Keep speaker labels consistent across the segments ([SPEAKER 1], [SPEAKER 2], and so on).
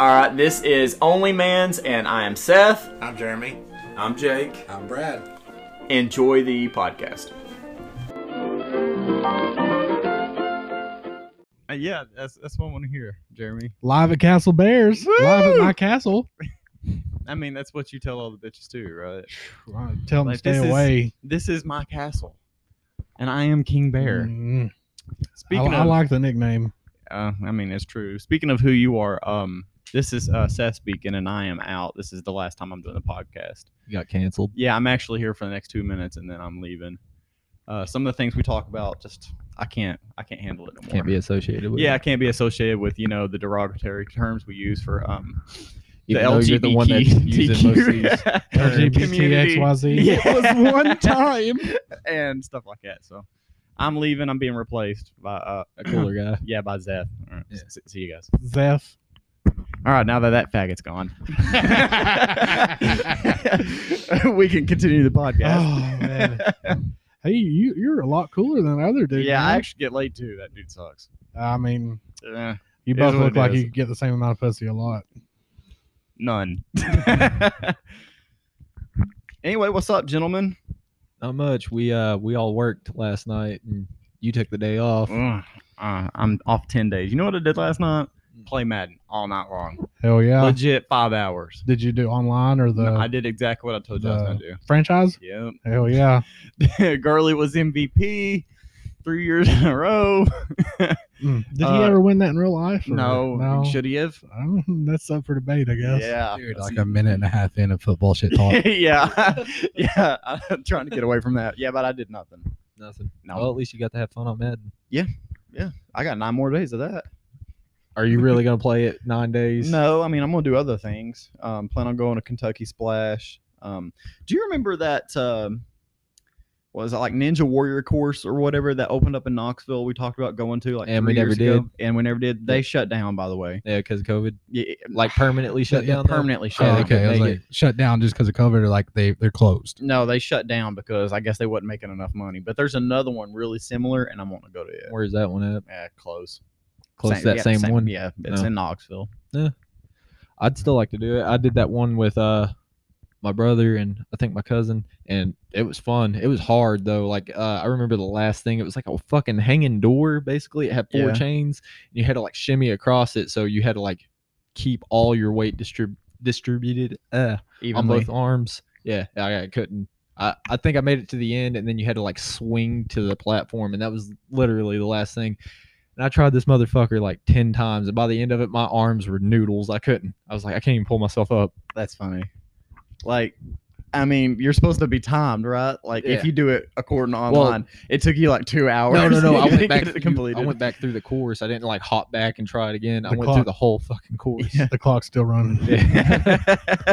[SPEAKER 1] All right, this is Only Man's, and I am Seth.
[SPEAKER 2] I'm Jeremy.
[SPEAKER 3] I'm Jake.
[SPEAKER 2] I'm Brad.
[SPEAKER 1] Enjoy the podcast.
[SPEAKER 4] Uh, yeah, that's that's what I want to hear, Jeremy.
[SPEAKER 5] Live at Castle Bears. Live at
[SPEAKER 4] Woo!
[SPEAKER 5] my castle.
[SPEAKER 4] I mean, that's what you tell all the bitches too, right?
[SPEAKER 5] Right, Tell them
[SPEAKER 4] Like,
[SPEAKER 5] to stay
[SPEAKER 4] this is
[SPEAKER 5] away.
[SPEAKER 4] This is my castle, and I am King Bear.
[SPEAKER 5] Mm. I,
[SPEAKER 4] Speaking
[SPEAKER 5] I
[SPEAKER 4] of,
[SPEAKER 5] like the nickname.
[SPEAKER 4] uh, I mean, it's true. Speaking of who you are, um, this is uh, Seth speaking, and I am out. This is the last time I'm doing the podcast.
[SPEAKER 5] You got canceled.
[SPEAKER 4] Yeah, I'm actually here for the next two minutes, and then I'm leaving. Uh, some of the things we talk about, just I can't, I can't handle it anymore.
[SPEAKER 5] associated
[SPEAKER 4] yeah, I can't be associated with you know the derogatory terms we use for um
[SPEAKER 6] Even
[SPEAKER 4] the
[SPEAKER 6] though
[SPEAKER 4] LGBTQ.
[SPEAKER 6] you're the one that's using most of these terms.
[SPEAKER 5] LGBTXYZ.
[SPEAKER 4] Yeah.
[SPEAKER 5] It was one time.
[SPEAKER 4] and stuff like that. So I'm leaving. I'm being replaced by uh, a cooler guy. Yeah, by Zeth. All right. s- see you guys.
[SPEAKER 5] Zeph.
[SPEAKER 4] All right, now that that faggot's gone, we can continue the podcast.
[SPEAKER 5] Oh man. hey, you you're a lot cooler than the other dude.
[SPEAKER 4] yeah, I
[SPEAKER 5] man.
[SPEAKER 4] actually get laid too. That dude sucks.
[SPEAKER 5] I mean,
[SPEAKER 4] Eh,
[SPEAKER 5] you
[SPEAKER 4] Is
[SPEAKER 5] both
[SPEAKER 4] what
[SPEAKER 5] look
[SPEAKER 4] it
[SPEAKER 5] like
[SPEAKER 4] is.
[SPEAKER 5] you could get the same amount of pussy a lot.
[SPEAKER 4] none. anyway, what's up, gentlemen?
[SPEAKER 6] Not much. We uh we all worked last night and you took the day off.
[SPEAKER 4] Ugh, uh, I'm off ten days. You know what I did last night? Play Madden all night long.
[SPEAKER 5] Hell yeah.
[SPEAKER 4] Legit five hours.
[SPEAKER 5] Did you do online or the
[SPEAKER 4] No, I did exactly what I told you I was gonna do.
[SPEAKER 5] franchise?
[SPEAKER 4] Yep.
[SPEAKER 5] Hell yeah.
[SPEAKER 4] Gurley was MVP three years in a row.
[SPEAKER 5] Mm. Did he
[SPEAKER 4] Uh,
[SPEAKER 5] ever win that in real life? or-
[SPEAKER 4] no,
[SPEAKER 5] no.
[SPEAKER 4] should he have?
[SPEAKER 5] Um, that's up for debate, I guess.
[SPEAKER 4] Yeah.
[SPEAKER 6] Dude, like a minute and a half in of football shit talk.
[SPEAKER 4] yeah. yeah. I'm trying to get away from that. Yeah, but I did nothing.
[SPEAKER 6] Nothing.
[SPEAKER 4] No.
[SPEAKER 5] Oh.
[SPEAKER 6] Well, at least you got to have fun on Madden.
[SPEAKER 4] I got nine more days of that.
[SPEAKER 6] Are you really gonna play it nine days?
[SPEAKER 4] No, I mean I'm gonna do other things. Um plan on going to Kentucky Splash. Um do you remember that um was it like Ninja Warrior course or whatever that opened up in Knoxville? We talked about going to like
[SPEAKER 6] And we
[SPEAKER 4] three years
[SPEAKER 6] never
[SPEAKER 4] ago?
[SPEAKER 6] did.
[SPEAKER 4] and we never did. They shut down, by the way.
[SPEAKER 6] Yeah, because COVID,
[SPEAKER 4] Yeah,
[SPEAKER 6] like permanently shut
[SPEAKER 4] yeah,
[SPEAKER 6] down. though?
[SPEAKER 4] permanently shut
[SPEAKER 6] Oh,
[SPEAKER 4] down.
[SPEAKER 6] okay. I was like,
[SPEAKER 2] shut down just because of COVID, or like they they're closed.
[SPEAKER 4] No, they shut down because I guess they wasn't making enough money. But there's another one really similar, and I'm going to go to it.
[SPEAKER 6] Where's that one at?
[SPEAKER 4] Yeah, close.
[SPEAKER 6] Close to that
[SPEAKER 4] yeah,
[SPEAKER 6] same, one. Oh.
[SPEAKER 4] Yeah, it's
[SPEAKER 6] No.
[SPEAKER 4] in Knoxville.
[SPEAKER 6] I'd still like to do it. I did that one with uh my brother and I think my cousin, and it was fun. It was hard though. Like uh, I remember the last thing, it was like a fucking hanging door. Basically, it had four
[SPEAKER 4] Yeah.
[SPEAKER 6] chains, and you had to like shimmy across it, so you had to like keep all your weight distrib- distributed uh, on
[SPEAKER 4] Evenly.
[SPEAKER 6] both arms. Yeah, I, I couldn't. I, I think I made it to the end, and then you had to like swing to the platform, and that was literally the last thing. And I tried this motherfucker like ten times, and by the end of it, my arms were noodles. I couldn't. I was like, I can't even pull myself up.
[SPEAKER 4] That's funny. Like, I mean, you're supposed to be timed, right? Like, if
[SPEAKER 6] Yeah.
[SPEAKER 4] you do it according to
[SPEAKER 6] Well-
[SPEAKER 4] online, it took you like two hours.
[SPEAKER 6] No, no, no. I
[SPEAKER 4] to
[SPEAKER 6] went
[SPEAKER 4] get
[SPEAKER 6] back.
[SPEAKER 4] it
[SPEAKER 6] Through, I
[SPEAKER 4] completed.
[SPEAKER 6] went back through the course. I didn't like hop back and try it again. I
[SPEAKER 5] The
[SPEAKER 6] went
[SPEAKER 5] clock.
[SPEAKER 6] through the whole fucking course.
[SPEAKER 5] The clock's still running.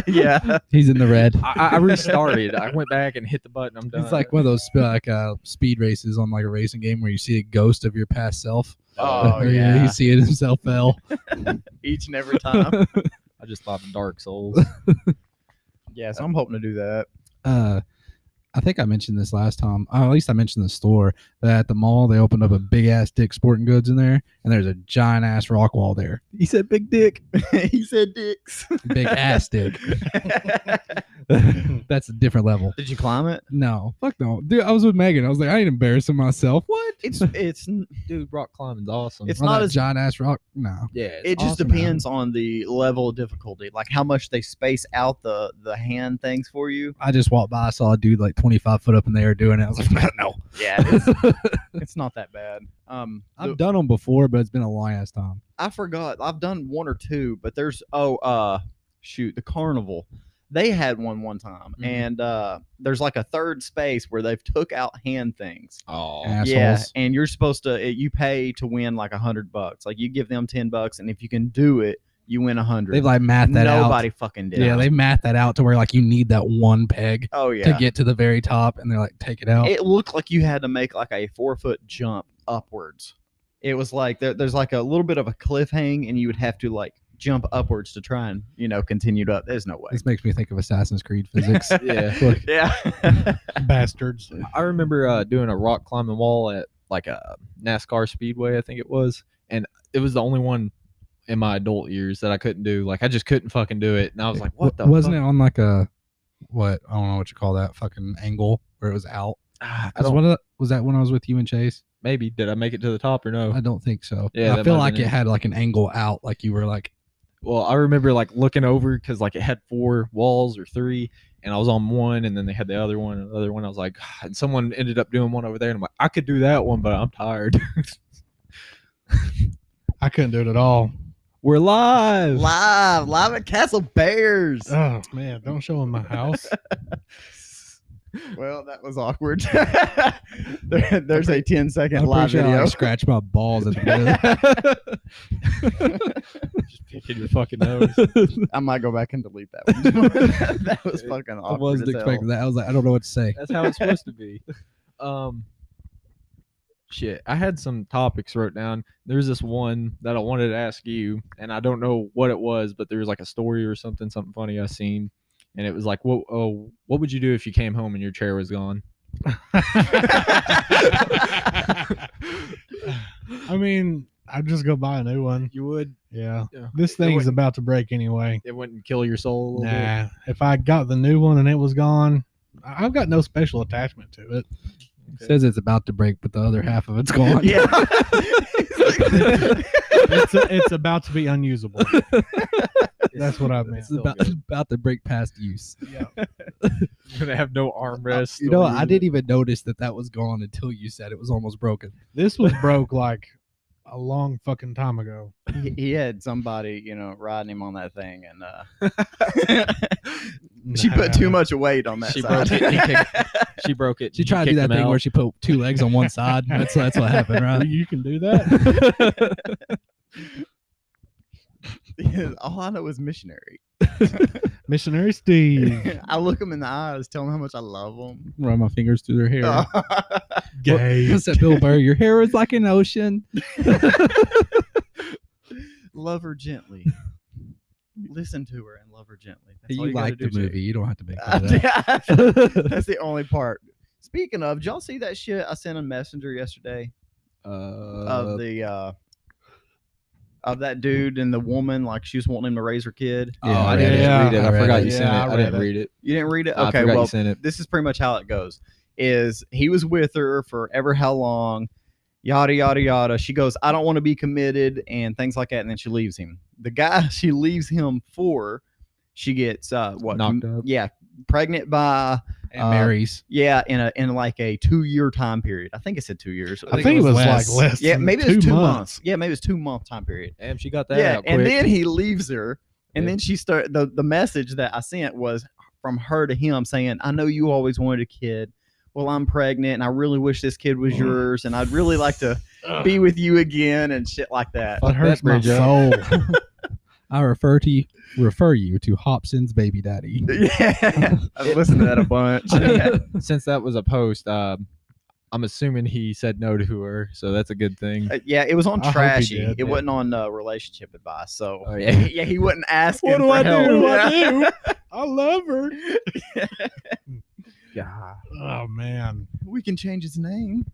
[SPEAKER 4] yeah.
[SPEAKER 6] He's in the red. I, I restarted. I went back and hit the button. I'm done.
[SPEAKER 7] It's like one of those sp- like uh, speed races on like a racing game where you see a ghost of your past self.
[SPEAKER 4] Oh,
[SPEAKER 7] Or
[SPEAKER 4] yeah.
[SPEAKER 7] you see it himself fell.
[SPEAKER 4] Each and every time.
[SPEAKER 6] I just thought of Dark Souls.
[SPEAKER 4] yeah, so I'm hoping to do that.
[SPEAKER 7] Uh, I think I mentioned this last time. Uh, at least I mentioned the store that at the mall they opened up a big ass Dick Sporting Goods in there, and there's a giant ass rock wall there.
[SPEAKER 4] He said big dick. he said dicks.
[SPEAKER 7] Big ass Dick. That's a different level.
[SPEAKER 4] Did you climb it?
[SPEAKER 7] No, fuck no, dude. I was with Megan. I was like, I ain't embarrassing myself. What?
[SPEAKER 4] It's it's n-
[SPEAKER 6] Dude, rock climbing's awesome.
[SPEAKER 4] It's
[SPEAKER 7] On
[SPEAKER 4] not
[SPEAKER 7] that
[SPEAKER 4] as-
[SPEAKER 7] giant ass rock. No.
[SPEAKER 6] yeah. it's
[SPEAKER 4] it just
[SPEAKER 6] awesome.
[SPEAKER 4] depends on the level of difficulty, like how much they space out the the hand things for you.
[SPEAKER 7] I just walked by. I saw a dude like 25 foot up in the air doing it. I was like, no.
[SPEAKER 4] Yeah, it's, it's not that bad. Um, the-
[SPEAKER 7] I've done them before, but it's been a long ass time.
[SPEAKER 4] I forgot. I've done one or two, but there's oh uh shoot the carnival. They had one one time,
[SPEAKER 7] Mm-hmm.
[SPEAKER 6] Mhm.
[SPEAKER 4] and uh, there's like a third space where they've took out hand things.
[SPEAKER 6] Oh,
[SPEAKER 7] Assholes.
[SPEAKER 4] Yeah, and you're supposed to it, you pay to win like a hundred bucks. Like you give them ten bucks, and if you can do it, you win a hundred.
[SPEAKER 7] They've like mathed that
[SPEAKER 4] Nobody
[SPEAKER 7] out.
[SPEAKER 4] fucking did.
[SPEAKER 7] Yeah, they math that out to where like you need that one peg
[SPEAKER 4] oh yeah.
[SPEAKER 7] to get to the very top, and they're like, take it
[SPEAKER 2] Oh.
[SPEAKER 7] out.
[SPEAKER 4] it looked like you had to make like a four foot jump upwards. It was like there, there's like a little bit of a cliff hang, and you would have to like jump upwards to try and you know continue to up. There's no way.
[SPEAKER 7] this makes me think of Assassin's Creed physics.
[SPEAKER 6] yeah.
[SPEAKER 7] Look,
[SPEAKER 4] yeah.
[SPEAKER 5] Bastards.
[SPEAKER 6] I remember uh, doing a rock climbing wall at like a NASCAR speedway, I think it was, and it was the only one in my adult years that I couldn't do. Like I just couldn't fucking do it, and I was like, what the?
[SPEAKER 2] wasn't
[SPEAKER 6] fuck?
[SPEAKER 2] it on like a what I don't know what you call that fucking angle where it was out?
[SPEAKER 6] Ah, I
[SPEAKER 2] Because
[SPEAKER 6] don't-
[SPEAKER 2] one of the, was that when I was with you and Chase?
[SPEAKER 6] maybe did I make it to the top or
[SPEAKER 5] Oh.
[SPEAKER 6] no?
[SPEAKER 2] I don't think so.
[SPEAKER 6] Yeah,
[SPEAKER 2] I
[SPEAKER 6] that
[SPEAKER 2] feel
[SPEAKER 6] might've
[SPEAKER 2] like
[SPEAKER 6] been
[SPEAKER 2] it
[SPEAKER 6] it.
[SPEAKER 2] had like an angle out, like you were like
[SPEAKER 6] well, I remember like looking over because like it had four walls or three, and I was on one, and then they had the other one, and the other one. I was like, "Ah," and someone ended up doing one over there, and I'm like, I could do that one, but I'm tired.
[SPEAKER 5] I couldn't do it at all.
[SPEAKER 6] We're live.
[SPEAKER 4] Live, live at Castle Bears.
[SPEAKER 2] Uh.
[SPEAKER 5] Oh man, don't show him my house.
[SPEAKER 4] Well, that was awkward. There- there's a 10 second
[SPEAKER 2] I'm pretty
[SPEAKER 4] live
[SPEAKER 2] sure I
[SPEAKER 4] video.
[SPEAKER 2] like, scratched my balls at the end. of
[SPEAKER 6] just picking your fucking nose.
[SPEAKER 4] I might go back and delete that one. that was fucking
[SPEAKER 2] I
[SPEAKER 4] awkward.
[SPEAKER 2] wasn't
[SPEAKER 4] as hell.
[SPEAKER 2] expecting that. I was like, I don't know what to say.
[SPEAKER 6] That's how it's supposed to be. Um, shit, I had some topics wrote down. There's this one that I wanted to ask you, and I don't know what it was, but there was like a story or something, something funny I seen, and it was like, what, oh, what would you do if you came home and your chair was gone?
[SPEAKER 5] I mean, I'd just go buy a new one.
[SPEAKER 6] You would.
[SPEAKER 5] Yeah.
[SPEAKER 6] Yeah.
[SPEAKER 5] This
[SPEAKER 6] It
[SPEAKER 5] thing's
[SPEAKER 6] wouldn't-
[SPEAKER 5] about to break anyway.
[SPEAKER 6] It wouldn't kill your soul. A little bit?
[SPEAKER 5] Nah. If I got the new one and it was gone, I- I've got no special attachment to it.
[SPEAKER 2] It says it's about to break, but the other half of it's gone.
[SPEAKER 4] Yeah.
[SPEAKER 5] It's it's about to be unusable. That's what I meant.
[SPEAKER 2] It's about, about to break past use.
[SPEAKER 6] You're gonna have no armrest.
[SPEAKER 2] You know, I didn't even notice that that was gone until you said it was almost broken.
[SPEAKER 5] This was broke like a long fucking time ago.
[SPEAKER 4] he, he had somebody, you know, riding him on that thing, and uh, she put too much weight on that
[SPEAKER 6] She
[SPEAKER 4] side.
[SPEAKER 6] broke it. He kicked, she broke it.
[SPEAKER 2] She tried to do that thing where she put two legs on one side. and That's that's what happened, right?
[SPEAKER 5] You can do that.
[SPEAKER 6] where.
[SPEAKER 4] All I know is missionary.
[SPEAKER 5] Missionary Steve.
[SPEAKER 4] I look him in the eyes, tell him how much I love him.
[SPEAKER 2] Run my fingers through their hair.
[SPEAKER 4] Ah.
[SPEAKER 5] Gay.
[SPEAKER 2] What's that, Bill Burr? Your hair is like an ocean.
[SPEAKER 4] love her gently. Listen to her and love her gently. That's all
[SPEAKER 2] you
[SPEAKER 4] gotta
[SPEAKER 2] like the
[SPEAKER 4] do, Jake.
[SPEAKER 2] movie. You don't have to make
[SPEAKER 4] Uh,
[SPEAKER 2] fun of that.
[SPEAKER 4] That's the only part. Speaking of, did y'all see that shit I sent on Messenger yesterday
[SPEAKER 6] Uh,
[SPEAKER 4] of the uh of that dude and the woman like she was wanting him to raise her kid.
[SPEAKER 6] oh, I
[SPEAKER 2] I
[SPEAKER 6] didn't read
[SPEAKER 5] read it.
[SPEAKER 6] it.
[SPEAKER 2] I
[SPEAKER 6] I,
[SPEAKER 2] read
[SPEAKER 6] forgot
[SPEAKER 2] it.
[SPEAKER 6] you sent
[SPEAKER 5] Yeah,
[SPEAKER 6] it.
[SPEAKER 5] I
[SPEAKER 6] I, didn't
[SPEAKER 5] read it.
[SPEAKER 6] read it.
[SPEAKER 4] You didn't read it?
[SPEAKER 6] I
[SPEAKER 4] Okay,
[SPEAKER 6] forgot
[SPEAKER 4] well
[SPEAKER 6] you sent it.
[SPEAKER 4] this is pretty much how it goes. Is he was with her for ever how long, yada yada yada. She goes, I don't want to be committed and things like that, and then she leaves him. The guy she leaves him for, she gets uh what
[SPEAKER 6] Knocked up.
[SPEAKER 4] Yeah, pregnant by
[SPEAKER 2] And
[SPEAKER 4] Uh,
[SPEAKER 2] Mary's.
[SPEAKER 4] yeah in a in like a two year time period. I think it said two years.
[SPEAKER 5] I think it was
[SPEAKER 2] less.
[SPEAKER 5] like less.
[SPEAKER 4] yeah,
[SPEAKER 5] than
[SPEAKER 4] maybe it
[SPEAKER 5] two
[SPEAKER 4] was two months.
[SPEAKER 5] months.
[SPEAKER 4] Yeah, maybe it's two month time period.
[SPEAKER 6] Damn, she got that
[SPEAKER 4] yeah,
[SPEAKER 6] out quick.
[SPEAKER 4] and then he leaves her, and
[SPEAKER 6] Yeah.
[SPEAKER 4] then she start the the message that I sent was from her to him saying, "I know you always wanted a kid. Well, I'm pregnant, and I really wish this kid
[SPEAKER 5] Mm.
[SPEAKER 4] was yours, and I'd really like to be with you again, and shit like that."
[SPEAKER 5] That hurts my
[SPEAKER 6] bridge up.
[SPEAKER 5] soul.
[SPEAKER 2] I refer to you, refer you to Hobson's baby daddy.
[SPEAKER 4] yeah, I've listened to that a bunch.
[SPEAKER 6] Since that was a post, um, I'm assuming he said no to her, so that's a good thing.
[SPEAKER 4] Uh, yeah, it was on
[SPEAKER 5] I hope he
[SPEAKER 4] trashy.
[SPEAKER 5] did,
[SPEAKER 4] it
[SPEAKER 5] yeah. Uh,
[SPEAKER 4] wasn't on uh, relationship advice. So
[SPEAKER 6] Oh,
[SPEAKER 4] yeah.
[SPEAKER 6] yeah.
[SPEAKER 4] he wasn't asking.
[SPEAKER 5] What do
[SPEAKER 4] for
[SPEAKER 5] I do?
[SPEAKER 4] help.
[SPEAKER 5] What do I
[SPEAKER 4] Yeah.
[SPEAKER 5] do? I love her.
[SPEAKER 6] Yeah.
[SPEAKER 5] Oh man,
[SPEAKER 4] We can change his name.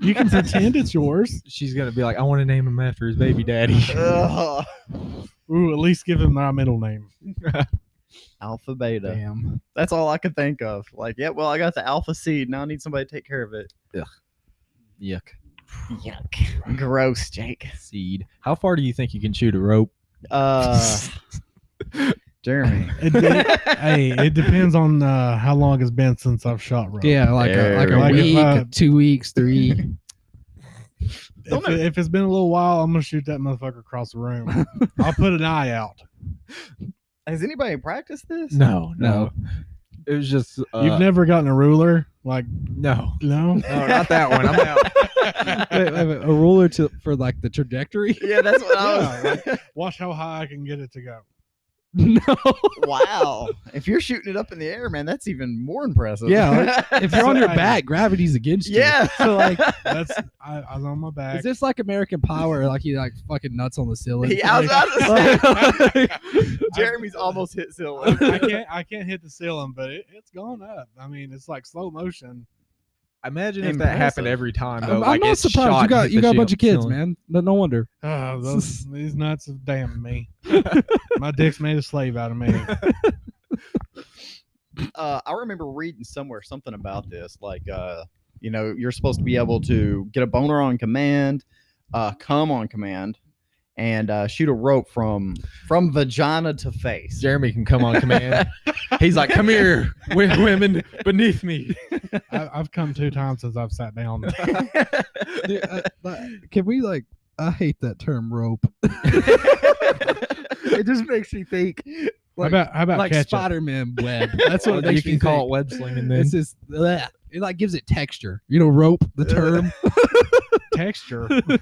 [SPEAKER 5] you can pretend it's yours.
[SPEAKER 6] She's gonna be like, I want to name him after his baby daddy.
[SPEAKER 4] Uh. Ugh.
[SPEAKER 5] Ooh, at least give him my middle name.
[SPEAKER 4] Alpha Beta.
[SPEAKER 2] Damn.
[SPEAKER 4] That's all I could think of. Like, yeah, well, I got the alpha seed. Now I need somebody to take care of it.
[SPEAKER 6] Yuck.
[SPEAKER 4] Yuck. Gross, Jake.
[SPEAKER 6] Seed. How far do you think you can shoot a rope?
[SPEAKER 4] Uh, Jeremy.
[SPEAKER 5] It, it- hey, it depends on uh, how long it's been since I've shot rope.
[SPEAKER 2] Yeah, like a, like
[SPEAKER 5] Like
[SPEAKER 2] a
[SPEAKER 5] if
[SPEAKER 2] week,
[SPEAKER 5] I-
[SPEAKER 2] two weeks, three.
[SPEAKER 5] If, it, if it's been a little while, I'm gonna shoot that motherfucker across the room. I'll put an eye out.
[SPEAKER 4] Has anybody practiced this?
[SPEAKER 6] No,
[SPEAKER 2] no.
[SPEAKER 6] It was just uh,
[SPEAKER 5] You've never gotten a ruler, like
[SPEAKER 6] no.
[SPEAKER 5] no.
[SPEAKER 6] No, not that one. I'm out.
[SPEAKER 2] Wait, wait, wait, a ruler to for like the trajectory.
[SPEAKER 4] Yeah, that's what I
[SPEAKER 5] Yeah,
[SPEAKER 4] was.
[SPEAKER 5] Watch how high I can get it to go.
[SPEAKER 2] no.
[SPEAKER 4] wow. If you're shooting it up in the air, man, that's even more impressive.
[SPEAKER 2] Yeah, If you're on your
[SPEAKER 5] I-
[SPEAKER 2] back, gravity's against you.
[SPEAKER 4] yeah.
[SPEAKER 2] So like,
[SPEAKER 5] That's I, I was on my back.
[SPEAKER 2] is this like American Pie where like he like fucking nuts on the ceiling?
[SPEAKER 4] Yeah, I was
[SPEAKER 2] Like,
[SPEAKER 4] about to say. Jeremy's almost hit ceiling.
[SPEAKER 5] I can't I can't hit the ceiling, but it, it's gone up. I mean, it's like slow motion.
[SPEAKER 6] Imagine if that
[SPEAKER 4] Impressive.
[SPEAKER 6] happened every time. Though,
[SPEAKER 2] I'm,
[SPEAKER 6] like
[SPEAKER 2] I'm not
[SPEAKER 6] it
[SPEAKER 2] surprised. You
[SPEAKER 6] shot and
[SPEAKER 2] got
[SPEAKER 6] hit
[SPEAKER 2] you
[SPEAKER 6] the
[SPEAKER 2] got a bunch of
[SPEAKER 6] ceiling.
[SPEAKER 2] kids, man. No, no wonder.
[SPEAKER 5] Ah, those, these nuts have damned me. My dick's made a slave out of me.
[SPEAKER 4] uh, I remember reading somewhere something about this, like uh, you know, you're supposed to be able to get a boner on command,
[SPEAKER 5] Mm-hmm.
[SPEAKER 4] uh, come on command, and uh, shoot a rope from from vagina to face.
[SPEAKER 6] Jeremy can come on command. He's like, "Come here, wi- women beneath me."
[SPEAKER 5] I, I've come two times since I've sat down.
[SPEAKER 2] Dude, uh, like, can we like? I hate that term rope.
[SPEAKER 6] uh,
[SPEAKER 2] it just makes me think
[SPEAKER 5] how about how about
[SPEAKER 2] like
[SPEAKER 5] ketchup?
[SPEAKER 2] Spider Man web. That's what it
[SPEAKER 6] you
[SPEAKER 2] makes
[SPEAKER 6] can
[SPEAKER 2] me
[SPEAKER 6] call
[SPEAKER 2] think.
[SPEAKER 6] it web slinging. Then
[SPEAKER 2] It's just bleh. it like gives it texture. You know, rope. The term.
[SPEAKER 5] Texture.
[SPEAKER 2] it's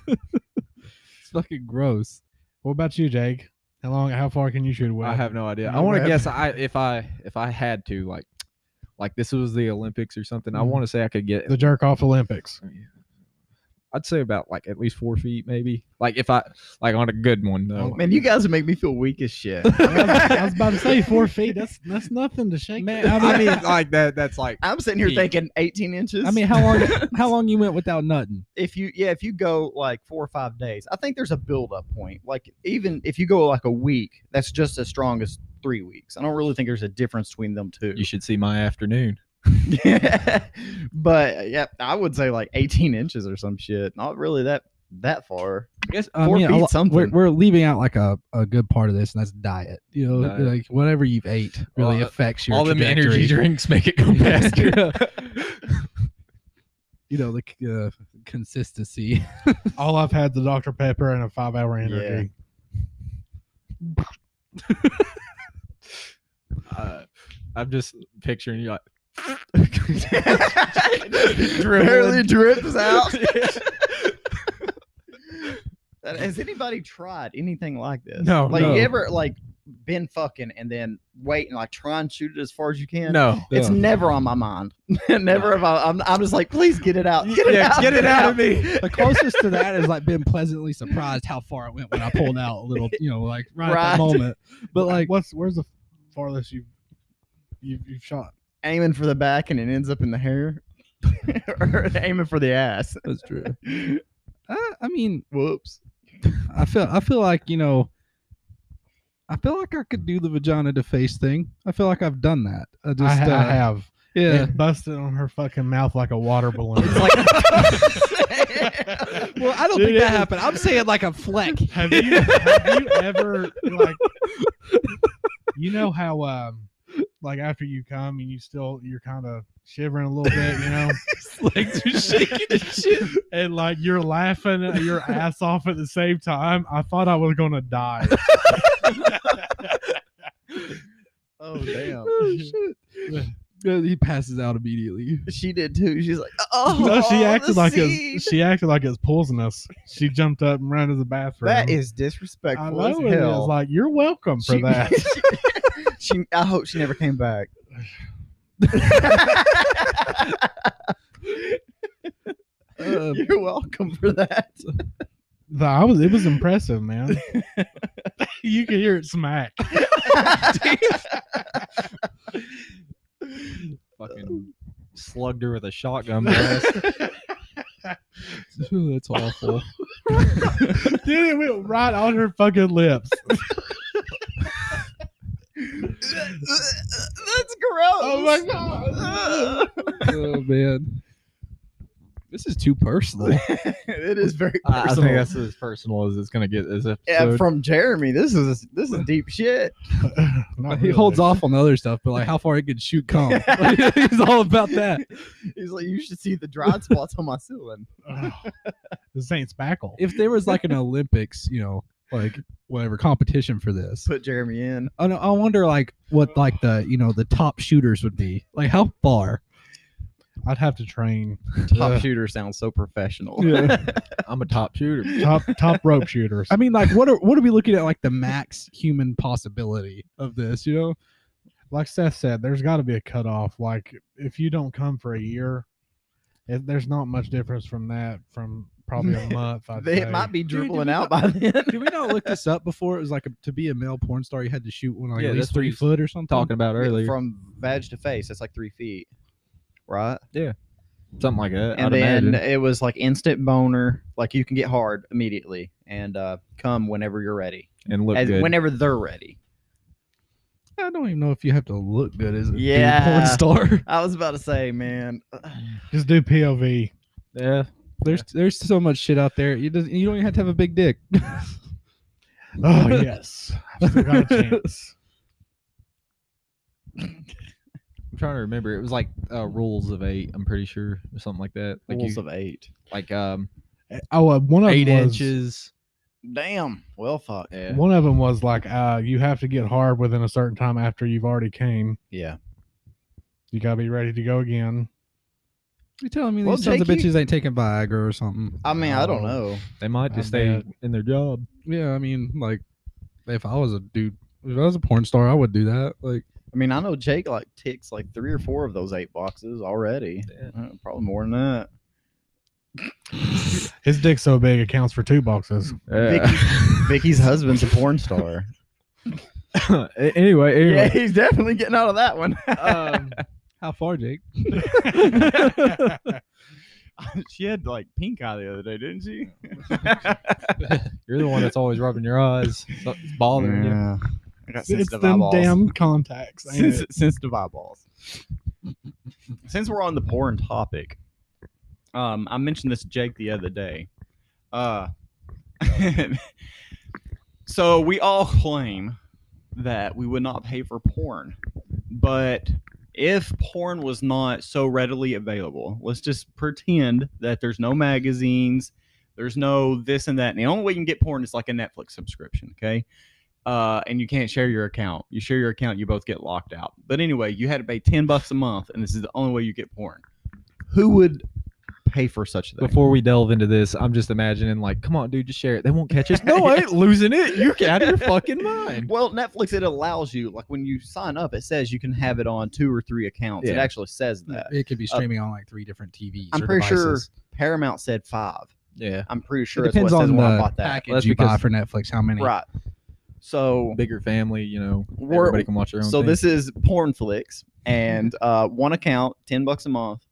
[SPEAKER 2] fucking gross.
[SPEAKER 5] what about you, Jake? How long? How far can you shoot away?
[SPEAKER 6] I have no idea. I
[SPEAKER 5] No
[SPEAKER 6] want to
[SPEAKER 5] web.
[SPEAKER 6] guess. I if I if I had to like like this was the Olympics or something. I
[SPEAKER 5] Mhm.
[SPEAKER 6] want to say I could get.
[SPEAKER 5] the jerk off Olympics.
[SPEAKER 6] I'd say about like at least four feet, maybe. Like if I like on a good one though.
[SPEAKER 4] Man, you guys make me feel weak as shit.
[SPEAKER 5] Oh I was about to say four feet. That's that's nothing to shake.
[SPEAKER 2] Man,
[SPEAKER 5] that.
[SPEAKER 6] I mean, like that. That's like
[SPEAKER 4] I'm sitting here
[SPEAKER 6] Pete.
[SPEAKER 4] thinking 18 inches.
[SPEAKER 2] I mean, how long? How long you went without nutting?
[SPEAKER 4] if you yeah, if you go like four or five days, I think there's a build up point. Like even if you go like a week, that's just as strong as three weeks. I don't really think there's a difference between them two.
[SPEAKER 6] you should see my afternoon.
[SPEAKER 4] but uh, yeah, I would say like 18 inches or some shit. Not really that that far.
[SPEAKER 2] I guess
[SPEAKER 4] Four
[SPEAKER 2] I mean, a
[SPEAKER 4] feet
[SPEAKER 2] lo-
[SPEAKER 4] something.
[SPEAKER 2] We're, we're leaving out like a, a good part of this, and that's diet. You know,
[SPEAKER 6] Diet.
[SPEAKER 2] like whatever you've ate really
[SPEAKER 6] Well,
[SPEAKER 2] affects your
[SPEAKER 6] All them energy
[SPEAKER 2] trajectory.
[SPEAKER 6] drinks make it go faster.
[SPEAKER 2] You know, the uh, consistency.
[SPEAKER 5] All I've had the Dr Pepper and a five hour energy.
[SPEAKER 6] uh, I'm just picturing you like
[SPEAKER 4] Barely drips out. Uh, Has anybody tried anything like this?
[SPEAKER 6] No,
[SPEAKER 4] Like
[SPEAKER 6] no.
[SPEAKER 4] you ever like been fucking and then wait and like try and shoot it as far as you can?
[SPEAKER 6] no.
[SPEAKER 4] It's never on my mind. never have I. I'm, I'm just like, please get it out. Get it
[SPEAKER 6] Yeah,
[SPEAKER 4] out.
[SPEAKER 6] get it out of me.
[SPEAKER 2] the closest to that is like being pleasantly surprised how far it went when I pulled out a little. You know, like right, at
[SPEAKER 4] Right.
[SPEAKER 2] that moment. But like,
[SPEAKER 5] what's where's the farthest you you you've shot?
[SPEAKER 4] Aiming for the back and it ends up in the hair, or aiming for the ass.
[SPEAKER 2] that's true. Uh, I mean,
[SPEAKER 4] Whoops.
[SPEAKER 2] I feel I feel like you know. I feel like I could do the vagina to face thing. I feel like I've done that. I just
[SPEAKER 5] I, ha- I
[SPEAKER 2] uh,
[SPEAKER 5] have.
[SPEAKER 2] yeah.
[SPEAKER 5] It busted on her fucking mouth like a water balloon.
[SPEAKER 2] Well, I don't
[SPEAKER 5] Dude,
[SPEAKER 2] think
[SPEAKER 5] it
[SPEAKER 2] that
[SPEAKER 5] was-
[SPEAKER 2] happened. I'm saying like a fleck.
[SPEAKER 5] have you have you ever like you know how um like after you come and you still you're kind of shivering a little bit, you know?
[SPEAKER 6] Legs are shaking and shit.
[SPEAKER 5] and like you're laughing your ass off at the same time. I thought I was gonna die.
[SPEAKER 4] Oh damn.
[SPEAKER 2] Oh, shit. Yeah, he passes out immediately.
[SPEAKER 4] She did too. She's like, oh,
[SPEAKER 5] no, she acted like
[SPEAKER 4] a.
[SPEAKER 5] it's she acted like it's pulsing us. She jumped up and ran to the bathroom.
[SPEAKER 4] That is
[SPEAKER 5] I
[SPEAKER 4] disrespectful
[SPEAKER 5] know it
[SPEAKER 4] as
[SPEAKER 5] is.
[SPEAKER 4] hell.
[SPEAKER 5] Like you're welcome for that.
[SPEAKER 4] she, I hope she never came back.
[SPEAKER 2] Uh,
[SPEAKER 4] You're welcome for that.
[SPEAKER 5] The- I was. It was impressive, man. you could hear it smack.
[SPEAKER 6] Fucking slugged her with a shotgun blast.
[SPEAKER 2] That's awful.
[SPEAKER 5] Dude, it went right on her fucking lips.
[SPEAKER 4] That's gross.
[SPEAKER 5] Oh my God.
[SPEAKER 2] oh man, this is too personal.
[SPEAKER 4] it is very
[SPEAKER 6] I, I
[SPEAKER 4] personal.
[SPEAKER 6] think that's as personal as it's gonna get this episode.
[SPEAKER 4] yeah, from Jeremy, this is this is deep shit.
[SPEAKER 5] Not
[SPEAKER 2] he
[SPEAKER 5] really.
[SPEAKER 2] holds off on the other stuff, but like how far he can shoot cum. Like, he's all about that.
[SPEAKER 4] He's like, you should see the dried spots on my ceiling.
[SPEAKER 5] this ain't spackle.
[SPEAKER 2] If there was like an Olympics, you know, like whatever competition for this,
[SPEAKER 4] Put Jeremy in.
[SPEAKER 2] I, don't- I wonder like what like the you know the top shooters would be. Like how far?
[SPEAKER 5] I'd have to train
[SPEAKER 4] Top
[SPEAKER 5] Ugh.
[SPEAKER 4] shooter sounds so professional.
[SPEAKER 6] uh, I'm a top shooter.
[SPEAKER 5] top top rope shooters.
[SPEAKER 2] I mean, like what are what are we looking at? Like the max human possibility of this, you know?
[SPEAKER 5] like Seth said, there's got to be a cutoff. Like if you don't come for a year, it, there's not much difference from that from probably a month. I'd
[SPEAKER 4] They-
[SPEAKER 5] say.
[SPEAKER 4] it might be
[SPEAKER 2] do
[SPEAKER 4] dribbling
[SPEAKER 2] we
[SPEAKER 4] out by then.
[SPEAKER 2] Did we not look this up before? It was like a, to be a male porn star, you had to shoot one like
[SPEAKER 6] Yeah,
[SPEAKER 2] at
[SPEAKER 6] that's
[SPEAKER 2] least
[SPEAKER 6] what
[SPEAKER 2] three
[SPEAKER 6] he's
[SPEAKER 2] foot or something.
[SPEAKER 6] Talking about earlier.
[SPEAKER 4] From vag to face, that's like three feet, right?
[SPEAKER 6] Yeah. something like that.
[SPEAKER 4] and
[SPEAKER 6] I'd
[SPEAKER 4] then
[SPEAKER 6] imagine.
[SPEAKER 4] it was like instant boner. Like you can get hard immediately and uh, come whenever you're ready,
[SPEAKER 6] and look
[SPEAKER 4] As-
[SPEAKER 6] good.
[SPEAKER 4] whenever they're ready.
[SPEAKER 2] I don't even know if you have to look good as a big
[SPEAKER 4] Yeah.
[SPEAKER 2] porn star.
[SPEAKER 4] I was about to say, man, uh,
[SPEAKER 5] Just do POV.
[SPEAKER 6] yeah,
[SPEAKER 2] There's there's so much shit out there. You doesn't you don't even have to have a big dick.
[SPEAKER 5] Oh yes, I've still got a chance.
[SPEAKER 6] I'm trying to remember. It was like uh, rules of eight. I'm pretty sure, or something like that. Like
[SPEAKER 4] rules
[SPEAKER 6] you,
[SPEAKER 4] of eight.
[SPEAKER 6] like um
[SPEAKER 5] Oh, uh, one of
[SPEAKER 6] eight
[SPEAKER 5] them was,
[SPEAKER 6] inches.
[SPEAKER 4] Damn. Well, fuck.
[SPEAKER 6] Yeah.
[SPEAKER 5] One of them was like, uh, you have to get hard within a certain time after you've already came.
[SPEAKER 4] Yeah.
[SPEAKER 5] You gotta be ready to go again.
[SPEAKER 2] You telling me
[SPEAKER 4] Well,
[SPEAKER 2] these sons of
[SPEAKER 4] Jake, you-
[SPEAKER 2] bitches ain't taking Viagra or something? Um,
[SPEAKER 4] I mean, I don't
[SPEAKER 5] Oh.
[SPEAKER 4] know.
[SPEAKER 6] They might
[SPEAKER 5] I
[SPEAKER 6] just stay
[SPEAKER 5] bet.
[SPEAKER 6] in their job.
[SPEAKER 2] Yeah, I mean, like if I was a dude, if I was a porn star, I would do that. Like
[SPEAKER 4] I mean, I know Jake like ticks like three or four of those eight boxes already.
[SPEAKER 6] Yeah.
[SPEAKER 4] Uh, probably more than that.
[SPEAKER 5] His dick's so big it counts for two boxes.
[SPEAKER 4] Vicky's husband's a porn star.
[SPEAKER 6] A- anyway,
[SPEAKER 4] yeah,
[SPEAKER 6] anyway.
[SPEAKER 4] he's definitely getting out of that one.
[SPEAKER 6] Um,
[SPEAKER 2] how far, Jake?
[SPEAKER 4] she had like pink eye the other day, didn't she?
[SPEAKER 6] you're the one that's always rubbing your eyes. So- It's bothering you.
[SPEAKER 4] I got
[SPEAKER 5] it's
[SPEAKER 4] sensitive
[SPEAKER 5] them
[SPEAKER 4] eyeballs.
[SPEAKER 5] damn contacts. ain't
[SPEAKER 4] Sens-
[SPEAKER 5] it?
[SPEAKER 4] sensitive eyeballs. Since we're on the porn topic, um, I mentioned this to Jake the other day. Uh, so we all claim that we would not pay for porn, but if porn was not so readily available, let's just pretend that there's no magazines, there's no this and that. And the only way you can get porn is like a Netflix subscription, okay? uh, and you can't share your account. You share your account, you both get locked out. But anyway, you had to pay ten bucks a month, and this is the only way you get porn. Who would pay for such a thing?
[SPEAKER 6] Before we delve into this, I'm just imagining like, come on, dude, just share it. They won't catch us. No, I ain't losing it. You're out of your fucking mind.
[SPEAKER 4] well, Netflix it allows you. Like when you sign up, it says you can have it on two or three accounts. It
[SPEAKER 6] Yeah.
[SPEAKER 4] actually says that.
[SPEAKER 2] It could be
[SPEAKER 4] Uh,
[SPEAKER 2] streaming on like three different TVs.
[SPEAKER 4] I'm
[SPEAKER 2] or
[SPEAKER 4] pretty
[SPEAKER 2] devices.
[SPEAKER 4] sure Paramount said five.
[SPEAKER 6] Yeah,
[SPEAKER 4] I'm pretty
[SPEAKER 2] It
[SPEAKER 4] sure that's
[SPEAKER 2] depends
[SPEAKER 4] what it says
[SPEAKER 2] on
[SPEAKER 4] when I
[SPEAKER 2] the
[SPEAKER 4] bought that.
[SPEAKER 2] package
[SPEAKER 6] That's
[SPEAKER 2] you buy
[SPEAKER 6] because-
[SPEAKER 2] for Netflix. How many?
[SPEAKER 4] Right. So
[SPEAKER 6] bigger family. You know,
[SPEAKER 4] we're,
[SPEAKER 6] everybody can watch their own.
[SPEAKER 4] so
[SPEAKER 6] thing.
[SPEAKER 4] this is Pornflix, and uh, one account, ten bucks a month.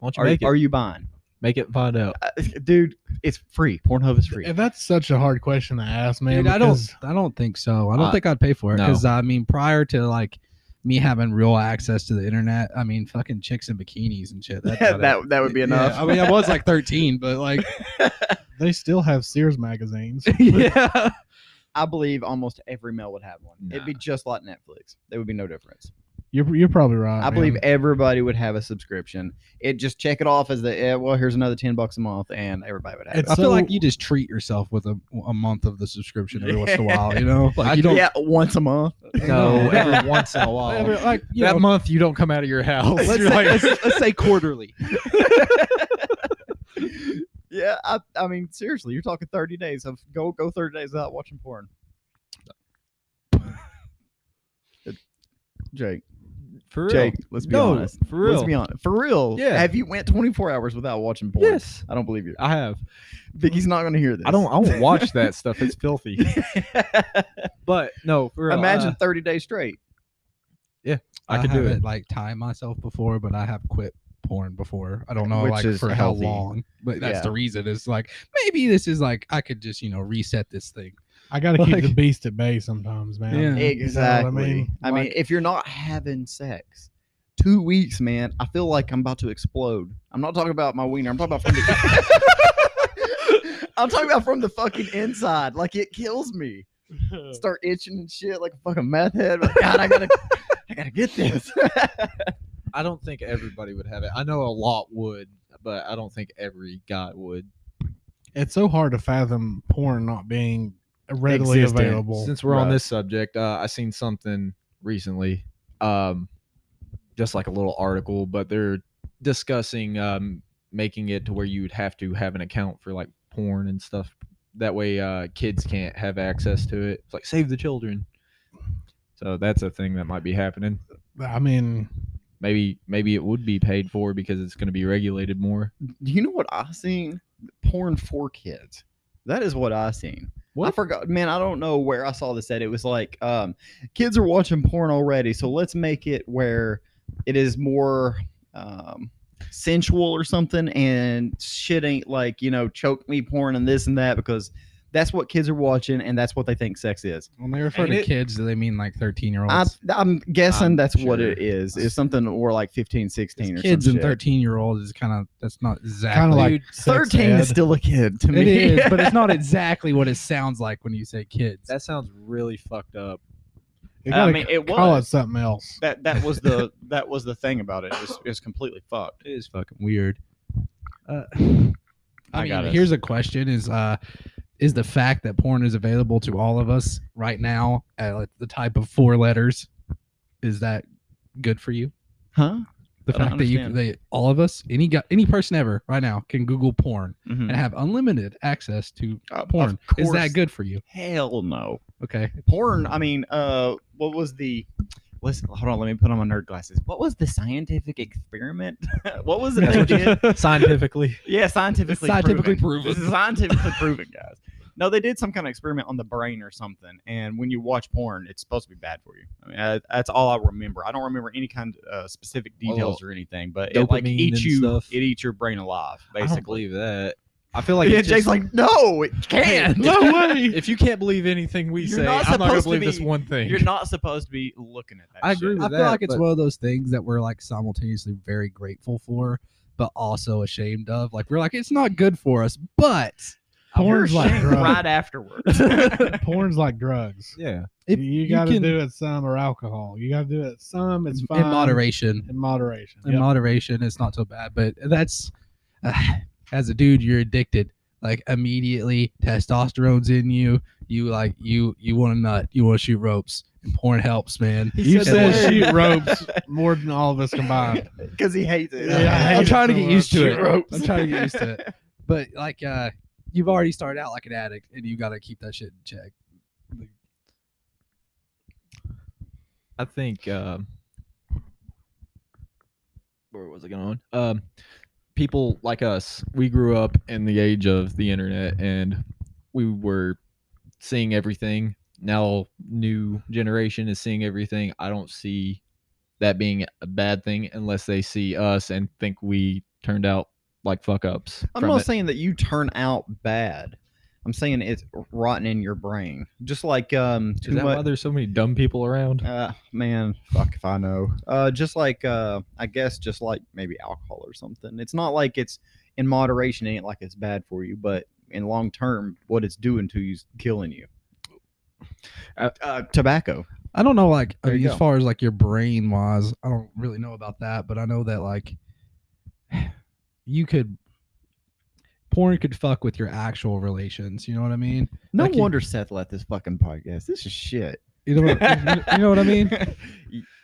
[SPEAKER 6] why don't you
[SPEAKER 4] Are,
[SPEAKER 6] make it?
[SPEAKER 4] are you buying,
[SPEAKER 6] make it and find out.
[SPEAKER 4] uh, dude? It's free. Pornhub is free.
[SPEAKER 5] And that's such a hard question to ask, man.
[SPEAKER 2] Dude, I don't.
[SPEAKER 5] because-
[SPEAKER 2] I don't think so. I don't
[SPEAKER 6] Uh,
[SPEAKER 2] think I'd pay for it
[SPEAKER 6] no.
[SPEAKER 2] because I mean, prior to like me having real access to the internet, I mean, fucking chicks in bikinis and shit. That,
[SPEAKER 4] that, that, would be
[SPEAKER 2] Yeah,
[SPEAKER 4] enough.
[SPEAKER 2] I mean, I was like 13, but like,
[SPEAKER 5] They still have Sears magazines.
[SPEAKER 2] yeah.
[SPEAKER 4] I believe almost every male would have one. It'd be
[SPEAKER 6] Nah.
[SPEAKER 4] just like Netflix. There would be no difference.
[SPEAKER 5] You're you're probably right.
[SPEAKER 4] I believe
[SPEAKER 5] man.
[SPEAKER 4] everybody would have a subscription. It just check it off as the eh, well. Here's another ten bucks a month, and everybody would have
[SPEAKER 5] It's
[SPEAKER 2] I
[SPEAKER 4] it.
[SPEAKER 2] feel like
[SPEAKER 5] So-
[SPEAKER 2] you just treat yourself with a, a month of the subscription every once in a while, you know? Like, you don't.
[SPEAKER 4] yeah, once a month.
[SPEAKER 6] No, every once in a while.
[SPEAKER 2] every- like, you
[SPEAKER 6] that
[SPEAKER 2] know,
[SPEAKER 6] month you don't come out of your house.
[SPEAKER 2] let's,
[SPEAKER 6] You're
[SPEAKER 2] say,
[SPEAKER 6] like,
[SPEAKER 2] let's, let's say quarterly.
[SPEAKER 4] yeah, I, I mean, seriously, you're talking thirty days of go go thirty days without watching porn. Jake,
[SPEAKER 6] for real.
[SPEAKER 4] Jake, let's be
[SPEAKER 6] no,
[SPEAKER 4] honest.
[SPEAKER 6] for real.
[SPEAKER 4] Let's be honest. For real,
[SPEAKER 6] Yeah.
[SPEAKER 4] Have you went twenty four hours without watching porn?
[SPEAKER 6] Yes,
[SPEAKER 4] I don't believe you.
[SPEAKER 6] I have.
[SPEAKER 4] Vicky's not going to hear this.
[SPEAKER 6] I don't. I don't watch that stuff. It's filthy. But no, for real,
[SPEAKER 4] Imagine
[SPEAKER 6] uh,
[SPEAKER 4] 30 days straight.
[SPEAKER 6] I, could do it.
[SPEAKER 2] haven't, Like, time myself before, but I have quit porn before. I don't know,
[SPEAKER 4] Which
[SPEAKER 2] like,
[SPEAKER 4] is
[SPEAKER 2] for
[SPEAKER 4] healthy.
[SPEAKER 2] how long, but that's
[SPEAKER 4] Yeah.
[SPEAKER 2] the reason. It's like, maybe this is like, I could just, you know, reset this thing.
[SPEAKER 5] I gotta keep the
[SPEAKER 2] Like-
[SPEAKER 5] beast at bay sometimes, man.
[SPEAKER 2] Yeah.
[SPEAKER 5] You know what
[SPEAKER 4] Exactly. I mean,
[SPEAKER 5] Like,
[SPEAKER 4] if you're not having sex, two weeks, man, I feel like I'm about to explode. I'm not talking about my wiener. I'm talking about from the. I'm talking about from the fucking inside. Like it kills me. Start itching and shit like a fucking meth head. Like, God, I gotta, I gotta get this.
[SPEAKER 6] I don't think everybody would have it. I know a lot would, but I don't think every guy would.
[SPEAKER 5] it's so hard to fathom porn not being readily
[SPEAKER 4] Existent.
[SPEAKER 5] available.
[SPEAKER 6] Since we're on
[SPEAKER 4] Right.
[SPEAKER 6] this subject, uh, I seen something recently, um, just like a little article, but they're discussing um, making it to where you would have to have an account for like porn and stuff. That way, uh, kids can't have access to it. It's like save the children. So that's a thing that might be happening.
[SPEAKER 5] I mean,
[SPEAKER 6] Maybe maybe it would be paid for because it's going to be regulated more.
[SPEAKER 4] Do you know what I seen? Porn for kids. That is what I seen. I forgot, man. I don't know where I saw this at. It was like, um, kids are watching porn already, so let's make it where it is more um, sensual or something, and shit ain't like you know choke me porn and this and that because that's what kids are watching and that's what they think sex is.
[SPEAKER 5] When they
[SPEAKER 2] For
[SPEAKER 5] refer
[SPEAKER 2] the
[SPEAKER 5] to
[SPEAKER 2] kids, do they mean like 13 year
[SPEAKER 4] I,
[SPEAKER 2] olds?
[SPEAKER 4] I'm guessing
[SPEAKER 6] I'm
[SPEAKER 4] that's what
[SPEAKER 6] sure.
[SPEAKER 4] it is. It's something or like 15, 16 or
[SPEAKER 2] Kids
[SPEAKER 4] some
[SPEAKER 2] and
[SPEAKER 4] shit.
[SPEAKER 2] 13 year olds is kind of, that's not exactly.
[SPEAKER 5] kind of like sex
[SPEAKER 4] 13 is
[SPEAKER 5] ed.
[SPEAKER 4] still a kid to
[SPEAKER 2] It
[SPEAKER 4] me.
[SPEAKER 2] is, but it's not exactly what it sounds like when you say kids.
[SPEAKER 6] That sounds really fucked up.
[SPEAKER 5] They
[SPEAKER 8] I
[SPEAKER 5] gotta
[SPEAKER 8] mean, it
[SPEAKER 5] call it
[SPEAKER 8] was.
[SPEAKER 5] something else.
[SPEAKER 4] that that was the that was the thing about it. It's it's completely fucked.
[SPEAKER 2] It is fucking weird.
[SPEAKER 6] Uh,
[SPEAKER 2] I,
[SPEAKER 6] I
[SPEAKER 2] mean,
[SPEAKER 6] got it.
[SPEAKER 2] here's a question: Is uh, is the fact that porn is available to all of us right now at like, the type of four letters, is that good for you?
[SPEAKER 4] Huh?
[SPEAKER 2] The
[SPEAKER 4] I don't
[SPEAKER 2] fact that you,
[SPEAKER 4] understand.
[SPEAKER 2] they, all of us, any gu- any person ever right now can Google porn
[SPEAKER 4] Mhm.
[SPEAKER 2] and have unlimited access to
[SPEAKER 4] Uh, of
[SPEAKER 2] porn. Is
[SPEAKER 4] course.
[SPEAKER 2] that good for you?
[SPEAKER 4] Hell no.
[SPEAKER 2] Okay,
[SPEAKER 4] Porn, I mean, uh what was the listen hold on, let me put on my nerd glasses. What was the scientific experiment? what was it they did?
[SPEAKER 6] scientifically,
[SPEAKER 4] Yeah, scientifically
[SPEAKER 2] Scientifically proven.
[SPEAKER 4] This is scientifically proven, guys. No, they did some kind of experiment on the brain or something, and when you watch porn, it's supposed to be bad for you. I mean, I, that's all I remember. I don't remember any kind of uh, specific details or anything, but it like
[SPEAKER 6] Oh, dopamine
[SPEAKER 4] eats
[SPEAKER 6] and
[SPEAKER 4] you,
[SPEAKER 6] stuff.
[SPEAKER 4] it eats your brain alive,
[SPEAKER 6] I don't
[SPEAKER 4] basically.
[SPEAKER 6] believe that. I feel like
[SPEAKER 4] Oh. yeah,
[SPEAKER 6] it's
[SPEAKER 4] Jake's
[SPEAKER 6] just-
[SPEAKER 4] like, no, it can't.
[SPEAKER 5] way.
[SPEAKER 6] if you can't believe anything we
[SPEAKER 4] You're
[SPEAKER 6] say,
[SPEAKER 4] not
[SPEAKER 6] I'm not gonna
[SPEAKER 4] supposed to
[SPEAKER 6] believe this
[SPEAKER 4] be-
[SPEAKER 6] one thing.
[SPEAKER 4] You're not supposed to be looking at that.
[SPEAKER 6] I agree
[SPEAKER 4] shit.
[SPEAKER 6] with
[SPEAKER 2] I feel
[SPEAKER 6] that,
[SPEAKER 2] like it's
[SPEAKER 6] but-
[SPEAKER 2] one of those things that we're like simultaneously very grateful for, but also ashamed of. Like we're like, it's not good for us, but
[SPEAKER 5] Porn's
[SPEAKER 4] You're
[SPEAKER 5] like
[SPEAKER 4] ashamed
[SPEAKER 5] drugs.
[SPEAKER 4] right afterwards.
[SPEAKER 5] Porn's like drugs.
[SPEAKER 6] yeah,
[SPEAKER 2] if
[SPEAKER 5] you got to do it some or alcohol. You got to do it some. It's fine.
[SPEAKER 2] in moderation.
[SPEAKER 5] In moderation.
[SPEAKER 2] In
[SPEAKER 5] Yep.
[SPEAKER 2] moderation, it's not so bad. But that's ah, as a dude, you're addicted. Like immediately, testosterone's in you. You like you you want to nut. You want to shoot ropes. And porn helps, man.
[SPEAKER 5] you
[SPEAKER 2] said
[SPEAKER 5] said shoot ropes more than all of us combined.
[SPEAKER 4] because he hates it.
[SPEAKER 5] Yeah, I hate
[SPEAKER 2] I'm
[SPEAKER 5] it
[SPEAKER 2] trying to
[SPEAKER 5] so
[SPEAKER 2] get used
[SPEAKER 5] much.
[SPEAKER 2] to it.
[SPEAKER 5] Shoot ropes.
[SPEAKER 2] I'm trying to get used to it. But like, uh, you've already started out like an addict, and you got to keep that shit in check.
[SPEAKER 6] I think. Um, where was I going? Um, people like us, we grew up in the age of the internet, and we were seeing everything. Now, new generation is seeing everything. I don't see that being a bad thing unless they see us and think we turned out like fuck ups.
[SPEAKER 4] I'm
[SPEAKER 6] from
[SPEAKER 4] not
[SPEAKER 6] it.
[SPEAKER 4] saying that you turn out bad. I'm saying it's rotten in your brain, just like um.
[SPEAKER 6] Is
[SPEAKER 4] Too
[SPEAKER 6] that why
[SPEAKER 4] much,
[SPEAKER 6] there's so many dumb people around?
[SPEAKER 4] uh, man, fuck if I know. Uh, just like uh, I guess just like maybe alcohol or something. It's not like it's in moderation. It ain't like it's bad for you, but in long term, what it's doing to you is killing you.
[SPEAKER 6] Uh,
[SPEAKER 4] uh, tobacco.
[SPEAKER 2] I don't know, like I
[SPEAKER 6] There you
[SPEAKER 2] mean, as
[SPEAKER 6] go.
[SPEAKER 2] far as like your brain wise, I don't really know about that, but I know that like you could porn could fuck with your actual relations. You know what I mean?
[SPEAKER 4] No
[SPEAKER 2] Like you-
[SPEAKER 4] wonder Seth left this fucking podcast. This is shit.
[SPEAKER 2] You know, what, you, you know what I mean?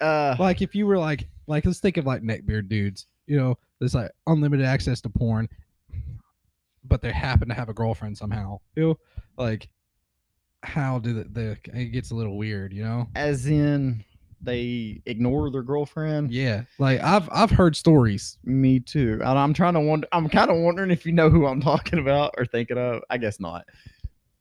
[SPEAKER 4] Uh,
[SPEAKER 2] Like if you were like like let's think of like neckbeard dudes. You know, there's like unlimited access to porn, but they happen to have a girlfriend somehow. You know, like how do the, the it gets a little weird. You
[SPEAKER 6] Mm.
[SPEAKER 2] know?
[SPEAKER 4] as in they ignore their girlfriend.
[SPEAKER 2] Yeah. Like I've I've heard stories.
[SPEAKER 4] Me too. And I'm trying to wonder. I'm kind of wondering if you know who I'm talking about or thinking of. I guess not.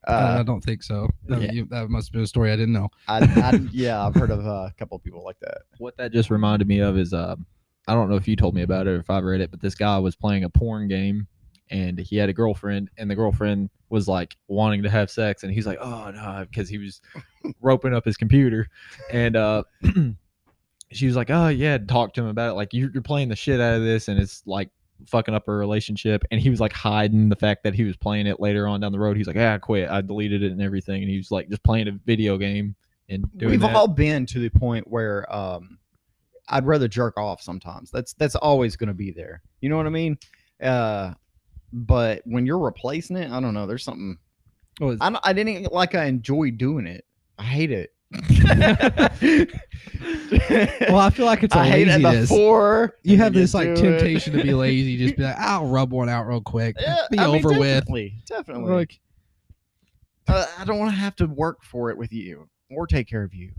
[SPEAKER 2] Uh, I
[SPEAKER 4] Uh,
[SPEAKER 2] don't think so. That,
[SPEAKER 4] yeah.
[SPEAKER 2] you- that must have been a story I didn't know.
[SPEAKER 4] I, I, yeah, I've heard of uh, a couple people like that.
[SPEAKER 6] what that just reminded me of is uh, I don't know if you told me about it or if I've read it, but this guy was playing a porn game and he had a girlfriend, and the girlfriend was like wanting to have sex, and he's like, oh no, because he was roping up his computer, and uh, she was like, oh yeah, talk to him about it, like you're, you're playing the shit out of this, and it's like fucking up her relationship and he was like hiding the fact that he was playing it later on down the road he's like ah, i quit i deleted it and everything and he was like just playing a video game and doing
[SPEAKER 4] We've
[SPEAKER 6] that.
[SPEAKER 4] all been to the point where um, I'd rather jerk off sometimes. That's that's always going to be there. You know what I mean? Uh, but when you're replacing it, I don't know. There's something
[SPEAKER 2] Well, it's-
[SPEAKER 4] I, don't- I didn't even- like. I enjoy doing it. I hate it.
[SPEAKER 2] well, I feel like it's a
[SPEAKER 4] I hate it
[SPEAKER 2] laziness.
[SPEAKER 4] before
[SPEAKER 2] You
[SPEAKER 4] and
[SPEAKER 2] have
[SPEAKER 4] then
[SPEAKER 2] this like
[SPEAKER 4] do it.
[SPEAKER 2] temptation to be lazy, just be like, I'll rub one out real quick,
[SPEAKER 4] Yeah,
[SPEAKER 2] be
[SPEAKER 4] I mean,
[SPEAKER 2] over with.
[SPEAKER 4] Definitely, definitely.
[SPEAKER 2] Like,
[SPEAKER 4] Uh, I don't want to have to work for it with you or take care of you.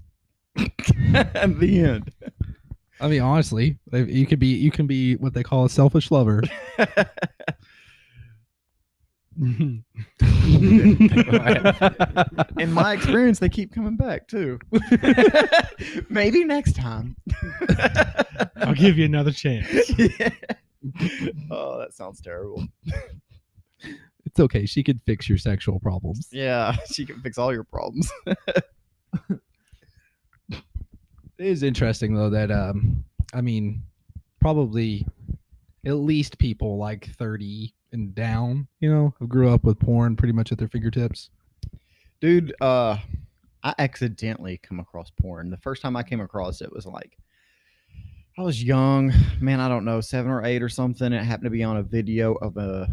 [SPEAKER 4] At the end,
[SPEAKER 2] I mean, honestly, like, you could be you can be what they call a selfish lover.
[SPEAKER 4] in my experience, they keep coming back too. Maybe next time.
[SPEAKER 5] I'll give you another chance.
[SPEAKER 4] Yeah. oh, that sounds terrible.
[SPEAKER 7] It's okay. She could fix your sexual problems.
[SPEAKER 4] Yeah, she can fix all your problems.
[SPEAKER 7] It is interesting though that um I mean probably at least people like 30 and down, you know, who grew up with porn pretty much at their fingertips.
[SPEAKER 4] dude uh i accidentally come across porn the first time i came across it was like i was young man i don't know seven or eight or something it happened to be on a video of a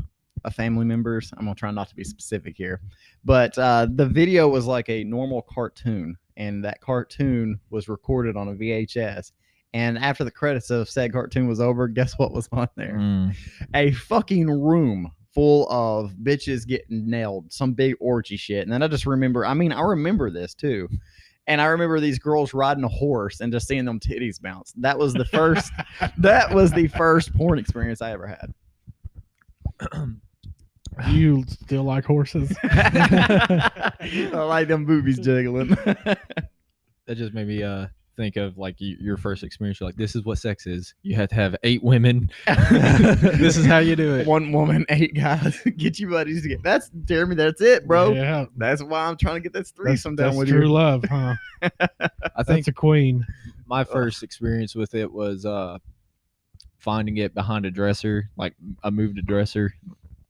[SPEAKER 4] a family member's i'm gonna try not to be specific here but uh the video was like a normal cartoon and that cartoon was recorded on a vhs and after the credits of said cartoon was over guess what was on there
[SPEAKER 6] Mm.
[SPEAKER 4] a fucking room full of bitches getting nailed, some big orgy shit. And then I just remember, I mean, I remember this too. And I remember these girls riding a horse and just seeing them titties bounce. That was the first that was the first porn experience I ever had.
[SPEAKER 5] You still like horses?
[SPEAKER 4] I like them boobies jiggling.
[SPEAKER 6] that just made me uh think of like y- your first experience. You're like, this is what sex is. You have to have eight women. this is how you do it.
[SPEAKER 4] One woman, eight guys. Get you buddies to get that's Jeremy, that's it, bro.
[SPEAKER 5] yeah.
[SPEAKER 4] That's why I'm trying to get this
[SPEAKER 5] That's,
[SPEAKER 4] threesome
[SPEAKER 5] that's
[SPEAKER 4] down with
[SPEAKER 5] true
[SPEAKER 4] you.
[SPEAKER 5] love, huh?
[SPEAKER 6] I think
[SPEAKER 5] That's a queen.
[SPEAKER 6] my first experience with it was uh finding it behind a dresser like i moved a dresser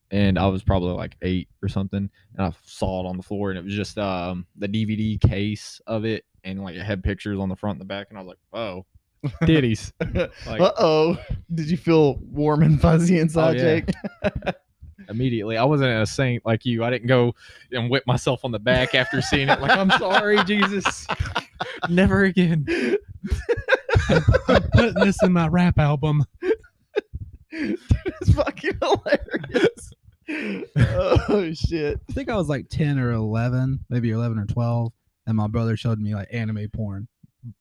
[SPEAKER 6] and i was probably like eight or something and i saw it on the floor and it was just um the dvd case of it and like it had pictures on the front and the back and i was like oh titties like
[SPEAKER 4] uh oh. Did you feel warm and fuzzy
[SPEAKER 5] Oh,
[SPEAKER 4] inside,
[SPEAKER 6] yeah.
[SPEAKER 4] Jake?
[SPEAKER 6] immediately i wasn't a saint like you i didn't go and whip myself on the back after seeing it like i'm sorry jesus never again
[SPEAKER 5] I'm putting this in my rap album.
[SPEAKER 4] it's fucking hilarious. oh shit.
[SPEAKER 7] I think I was like 10 or 11, maybe 11 or 12, and my brother showed me like anime porn.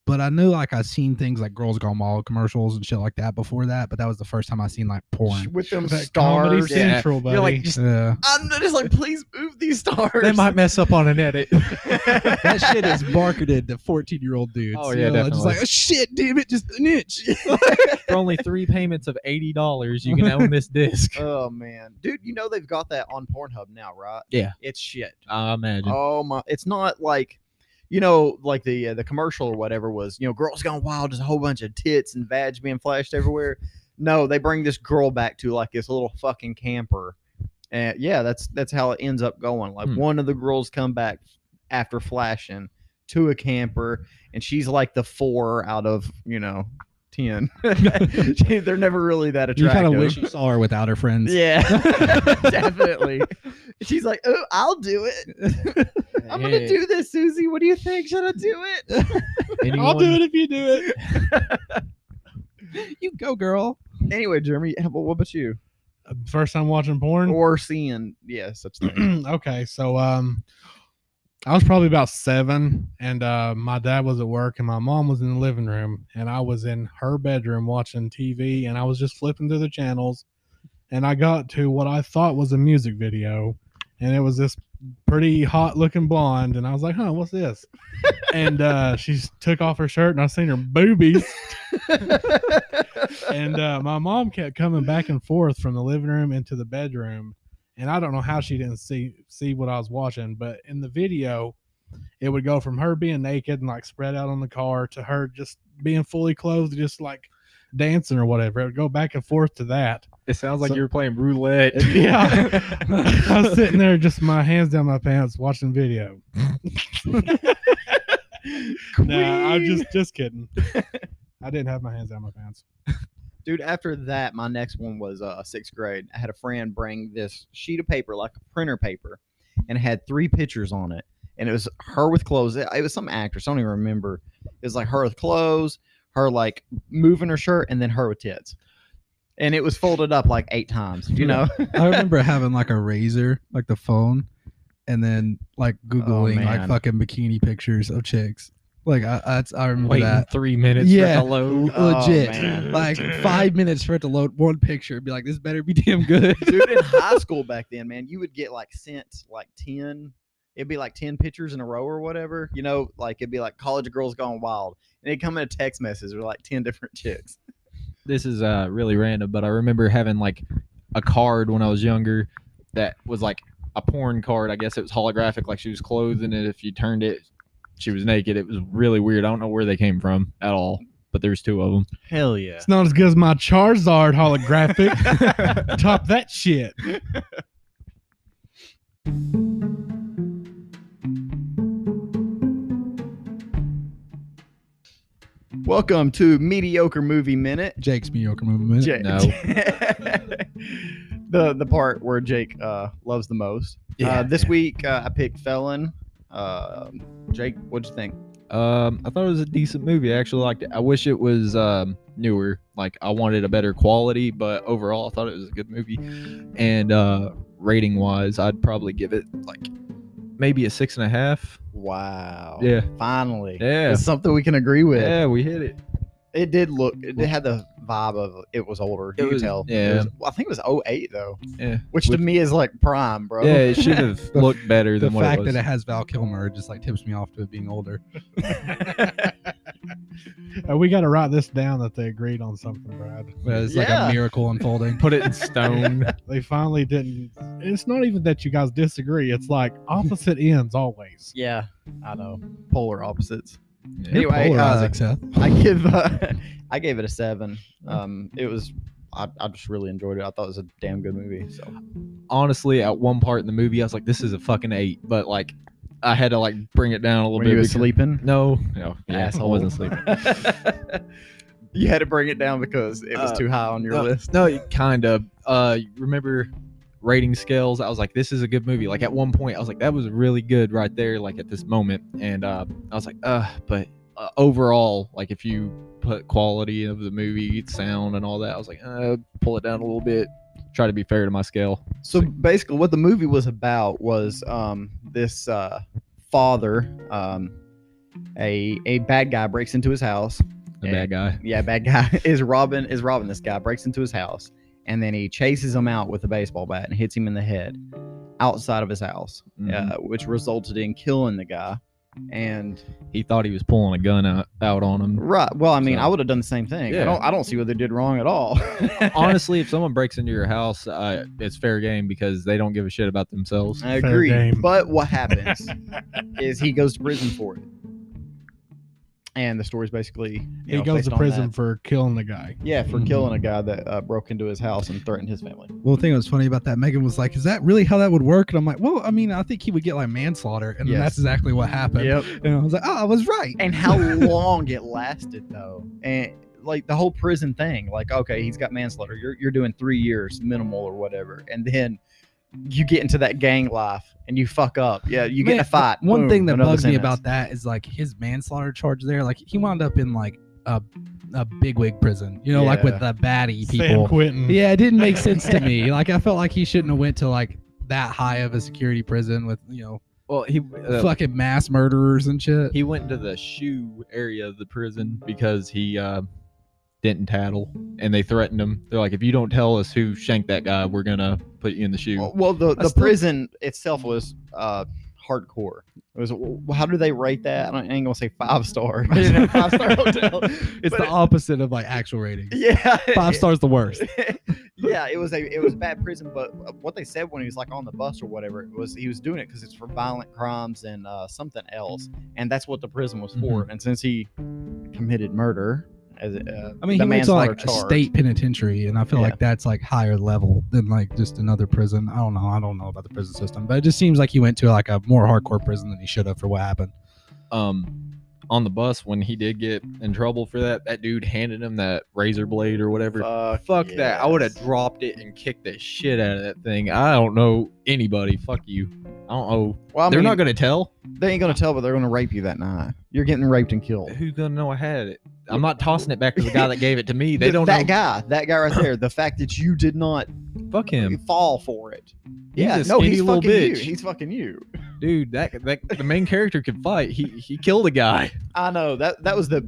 [SPEAKER 7] But I knew like I seen things like Girls Gone Wild commercials and shit like that before that, but that was the first time I seen like porn.
[SPEAKER 4] With them
[SPEAKER 5] That Comedy
[SPEAKER 4] stars.
[SPEAKER 6] yeah.
[SPEAKER 5] Central, buddy.
[SPEAKER 6] you're like just
[SPEAKER 7] Yeah.
[SPEAKER 4] I'm just like, please move these stars.
[SPEAKER 6] they might mess up on an edit
[SPEAKER 7] that shit is marketed to 14 year old dudes.
[SPEAKER 6] Oh,
[SPEAKER 7] you
[SPEAKER 6] yeah,
[SPEAKER 7] know, Just
[SPEAKER 6] definitely.
[SPEAKER 7] like, oh, shit, damn it, just an inch.
[SPEAKER 6] for only three payments of eighty dollars, you can own this disc.
[SPEAKER 4] oh man. Dude, you know they've got that on Pornhub now, right?
[SPEAKER 6] Yeah.
[SPEAKER 4] It's shit.
[SPEAKER 6] I imagine.
[SPEAKER 4] Oh my! It's not like, you know, like the uh, the commercial or whatever was. You know, girls gone wild, just a whole bunch of tits and vag being flashed everywhere. No, they bring this girl back to like this little fucking camper, and yeah, that's that's how it ends up going. Like
[SPEAKER 6] Hmm.
[SPEAKER 4] one of the girls come back after flashing to a camper, and she's like the four out of you know ten. She- They're never really that
[SPEAKER 7] You
[SPEAKER 4] attractive.
[SPEAKER 7] kind of wish you saw her without her friends.
[SPEAKER 4] yeah, definitely. She's like, oh, I'll do it. I'm gonna do this, Susie. What do you think? Should I do it?
[SPEAKER 5] I'll do it if you do it.
[SPEAKER 7] You go, girl.
[SPEAKER 4] anyway, Jeremy, how- what about you?
[SPEAKER 5] First time watching
[SPEAKER 7] Mm.
[SPEAKER 5] porn.
[SPEAKER 4] Or seeing, yeah, such thing.
[SPEAKER 5] okay, so um, I was probably about seven, and uh, my dad was at work, and my mom was in the living room, and I was in her bedroom watching TV, and I was just flipping through the channels, and I got to what I thought was a music video, and it was this pretty hot looking blonde, and I was like, "Huh, what's this?" and uh, she s- took off her shirt, and I seen her boobies. and uh, my mom kept coming back and forth from the living room into the bedroom, and I don't know how she didn't see see what I was watching, but in the video, it would go from her being naked and like spread out on the car to her just being fully clothed, just like dancing or whatever. It would go back and forth to that.
[SPEAKER 6] It sounds
[SPEAKER 5] like
[SPEAKER 6] like
[SPEAKER 5] So-
[SPEAKER 6] you're playing roulette.
[SPEAKER 5] Yeah, I was sitting there just my hands down my pants watching video. Nah, I'm just just kidding. I didn't have my hands down my pants.
[SPEAKER 4] Dude, after that, my next one was uh, sixth grade. I had a friend bring this sheet of paper, like a printer paper, and it had three pictures on it. And it was her with clothes. It, it was some actress. I don't even remember. It was like her with clothes, her like moving her shirt, and then her with tits. And it was folded up like eight times, you know?
[SPEAKER 7] I remember having like a razor, like the phone, and then like
[SPEAKER 6] Oh,
[SPEAKER 7] Googling like
[SPEAKER 4] man.
[SPEAKER 7] fucking bikini pictures of chicks. Like, I, that's, I remember
[SPEAKER 6] Waiting
[SPEAKER 7] that.
[SPEAKER 6] three minutes
[SPEAKER 7] Yeah.
[SPEAKER 6] for the load.
[SPEAKER 4] Oh,
[SPEAKER 7] Legit.
[SPEAKER 4] man.
[SPEAKER 7] like, five minutes for it to load one picture and be like, this better be damn good.
[SPEAKER 4] dude in high school back then man you would get like sent like 10 it'd be like 10 pictures in a row or whatever you know like it'd be like college girls gone wild and it'd come in a text message with like 10 different chicks
[SPEAKER 6] this is uh really random, but I remember having like a card when I was younger that was like a porn card. I guess it was holographic, like she was clothed in it. If you turned it, she was naked. It was really weird. I don't know where they came from at all, but there's two of them.
[SPEAKER 4] Hell yeah.
[SPEAKER 5] It's not as good as my Charizard holographic. Top that shit.
[SPEAKER 4] Welcome to Mediocre Movie Minute.
[SPEAKER 2] Jake's mediocre movement.
[SPEAKER 4] Jake.
[SPEAKER 6] No.
[SPEAKER 4] the the part where Jake uh, loves the most. uh, this week uh, I picked Felon. Um Jake, what'd you think?
[SPEAKER 6] Um, I thought it was a decent movie. I actually liked it. I wish it was um, newer. Like I wanted a better quality, but overall, I thought it was a good movie. And uh, rating wise, I'd probably give it like maybe a six and a half.
[SPEAKER 4] Wow.
[SPEAKER 6] Yeah,
[SPEAKER 4] Finally.
[SPEAKER 6] yeah,
[SPEAKER 4] It's something we can agree with.
[SPEAKER 6] yeah. We hit it.
[SPEAKER 4] It did look. It had the vibe of it was older.
[SPEAKER 6] It
[SPEAKER 4] you
[SPEAKER 6] was-
[SPEAKER 4] could tell. It
[SPEAKER 6] yeah.
[SPEAKER 4] was- I think it was 08, though.
[SPEAKER 6] Yeah.
[SPEAKER 4] Which to
[SPEAKER 6] Which-
[SPEAKER 4] me is like prime, bro.
[SPEAKER 6] Yeah, it should have
[SPEAKER 7] The-
[SPEAKER 6] looked better
[SPEAKER 7] The
[SPEAKER 6] than what
[SPEAKER 7] fact
[SPEAKER 6] it was.
[SPEAKER 7] that it has Val Kilmer just like tips me off to it being older.
[SPEAKER 5] Uh, we got to write this down that they agreed on something, Brad.
[SPEAKER 7] But it's
[SPEAKER 4] Yeah.
[SPEAKER 7] like a miracle unfolding.
[SPEAKER 6] Put it in stone.
[SPEAKER 5] They finally didn't. It's not even that you guys disagree. It's like opposite ends always.
[SPEAKER 4] Yeah, I know. Polar opposites.
[SPEAKER 6] Yeah.
[SPEAKER 7] You're
[SPEAKER 4] Anyway,
[SPEAKER 7] polar,
[SPEAKER 4] uh,
[SPEAKER 7] Isaac Seth.
[SPEAKER 4] I give. Uh, I gave it a seven.
[SPEAKER 6] Mm.
[SPEAKER 4] Um, it was. I, I just really enjoyed it. I thought it was a damn good movie. So
[SPEAKER 6] Honestly, at one part in the movie, I was like, "This is a fucking eight. but like, I had to like bring it down a little
[SPEAKER 4] when
[SPEAKER 6] bit.
[SPEAKER 4] you were
[SPEAKER 6] because-
[SPEAKER 4] sleeping,
[SPEAKER 6] No, no, I
[SPEAKER 4] Asshole.
[SPEAKER 6] wasn't sleeping.
[SPEAKER 4] you had to bring it down because it was
[SPEAKER 6] Uh,
[SPEAKER 4] too high on your
[SPEAKER 6] no,
[SPEAKER 4] list.
[SPEAKER 6] No, kind of. Uh, remember rating scales? I was like, this is a good movie. Like at one point, I was like, that was really good right there. Like at this moment, and uh, I was like, uh, but uh, overall, like if you put quality of the movie, sound, and all that, I was like, uh, pull it down a little bit. Try to be fair to my scale.
[SPEAKER 4] So basically, what the movie was about was um, this uh, father, um, a a bad guy breaks into his house.
[SPEAKER 6] The
[SPEAKER 4] Yeah.
[SPEAKER 6] bad guy.
[SPEAKER 4] Yeah, bad guy is robbing is robbing this guy. Breaks into his house and then he chases him out with a baseball bat and hits him in the head outside of his house,
[SPEAKER 6] Mhm.
[SPEAKER 4] uh, which resulted in killing the guy. And
[SPEAKER 6] Mm-hmm. He thought he was pulling a gun out, out on him.
[SPEAKER 4] right, well, I mean,
[SPEAKER 6] So-
[SPEAKER 4] I would have done the same thing.
[SPEAKER 6] Yeah.
[SPEAKER 4] I don't I don't see what they did wrong at all.
[SPEAKER 6] Honestly, if someone breaks into your house, uh, it's fair game because they don't give a shit about themselves.
[SPEAKER 4] I
[SPEAKER 5] Fair
[SPEAKER 4] agree.
[SPEAKER 5] game.
[SPEAKER 4] But what happens is he goes to prison for it. And the story's basically you
[SPEAKER 5] He
[SPEAKER 4] know,
[SPEAKER 5] goes
[SPEAKER 4] based
[SPEAKER 5] to
[SPEAKER 4] on
[SPEAKER 5] prison
[SPEAKER 4] that.
[SPEAKER 5] for killing the guy.
[SPEAKER 4] Yeah, for
[SPEAKER 7] Mhm.
[SPEAKER 4] killing a guy that uh, broke into his house and threatened his family.
[SPEAKER 7] Well, the thing that was funny about that, Megan was like, "Is that really how that would work?" And I'm like, "Well, I mean, I think he would get like manslaughter," and
[SPEAKER 4] Yes.
[SPEAKER 7] that's exactly what happened. And I was like, "Oh, I was right."
[SPEAKER 4] and how long it lasted though and like the whole prison thing like okay he's got manslaughter you're, you're doing three years minimal or whatever and then you get into that gang life and you fuck up yeah you get in
[SPEAKER 7] Man,
[SPEAKER 4] a fight
[SPEAKER 7] One
[SPEAKER 4] boom,
[SPEAKER 7] thing that
[SPEAKER 4] another
[SPEAKER 7] bugs me
[SPEAKER 4] sentence.
[SPEAKER 7] about that is like his manslaughter charge there. Like he wound up in like a a bigwig prison, you know, like
[SPEAKER 4] Yeah.
[SPEAKER 7] with the baddie
[SPEAKER 5] Sam
[SPEAKER 7] people.
[SPEAKER 5] Quentin.
[SPEAKER 7] Yeah, it didn't make sense to me. Like I felt like he shouldn't have went to like that high of a security prison with you know
[SPEAKER 6] Well, he uh,
[SPEAKER 7] fucking mass murderers and shit.
[SPEAKER 6] he went into the shoe area of the prison because he uh, didn't tattle and they threatened him they're like if you don't tell us who shanked that guy we're gonna put you in the shoe
[SPEAKER 4] well, well, the, the
[SPEAKER 6] That's the-
[SPEAKER 4] prison itself was uh hardcore it was well, how do they rate that i, don't, I ain't gonna say five star five star hotel
[SPEAKER 7] it's
[SPEAKER 4] but
[SPEAKER 7] the
[SPEAKER 4] it-
[SPEAKER 7] opposite of like actual rating.
[SPEAKER 4] yeah
[SPEAKER 7] Five stars the worst.
[SPEAKER 4] yeah, it was a it was bad prison, but uh, what they said when he was like on the bus or whatever it was he was doing it because it's for violent crimes and uh, something else, and that's what the prison was for. And since he committed murder, as uh,
[SPEAKER 7] I mean,
[SPEAKER 4] the
[SPEAKER 7] he went to
[SPEAKER 4] manslaughter
[SPEAKER 7] like a
[SPEAKER 4] charge-
[SPEAKER 7] state penitentiary, and I feel
[SPEAKER 4] Yeah.
[SPEAKER 7] like that's like higher level than like just another prison. I don't know. I don't know about the prison system, but it just seems like he went to like a more hardcore prison than he should have for what happened.
[SPEAKER 6] um on the bus when he did get in trouble for that that dude handed him that razor blade or whatever
[SPEAKER 4] Fuck,
[SPEAKER 6] fuck that i would have
[SPEAKER 4] yes.
[SPEAKER 6] dropped it and kicked the shit out of that thing i don't know anybody fuck you i don't know
[SPEAKER 4] Well, I
[SPEAKER 6] they're
[SPEAKER 4] mean,
[SPEAKER 6] not gonna tell
[SPEAKER 4] They ain't gonna tell, but they're gonna rape you that night. You're getting raped and killed.
[SPEAKER 6] who's gonna know i had it i'm not tossing it back to the guy that gave it to me they
[SPEAKER 4] Th-
[SPEAKER 6] don't
[SPEAKER 4] that
[SPEAKER 6] know
[SPEAKER 4] guy, that guy right there. The fact that you did not
[SPEAKER 6] fuck him
[SPEAKER 4] fall for it.
[SPEAKER 6] He's
[SPEAKER 4] yeah,
[SPEAKER 6] a
[SPEAKER 4] no, he's
[SPEAKER 6] skinny little
[SPEAKER 4] fucking you.
[SPEAKER 6] bitch.
[SPEAKER 4] He's fucking you.
[SPEAKER 6] dude that, that the main character could fight he he killed a guy
[SPEAKER 4] I know that that was the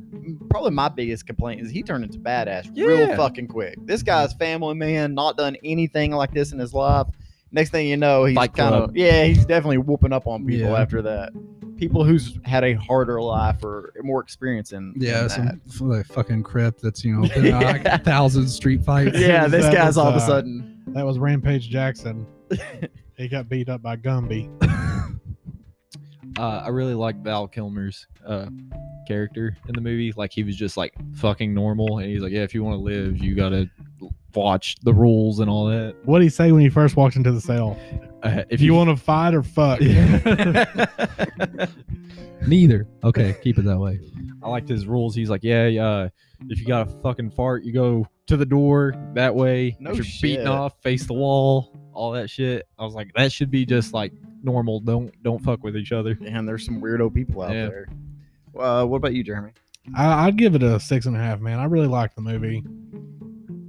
[SPEAKER 4] probably my biggest complaint is he turned into badass real
[SPEAKER 6] Yeah.
[SPEAKER 4] fucking quick. This guy's family man, not done anything like this in his life. Next thing you know, he's
[SPEAKER 6] Fight
[SPEAKER 4] kind of
[SPEAKER 6] Club.
[SPEAKER 4] yeah, he's definitely whooping up on people
[SPEAKER 7] Yeah.
[SPEAKER 4] after that. people who's had a harder life or more experience in. in
[SPEAKER 9] Yeah,
[SPEAKER 4] that.
[SPEAKER 9] some f- like fucking crip that's you know been in, like
[SPEAKER 4] Yeah.
[SPEAKER 9] a thousand street fights.
[SPEAKER 4] yeah, this
[SPEAKER 5] That
[SPEAKER 4] guy's
[SPEAKER 5] was,
[SPEAKER 4] all of a
[SPEAKER 5] uh,
[SPEAKER 4] sudden.
[SPEAKER 5] That was Rampage Jackson. he got beat up by Gumby.
[SPEAKER 6] Uh, I really like Val Kilmer's uh, character in the movie. Like he was just like fucking normal, and he's like, yeah, if you want to live, you gotta watch the rules and all that.
[SPEAKER 5] What would he say when he first walked into the cell?
[SPEAKER 6] Uh,
[SPEAKER 5] If you want to fight or fuck,
[SPEAKER 2] Neither. Okay, keep it that way.
[SPEAKER 6] I liked his rules. He's like, yeah, yeah. Uh, if you got a fucking fart, you go to the door that way.
[SPEAKER 4] No
[SPEAKER 6] if you're
[SPEAKER 4] shit.
[SPEAKER 6] beaten off, face the wall, all that shit. I was like, that should be just like normal. Don't don't fuck with each other.
[SPEAKER 4] Damn, there's some weirdo people out
[SPEAKER 6] Yeah.
[SPEAKER 4] there. Uh, what about you, Jeremy?
[SPEAKER 5] I, I'd give it a six and a half. Man, I really liked the movie.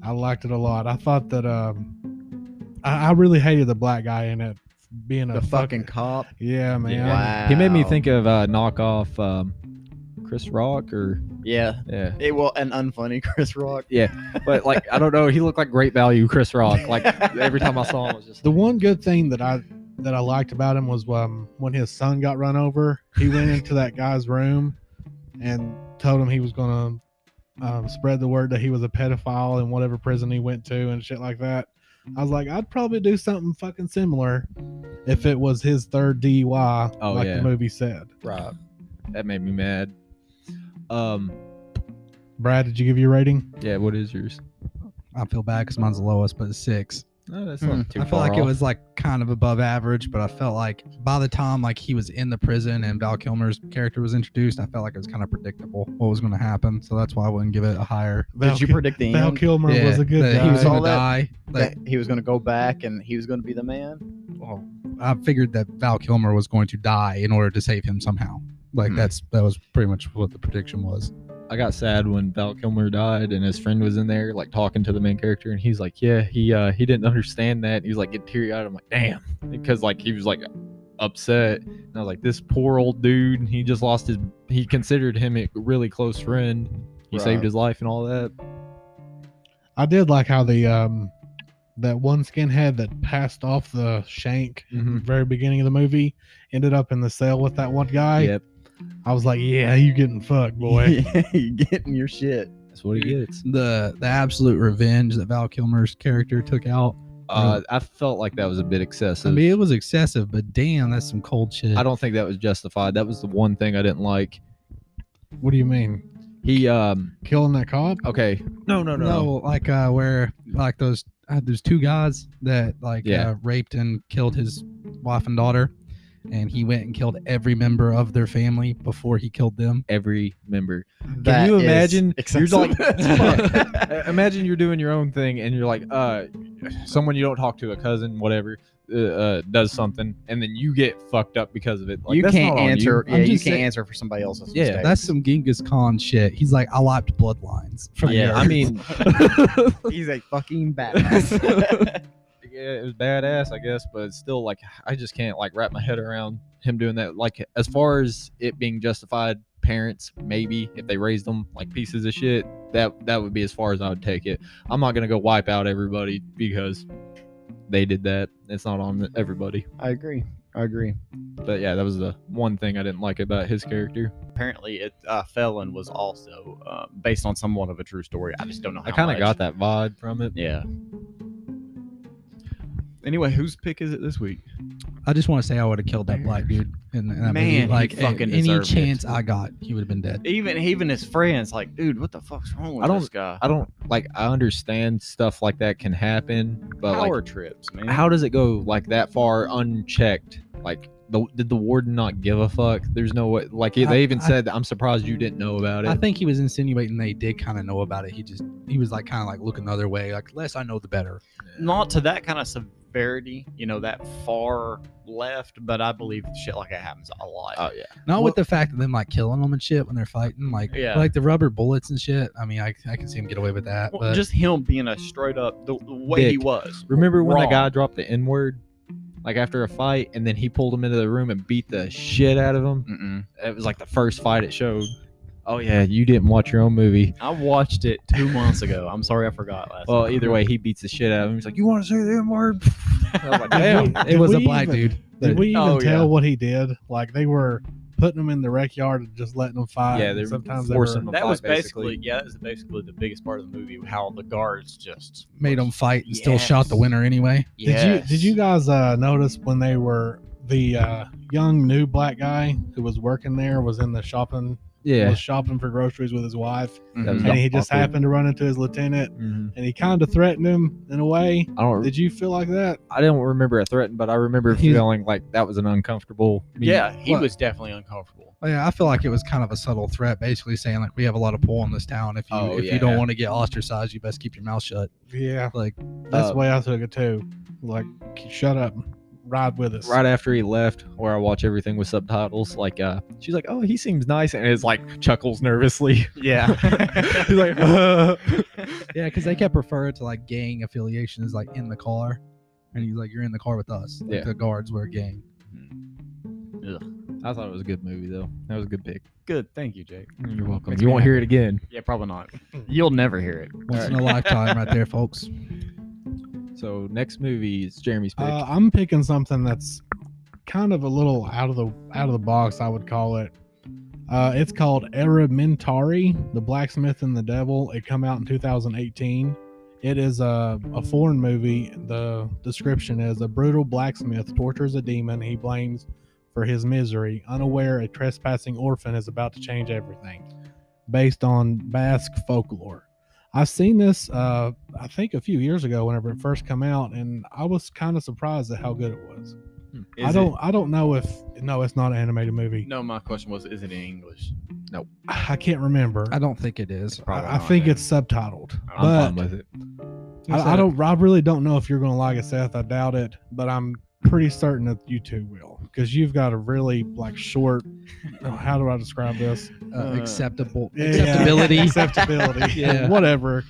[SPEAKER 5] I liked it a lot. I thought that um, I, I really hated the black guy in it being a
[SPEAKER 4] The fucking cop.
[SPEAKER 5] yeah man.
[SPEAKER 4] Wow.
[SPEAKER 6] He made me think of uh, knockoff um, Chris Rock or
[SPEAKER 4] Yeah.
[SPEAKER 6] yeah.
[SPEAKER 4] It well, an unfunny Chris Rock.
[SPEAKER 6] But like I don't know, he looked like great value Chris Rock. Like every time I saw him, I was just
[SPEAKER 5] The one good thing that I that I liked about him was um, when his son got run over, he went into that guy's room and told him he was gonna um, spread the word that he was a pedophile in whatever prison he went to and shit like that. I was like, I'd probably do something fucking similar if it was his third DUI,
[SPEAKER 6] Oh,
[SPEAKER 5] like
[SPEAKER 6] yeah.
[SPEAKER 5] the movie said.
[SPEAKER 6] Rob. That made me mad. Um,
[SPEAKER 5] Brad, did you give your rating?
[SPEAKER 6] yeah. What is yours?
[SPEAKER 2] I feel bad because mine's the lowest, but it's six.
[SPEAKER 6] No, Oh, that's
[SPEAKER 4] Hmm.
[SPEAKER 6] not too
[SPEAKER 2] I felt
[SPEAKER 6] far
[SPEAKER 2] like it
[SPEAKER 6] off.
[SPEAKER 2] was like kind of above average, but I felt like by the time like he was in the prison and Val Kilmer's character was introduced, I felt like it was kind of predictable what was going to happen. So that's why I wouldn't give it a higher.
[SPEAKER 5] Val,
[SPEAKER 4] Did you
[SPEAKER 5] Kil-
[SPEAKER 4] predict the
[SPEAKER 5] Val
[SPEAKER 4] end?
[SPEAKER 5] Kilmer was a good
[SPEAKER 2] that
[SPEAKER 5] guy.
[SPEAKER 2] He was
[SPEAKER 4] All
[SPEAKER 2] going to
[SPEAKER 4] that-
[SPEAKER 2] die. Like,
[SPEAKER 4] that he was going to go back and he was going to be the man.
[SPEAKER 2] well, I figured that Val Kilmer was going to die in order to save him somehow. Like
[SPEAKER 4] Hmm.
[SPEAKER 2] that's that was pretty much what the prediction was.
[SPEAKER 6] I got sad when Val Kilmer died and his friend was in there like talking to the main character and he's like, yeah, he uh he didn't understand that. He was like get teary eyed. I'm like, damn, because like he was like upset. And I was like, this poor old dude. He just lost his. He considered him a really close friend. He
[SPEAKER 4] Right.
[SPEAKER 6] saved his life and all that.
[SPEAKER 5] I did like how the um that one skinhead that passed off the shank
[SPEAKER 4] Mm-hmm.
[SPEAKER 6] Mhm.
[SPEAKER 5] Mm-hmm. very beginning of the movie ended up in the cell with that one guy.
[SPEAKER 6] Yep,
[SPEAKER 5] I was like, yeah, you getting fucked, boy.
[SPEAKER 4] you getting your shit.
[SPEAKER 6] that's what he gets.
[SPEAKER 2] The the absolute revenge that Val Kilmer's character took out.
[SPEAKER 6] Uh, I felt like that was a bit excessive.
[SPEAKER 2] I mean, it was excessive, but damn, that's some cold shit.
[SPEAKER 6] I don't think that was justified. That was the one thing I didn't like.
[SPEAKER 5] what do you mean?
[SPEAKER 6] He um
[SPEAKER 5] Killing that cop?
[SPEAKER 6] okay. No, no,
[SPEAKER 2] No, like uh, where like those uh, those two guys that like
[SPEAKER 6] Yeah.
[SPEAKER 2] uh, raped and killed his wife and daughter, and he went and killed every member of their family before he killed them.
[SPEAKER 6] Every member. Can
[SPEAKER 4] That
[SPEAKER 6] you
[SPEAKER 4] is
[SPEAKER 6] imagine? You're
[SPEAKER 4] excessive.
[SPEAKER 6] like, fuck. imagine you're doing your own thing, and you're like, uh, someone you don't talk to, a cousin, whatever, uh, uh does something, and then you get fucked up because of it. Like,
[SPEAKER 4] you
[SPEAKER 6] that's
[SPEAKER 4] can't
[SPEAKER 6] not on you.
[SPEAKER 4] answer.
[SPEAKER 2] I'm
[SPEAKER 4] Yeah, you can't
[SPEAKER 2] just saying-
[SPEAKER 4] answer for somebody else's
[SPEAKER 6] Yeah,
[SPEAKER 4] mistake.
[SPEAKER 2] That's some Genghis Khan shit. He's like, I wiped bloodlines. from
[SPEAKER 6] Yeah, I
[SPEAKER 2] yours."
[SPEAKER 6] mean,
[SPEAKER 4] He's a fucking badass.
[SPEAKER 6] yeah, it was badass, I guess, but it's still like I just can't like wrap my head around him doing that. Like as far as it being justified, parents maybe if they raised them like pieces of shit, that that would be as far as I would take it. I'm not gonna go wipe out everybody because they did that. It's not on everybody.
[SPEAKER 4] I agree. I agree.
[SPEAKER 6] But yeah, that was the one thing I didn't like about his character.
[SPEAKER 4] Apparently, it uh, Felon was also uh, based on somewhat of a true story. I just don't know. How
[SPEAKER 6] I kind
[SPEAKER 4] much.
[SPEAKER 6] of got that vibe from it.
[SPEAKER 4] Yeah. Anyway, whose pick is it this week?
[SPEAKER 2] I just want to say I would have killed that black dude. In, in that movie.
[SPEAKER 4] Man, he
[SPEAKER 2] like a-
[SPEAKER 4] fucking
[SPEAKER 2] any
[SPEAKER 4] deserved it.
[SPEAKER 2] chance I got, he would have been dead.
[SPEAKER 4] Even even his friends, like, dude, what the fuck's wrong with
[SPEAKER 6] I don't-
[SPEAKER 4] this guy?
[SPEAKER 6] I don't like. I understand stuff like that can happen, but like
[SPEAKER 4] Power trips, man.
[SPEAKER 6] how does it go like that far unchecked? Like, the, did the warden not give a fuck? There's no way. Like,
[SPEAKER 2] I-
[SPEAKER 6] they even
[SPEAKER 2] I-
[SPEAKER 6] said, "I'm surprised you didn't know about it."
[SPEAKER 2] I think he was insinuating they did kind of know about it. He just he was like kind of like looking the other way, like less I know the better.
[SPEAKER 4] not to that kind of severity, you know, that far left, but I believe shit like that happens a lot.
[SPEAKER 6] oh yeah,
[SPEAKER 2] Not with the fact of them like killing them and shit when they're fighting, like
[SPEAKER 4] Yeah.
[SPEAKER 2] like the rubber bullets and shit. I mean, I, I can see him get away with that.
[SPEAKER 4] Well,
[SPEAKER 2] but
[SPEAKER 4] just him being a straight up the, the way he
[SPEAKER 6] Dick.
[SPEAKER 4] was.
[SPEAKER 6] remember when
[SPEAKER 4] Wrong.
[SPEAKER 6] that guy dropped the N word, like after a fight, and then he pulled him into the room and beat the shit out of him.
[SPEAKER 4] Mm-mm.
[SPEAKER 6] It was like the first fight it showed. Oh yeah, you didn't watch your own movie.
[SPEAKER 4] I watched it two months ago. I'm sorry, I forgot last.
[SPEAKER 6] Well,
[SPEAKER 4] night.
[SPEAKER 6] either way, he beats the shit out of him. He's like, "You want to say the N word?" I was like,
[SPEAKER 5] Did
[SPEAKER 6] "Damn."
[SPEAKER 5] we-
[SPEAKER 2] it
[SPEAKER 5] did
[SPEAKER 2] was a
[SPEAKER 5] we
[SPEAKER 2] black
[SPEAKER 5] even-
[SPEAKER 2] dude.
[SPEAKER 5] Did we even
[SPEAKER 4] Oh,
[SPEAKER 5] tell
[SPEAKER 4] yeah.
[SPEAKER 5] what he did? Like they were putting them in the rec yard and just letting them fight.
[SPEAKER 6] Yeah,
[SPEAKER 5] and
[SPEAKER 6] they're
[SPEAKER 5] sometimes
[SPEAKER 6] forcing them.
[SPEAKER 5] they were,
[SPEAKER 3] That
[SPEAKER 6] fight,
[SPEAKER 3] was
[SPEAKER 6] basically.
[SPEAKER 3] basically, yeah, that was basically the biggest part of the movie. How the guards just
[SPEAKER 2] Made them fight and still shot the
[SPEAKER 3] Yes.
[SPEAKER 2] winner anyway.
[SPEAKER 5] Did you did you guys uh, notice when they were the uh, young new black guy who was working there was in the shopping
[SPEAKER 6] Yeah.
[SPEAKER 5] was shopping for groceries with his wife
[SPEAKER 6] That was
[SPEAKER 5] and he just
[SPEAKER 6] awkward.
[SPEAKER 5] happened to run into his lieutenant
[SPEAKER 6] Mhm.
[SPEAKER 5] and he kind of threatened him in a way.
[SPEAKER 6] I don't.
[SPEAKER 5] Did you feel like that?
[SPEAKER 6] I don't remember a threaten, but I remember
[SPEAKER 7] He's-
[SPEAKER 6] feeling like that was an uncomfortable. meeting.
[SPEAKER 3] Yeah, he
[SPEAKER 7] What?
[SPEAKER 3] was definitely uncomfortable.
[SPEAKER 2] Oh, Yeah, I feel like it was kind of a subtle threat, basically saying like we have a lot of pull in this town. If you
[SPEAKER 3] Oh,
[SPEAKER 2] if
[SPEAKER 3] yeah.
[SPEAKER 2] you don't want to get ostracized, you best keep your mouth shut.
[SPEAKER 5] Yeah,
[SPEAKER 2] Like
[SPEAKER 5] that's
[SPEAKER 6] Uh,
[SPEAKER 5] the way I took it too. Like, shut up, ride with us.
[SPEAKER 6] Right after he left, where I watch everything with subtitles, like uh, she's like, "Oh, he seems nice," and it's like chuckles nervously.
[SPEAKER 4] Yeah.
[SPEAKER 6] He's like,
[SPEAKER 2] yeah, because they kept referring to like gang affiliations like in the car, and he's like you're in the car with us. Like,
[SPEAKER 6] Yeah.
[SPEAKER 2] the guards were a gang.
[SPEAKER 6] I thought it was a good movie though. That was a good pick.
[SPEAKER 4] Good. Thank you, Jake.
[SPEAKER 5] Mm,
[SPEAKER 6] You're welcome.
[SPEAKER 4] Makes
[SPEAKER 6] You
[SPEAKER 4] me
[SPEAKER 6] won't hear it again.
[SPEAKER 4] Yeah, probably not. You'll never hear it.
[SPEAKER 2] Once in a lifetime, right there, folks.
[SPEAKER 6] So next movie is Jeremy's pick.
[SPEAKER 5] Uh, I'm picking something that's kind of a little out of the out of the box. I would call it. Uh, it's called Era Mintari, The Blacksmith and the Devil. It come out in 2018. It is a, a foreign movie. The description is a brutal blacksmith tortures a demon he blames for his misery, unaware a trespassing orphan is about to change everything, based on Basque folklore. I've seen this, uh, I think, a few years ago whenever it first come out, and I was kind of surprised at how good it was.
[SPEAKER 1] Is
[SPEAKER 5] I
[SPEAKER 1] it-
[SPEAKER 5] don't, I don't know if no, it's not an animated movie.
[SPEAKER 3] No, my question was, is it in English?
[SPEAKER 5] I can't remember.
[SPEAKER 2] I don't think it is.
[SPEAKER 3] Probably
[SPEAKER 5] I, I
[SPEAKER 3] not,
[SPEAKER 5] think
[SPEAKER 3] yeah.
[SPEAKER 5] it's subtitled,
[SPEAKER 3] I'm
[SPEAKER 6] I'm
[SPEAKER 5] but
[SPEAKER 6] fine with it.
[SPEAKER 5] I, I don't. I really don't know if you're going to like it, Seth. I doubt it, but I'm pretty certain that you two will because you've got a really like short. uh, how do I describe this?
[SPEAKER 2] Uh,
[SPEAKER 4] Uh,
[SPEAKER 2] acceptable
[SPEAKER 5] yeah.
[SPEAKER 2] acceptability.
[SPEAKER 5] Acceptability.
[SPEAKER 2] Yeah.
[SPEAKER 5] Whatever.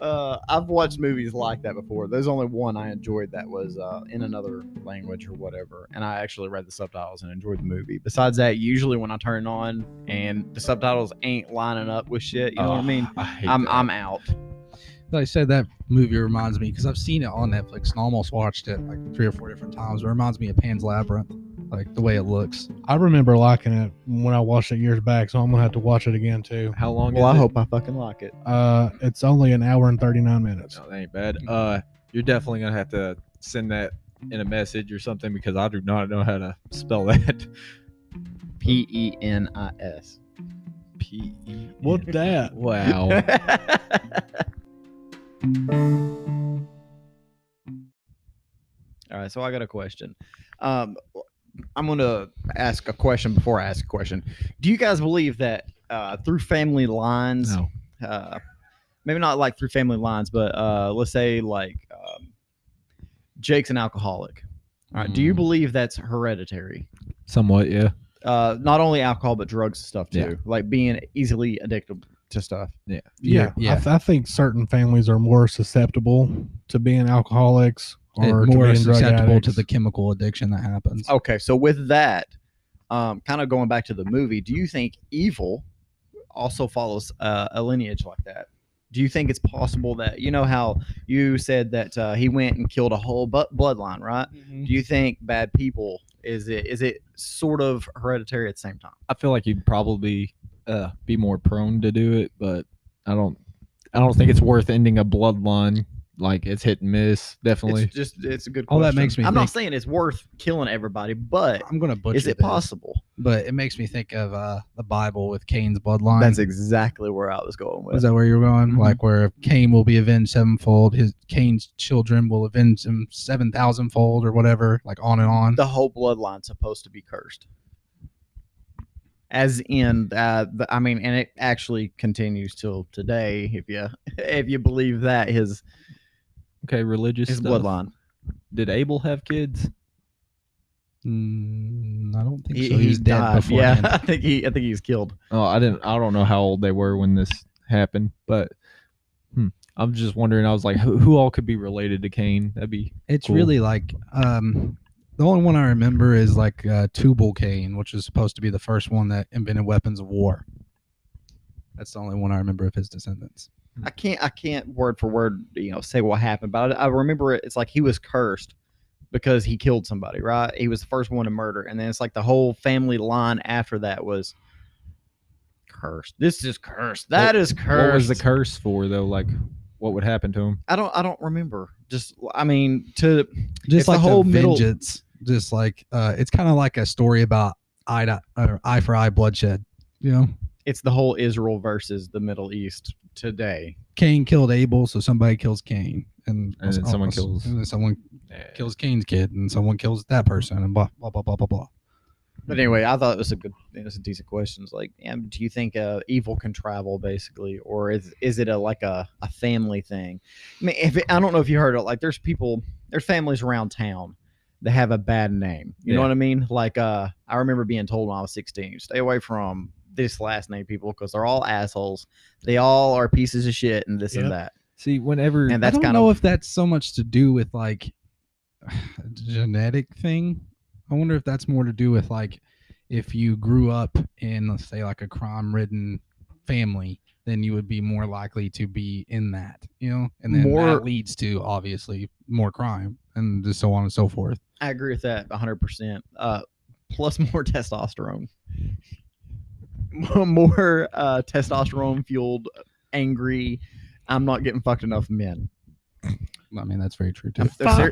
[SPEAKER 4] Uh, I've watched movies like that before. There's only one I enjoyed that was uh, in another language or whatever, and I actually read the subtitles and enjoyed the movie. Besides that, usually when I turn it on and the subtitles ain't lining up with shit, you know
[SPEAKER 6] Ah,
[SPEAKER 4] what I mean? I'm I'm out.
[SPEAKER 2] Like I said, that movie reminds me because I've seen it on Netflix and almost watched it like three or four different times. It reminds me of Pan's Labyrinth, like the way it looks.
[SPEAKER 5] I remember liking it when I watched it years back, so I'm gonna have to watch it again too.
[SPEAKER 6] How long?
[SPEAKER 4] Well,
[SPEAKER 6] is
[SPEAKER 4] I
[SPEAKER 6] it?
[SPEAKER 4] hope I fucking like it.
[SPEAKER 5] Uh, it's only an hour and 39 minutes.
[SPEAKER 6] No, that ain't bad.
[SPEAKER 4] Mm.
[SPEAKER 6] Uh, you're definitely gonna have to send that in a message or something because I do not know how to spell that.
[SPEAKER 4] P E N I S.
[SPEAKER 6] P. E.
[SPEAKER 5] What that?
[SPEAKER 6] Wow.
[SPEAKER 4] All right, so I got a question. Um, I'm gonna ask a question before I ask a question. Do you guys believe that uh, through family lines,
[SPEAKER 6] No.
[SPEAKER 4] uh, maybe not like through family lines, but uh, let's say like um, Jake's an alcoholic. All right, do you
[SPEAKER 6] Mm.
[SPEAKER 4] believe that's hereditary?
[SPEAKER 6] Somewhat, yeah.
[SPEAKER 4] Uh, not only alcohol, but drugs and stuff too,
[SPEAKER 6] Yeah.
[SPEAKER 4] like being easily addicted to stuff.
[SPEAKER 5] Yeah,
[SPEAKER 2] Yeah.
[SPEAKER 5] I, th- I think certain families are more susceptible to being alcoholics
[SPEAKER 2] It
[SPEAKER 5] or to
[SPEAKER 2] more
[SPEAKER 5] being drug
[SPEAKER 2] susceptible to
[SPEAKER 5] addicts.
[SPEAKER 2] the chemical addiction that happens.
[SPEAKER 4] Okay, so with that, um, kind of going back to the movie, do you think evil also follows uh, a lineage like that? Do you think it's possible that you know how you said that uh, he went and killed a whole bu- bloodline, right? Do you think bad people is it is it sort of hereditary at the same time?
[SPEAKER 6] I feel like you'd probably uh, be more prone to do it, but I don't. I don't think it's worth ending a bloodline. Like it's hit and miss. Definitely.
[SPEAKER 4] It's just it's a good.
[SPEAKER 2] All
[SPEAKER 4] Question.
[SPEAKER 2] that makes me
[SPEAKER 4] I'm not
[SPEAKER 2] think-
[SPEAKER 4] saying it's worth killing everybody, but
[SPEAKER 2] I'm gonna butcher.
[SPEAKER 4] is it
[SPEAKER 2] this,
[SPEAKER 4] possible?
[SPEAKER 2] But it makes me think of uh, the Bible with Cain's bloodline.
[SPEAKER 4] That's exactly where I was going with.
[SPEAKER 2] Is that where you're going?
[SPEAKER 6] Mhm.
[SPEAKER 2] Like where Cain will be avenged sevenfold, his Cain's children will avenge him seven thousandfold, or whatever, like on and
[SPEAKER 6] Mm-hmm.
[SPEAKER 2] on.
[SPEAKER 4] the whole bloodline's supposed to be cursed. As in, uh, the, I mean, and it actually continues till today. If you if you believe that his
[SPEAKER 6] okay, religious
[SPEAKER 4] his
[SPEAKER 6] stuff.
[SPEAKER 4] bloodline,
[SPEAKER 6] Did Abel have kids?
[SPEAKER 2] Mm, I don't think
[SPEAKER 4] he,
[SPEAKER 2] so. He was dead
[SPEAKER 4] died.
[SPEAKER 2] before.
[SPEAKER 4] Yeah, I think he I think he's killed.
[SPEAKER 6] Oh, I didn't. I don't know how old they were when this happened, but hmm, I'm just wondering. I was like, who, who all could be related to Cain? That'd be
[SPEAKER 2] It's
[SPEAKER 6] Cool.
[SPEAKER 2] really like um, the only one I remember is like uh, Tubal Cain, which is supposed to be the first one that invented weapons of war. That's the only one I remember of his descendants.
[SPEAKER 4] I can't I can't word for word you know say what happened, but I, I remember it, it's like he was cursed because he killed somebody, right? He was the first one to murder. And then it's like the whole family line after that was cursed. This is cursed. That is cursed.
[SPEAKER 6] What was the curse for though? Like, what would happen to him?
[SPEAKER 4] I don't I don't remember. Just I mean to
[SPEAKER 2] just
[SPEAKER 4] It's the
[SPEAKER 2] like the
[SPEAKER 4] whole middle-
[SPEAKER 2] vengeance. Just like uh, it's kind of like a story about eye to, or eye for eye bloodshed. You know,
[SPEAKER 4] it's the whole Israel versus the Middle East today.
[SPEAKER 2] Cain killed Abel, so somebody kills Cain, and,
[SPEAKER 6] And then someone kills-
[SPEAKER 2] and then someone kills Cain's kid, and someone kills that person, and blah blah blah blah blah blah.
[SPEAKER 4] But anyway, I thought it was a good, it was a decent question. It's like, yeah, do you think uh, evil can travel basically, or is is it a like a, a family thing? I mean, if it, I don't know if you heard it, like there's people, there's families around town that have a bad name. You know
[SPEAKER 6] Yeah.
[SPEAKER 4] what I mean? Like, uh, I remember being told when I was 16, stay away from this last name people because they're all assholes. They all are pieces of shit and this and
[SPEAKER 5] Yep.
[SPEAKER 4] that.
[SPEAKER 6] See, whenever
[SPEAKER 4] And that's
[SPEAKER 2] I don't
[SPEAKER 4] kind
[SPEAKER 2] know
[SPEAKER 4] of
[SPEAKER 2] if that's so much to do with like a genetic thing. I wonder if that's more to do with like if you grew up in let's say like a crime-ridden family, then you would be more likely to be in that, you know, and then
[SPEAKER 4] More-
[SPEAKER 2] that leads to obviously more crime and just so on and so forth.
[SPEAKER 4] I agree with that 100%. Uh, plus more testosterone. More- more uh, testosterone fueled, angry, I'm not getting fucked enough men.
[SPEAKER 2] I mean, that's very true too.
[SPEAKER 4] I'm- they're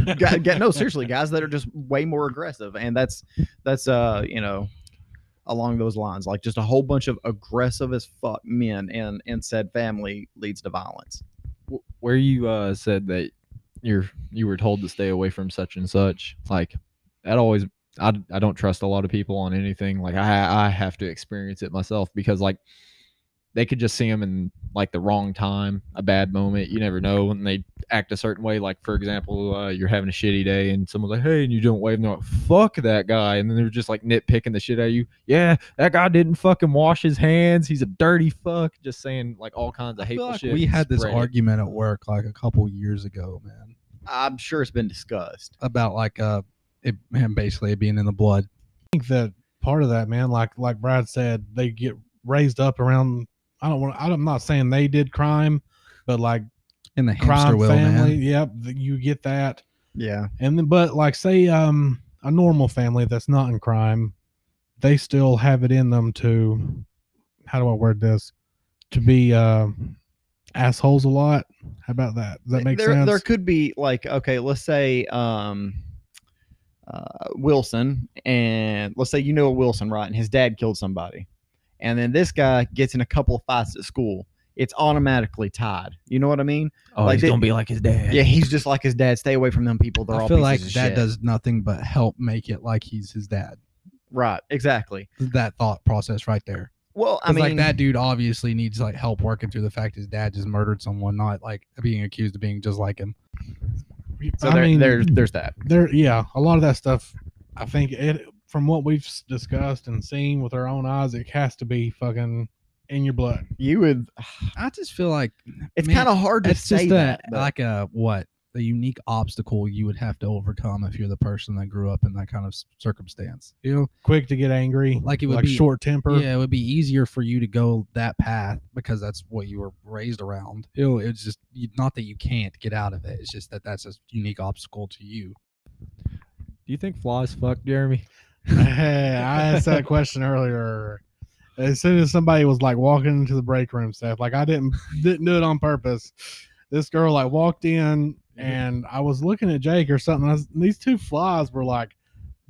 [SPEAKER 4] ser- Guy- guy- no, seriously, guys that are just way more aggressive. And that's, that's uh, you know, along those lines, like just a whole bunch of aggressive as fuck men and, and said family leads to violence.
[SPEAKER 6] wh- where you uh, said that you're you were told to stay away from such and such like that always I, d- I don't trust a lot of people on anything like I I have to experience it myself because like they could just see them in like the wrong time a bad moment you never know and they act a certain way like for example uh, you're having a shitty day and someone's like hey and you don't wave and they're like fuck that guy and then they're just like nitpicking the shit out of you yeah that guy didn't fucking wash his hands he's a dirty fuck just saying like all kinds of
[SPEAKER 2] I feel
[SPEAKER 6] hateful
[SPEAKER 2] like
[SPEAKER 6] shit
[SPEAKER 2] we
[SPEAKER 6] and
[SPEAKER 2] had this
[SPEAKER 6] spread it.
[SPEAKER 2] argument at work like a couple years ago, man,
[SPEAKER 4] I'm sure it's been discussed.
[SPEAKER 2] about like uh it him basically being in the blood.
[SPEAKER 5] think that part of that, man, like like Brad said, they get raised up around. I don't want. I'm not saying they did crime, but like
[SPEAKER 2] In the hamster
[SPEAKER 5] crime
[SPEAKER 2] wheel,
[SPEAKER 5] family.
[SPEAKER 2] man.
[SPEAKER 5] Yep, th- you get that.
[SPEAKER 4] Yeah.
[SPEAKER 5] And then, but like say um a normal family that's not in crime, they still have it in them to how do I word this? To be uh, assholes a lot. How about that? Does that make
[SPEAKER 4] Eh, there,
[SPEAKER 5] sense?
[SPEAKER 4] There could be like, okay, let's say um, uh, Wilson, and let's say you know a Wilson, right? And his dad killed somebody, and then this guy gets in a couple of fights at school. It's automatically tied. You know what I mean?
[SPEAKER 6] Oh,
[SPEAKER 4] Like he's they- gonna
[SPEAKER 6] be like his dad.
[SPEAKER 4] Yeah, he's just like his dad. Stay away from them people. They're
[SPEAKER 2] I
[SPEAKER 4] all
[SPEAKER 2] feel
[SPEAKER 4] pieces
[SPEAKER 2] like
[SPEAKER 4] of
[SPEAKER 2] that
[SPEAKER 4] shit.
[SPEAKER 2] does nothing but help make it like he's his dad.
[SPEAKER 4] right. Exactly.
[SPEAKER 2] That thought process right there.
[SPEAKER 4] Well, I
[SPEAKER 2] 'Cause,
[SPEAKER 4] mean,
[SPEAKER 2] like that dude obviously needs like help working through the fact his dad just murdered someone, not like being accused of being just like him.
[SPEAKER 4] So
[SPEAKER 5] I
[SPEAKER 4] there,
[SPEAKER 5] mean,
[SPEAKER 4] there, there's that.
[SPEAKER 5] there yeah a lot of that stuff i think it from what we've s- discussed and seen with our own eyes it has to be fucking in your blood
[SPEAKER 4] You would.
[SPEAKER 2] I just feel like
[SPEAKER 4] It's
[SPEAKER 2] Man,
[SPEAKER 4] kind of hard to
[SPEAKER 2] it's
[SPEAKER 4] say
[SPEAKER 2] just a,
[SPEAKER 4] that. but-
[SPEAKER 2] like a what the unique obstacle you would have to overcome if you're the person that grew up in that kind of s- circumstance. You know,
[SPEAKER 5] quick to get angry
[SPEAKER 2] Like it would be-
[SPEAKER 5] short temper
[SPEAKER 2] yeah, it would be easier for you to go that path because that's what you were raised around. You know, it's just you, not that you can't get out of it. It's just that that's a unique obstacle to you.
[SPEAKER 6] Do you think flies fuck Jeremy?
[SPEAKER 5] i asked that question earlier as soon as somebody was like walking into the break room stuff like i didn't didn't do it on purpose this girl like walked in and i was looking at jake or something I was, these two flies were like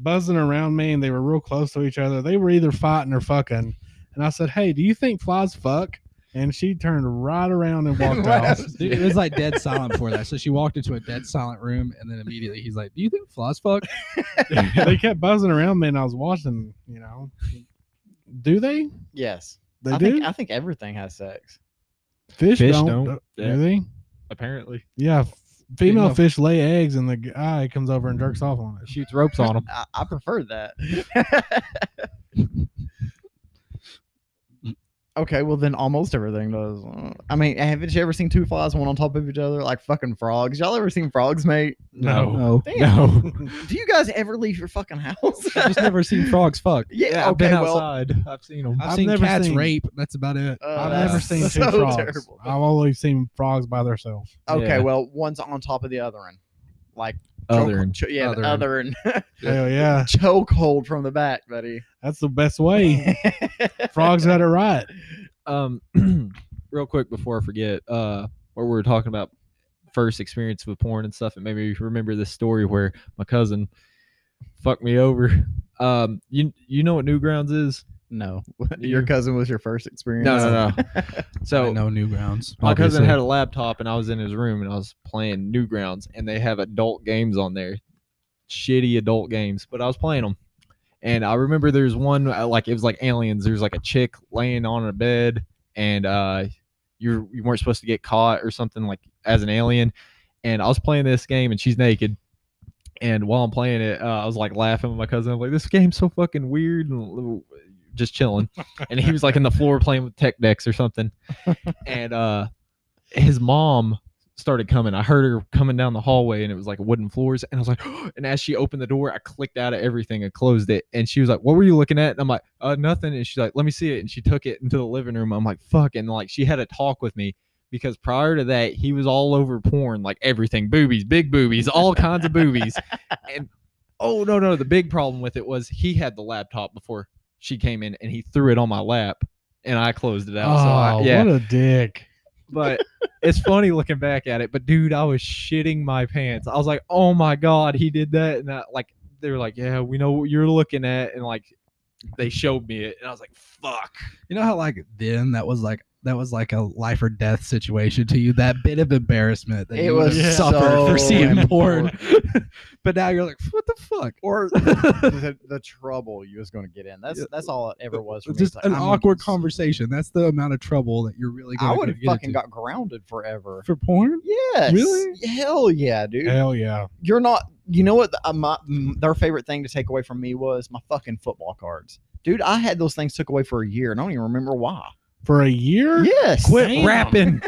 [SPEAKER 5] buzzing around me and they were real close to each other they were either fighting or fucking and i said hey do you think flies fuck and she turned right around and walked out
[SPEAKER 2] Dude, it was like dead silent before that. So she walked into a dead silent room, and then immediately he's like, "Do you think flies fuck?"
[SPEAKER 5] they kept buzzing around me and i was watching you know do they
[SPEAKER 4] yes,
[SPEAKER 5] they
[SPEAKER 4] I
[SPEAKER 5] do
[SPEAKER 4] think I think everything has sex.
[SPEAKER 5] fish,
[SPEAKER 6] Fish
[SPEAKER 5] don't,
[SPEAKER 4] Uh,
[SPEAKER 6] don't.
[SPEAKER 5] do
[SPEAKER 6] Yeah.
[SPEAKER 5] they
[SPEAKER 6] Apparently,
[SPEAKER 5] Yeah, f- female
[SPEAKER 6] Female-
[SPEAKER 5] fish lay eggs, and the guy comes over and jerks off on it.
[SPEAKER 6] shoots ropes on him.
[SPEAKER 4] I, I prefer that. okay, well then almost everything does. Uh, I mean, haven't you ever seen two flies one on top of each other like fucking frogs? Y'all ever seen frogs, mate?
[SPEAKER 5] No.
[SPEAKER 2] No,
[SPEAKER 4] Damn.
[SPEAKER 6] No,
[SPEAKER 4] Do you guys ever leave your fucking house?
[SPEAKER 6] I've just never seen frogs fuck.
[SPEAKER 4] yeah,
[SPEAKER 6] I've
[SPEAKER 4] okay,
[SPEAKER 6] been
[SPEAKER 4] well,
[SPEAKER 6] outside. I've seen them.
[SPEAKER 2] I've,
[SPEAKER 5] I've
[SPEAKER 2] seen
[SPEAKER 5] never
[SPEAKER 2] cats
[SPEAKER 5] seen-
[SPEAKER 2] rape. That's about it.
[SPEAKER 4] uh,
[SPEAKER 5] I've
[SPEAKER 4] that's
[SPEAKER 5] never seen two
[SPEAKER 4] so
[SPEAKER 5] frogs.
[SPEAKER 4] terrible.
[SPEAKER 5] I've only seen frogs by themselves.
[SPEAKER 4] Okay,
[SPEAKER 6] Yeah.
[SPEAKER 4] well, one's on top of the other one. Like
[SPEAKER 6] Other
[SPEAKER 4] Choke- cho- yeah, the other and
[SPEAKER 5] Hell yeah.
[SPEAKER 4] choke hold from the back, buddy.
[SPEAKER 5] That's the best way. Frogs got it right.
[SPEAKER 6] um real quick before I forget, uh where we were talking about first experience with porn and stuff, it made me remember this story where my cousin fucked me over. Um you you know what Newgrounds is?
[SPEAKER 4] No, your cousin was your first experience.
[SPEAKER 6] No, no, So
[SPEAKER 2] no new grounds.
[SPEAKER 6] my cousin
[SPEAKER 2] obviously.
[SPEAKER 6] had a laptop and I was in his room and I was playing Newgrounds and they have adult games on there. Shitty adult games, but I was playing them. And I remember there's one uh, like it was like aliens. There's like a chick laying on a bed and uh you you weren't supposed to get caught or something like as an alien. And I was playing this game and she's naked. And while I'm playing it, uh, I was like laughing with my cousin. I'm like, this game's so fucking weird and l- just chilling. and he was like in the floor playing with tech decks or something. And uh, his mom started coming. I heard her coming down the hallway and it was like wooden floors. And I was like, and as she opened the door, I clicked out of everything and closed it. And she was like, what were you looking at? And I'm like, uh, nothing. And she's like, let me see it. And she took it into the living room. I'm like, fuck. And like, she had a talk with me because prior to that, he was all over porn, like everything boobies, big boobies, all kinds of boobies. And oh, no, no. The big problem with it was he had the laptop before she came in and he threw it on my lap and I closed it out. so I,
[SPEAKER 5] Oh,
[SPEAKER 6] yeah
[SPEAKER 5] what a dick.
[SPEAKER 6] but it's funny looking back at it. But dude, I was shitting my pants. I was like, oh my god, he did that, and I, like they were like, yeah, we know what you're looking at, and like they showed me it, and I was like, fuck.
[SPEAKER 2] You know how like then that was like that was like a life or death situation to you. That bit of embarrassment that
[SPEAKER 4] It
[SPEAKER 2] you would have
[SPEAKER 4] was
[SPEAKER 2] suffered for
[SPEAKER 4] so
[SPEAKER 2] seeing porn. but now you're like, what the fuck?
[SPEAKER 4] Or the, the trouble you was going to get in. That's
[SPEAKER 2] Yeah.
[SPEAKER 4] that's all it ever was. For me.
[SPEAKER 2] Just
[SPEAKER 4] It's like,
[SPEAKER 2] an
[SPEAKER 4] I'm gonna
[SPEAKER 2] awkward
[SPEAKER 4] get-
[SPEAKER 2] conversation. That's the amount of trouble that you're really
[SPEAKER 4] I
[SPEAKER 2] going
[SPEAKER 4] would
[SPEAKER 2] to
[SPEAKER 4] have
[SPEAKER 2] get
[SPEAKER 4] fucking
[SPEAKER 2] into.
[SPEAKER 4] got grounded forever.
[SPEAKER 2] for porn.
[SPEAKER 4] Yes.
[SPEAKER 2] Really?
[SPEAKER 4] Hell yeah, dude.
[SPEAKER 5] Hell yeah.
[SPEAKER 4] You're not. You know what? The, uh, my m- their favorite thing to take away from me was my fucking football cards, dude. I had those things took away for a year, and I don't even remember why.
[SPEAKER 5] For a year?
[SPEAKER 4] Yes.
[SPEAKER 5] Quit rapping.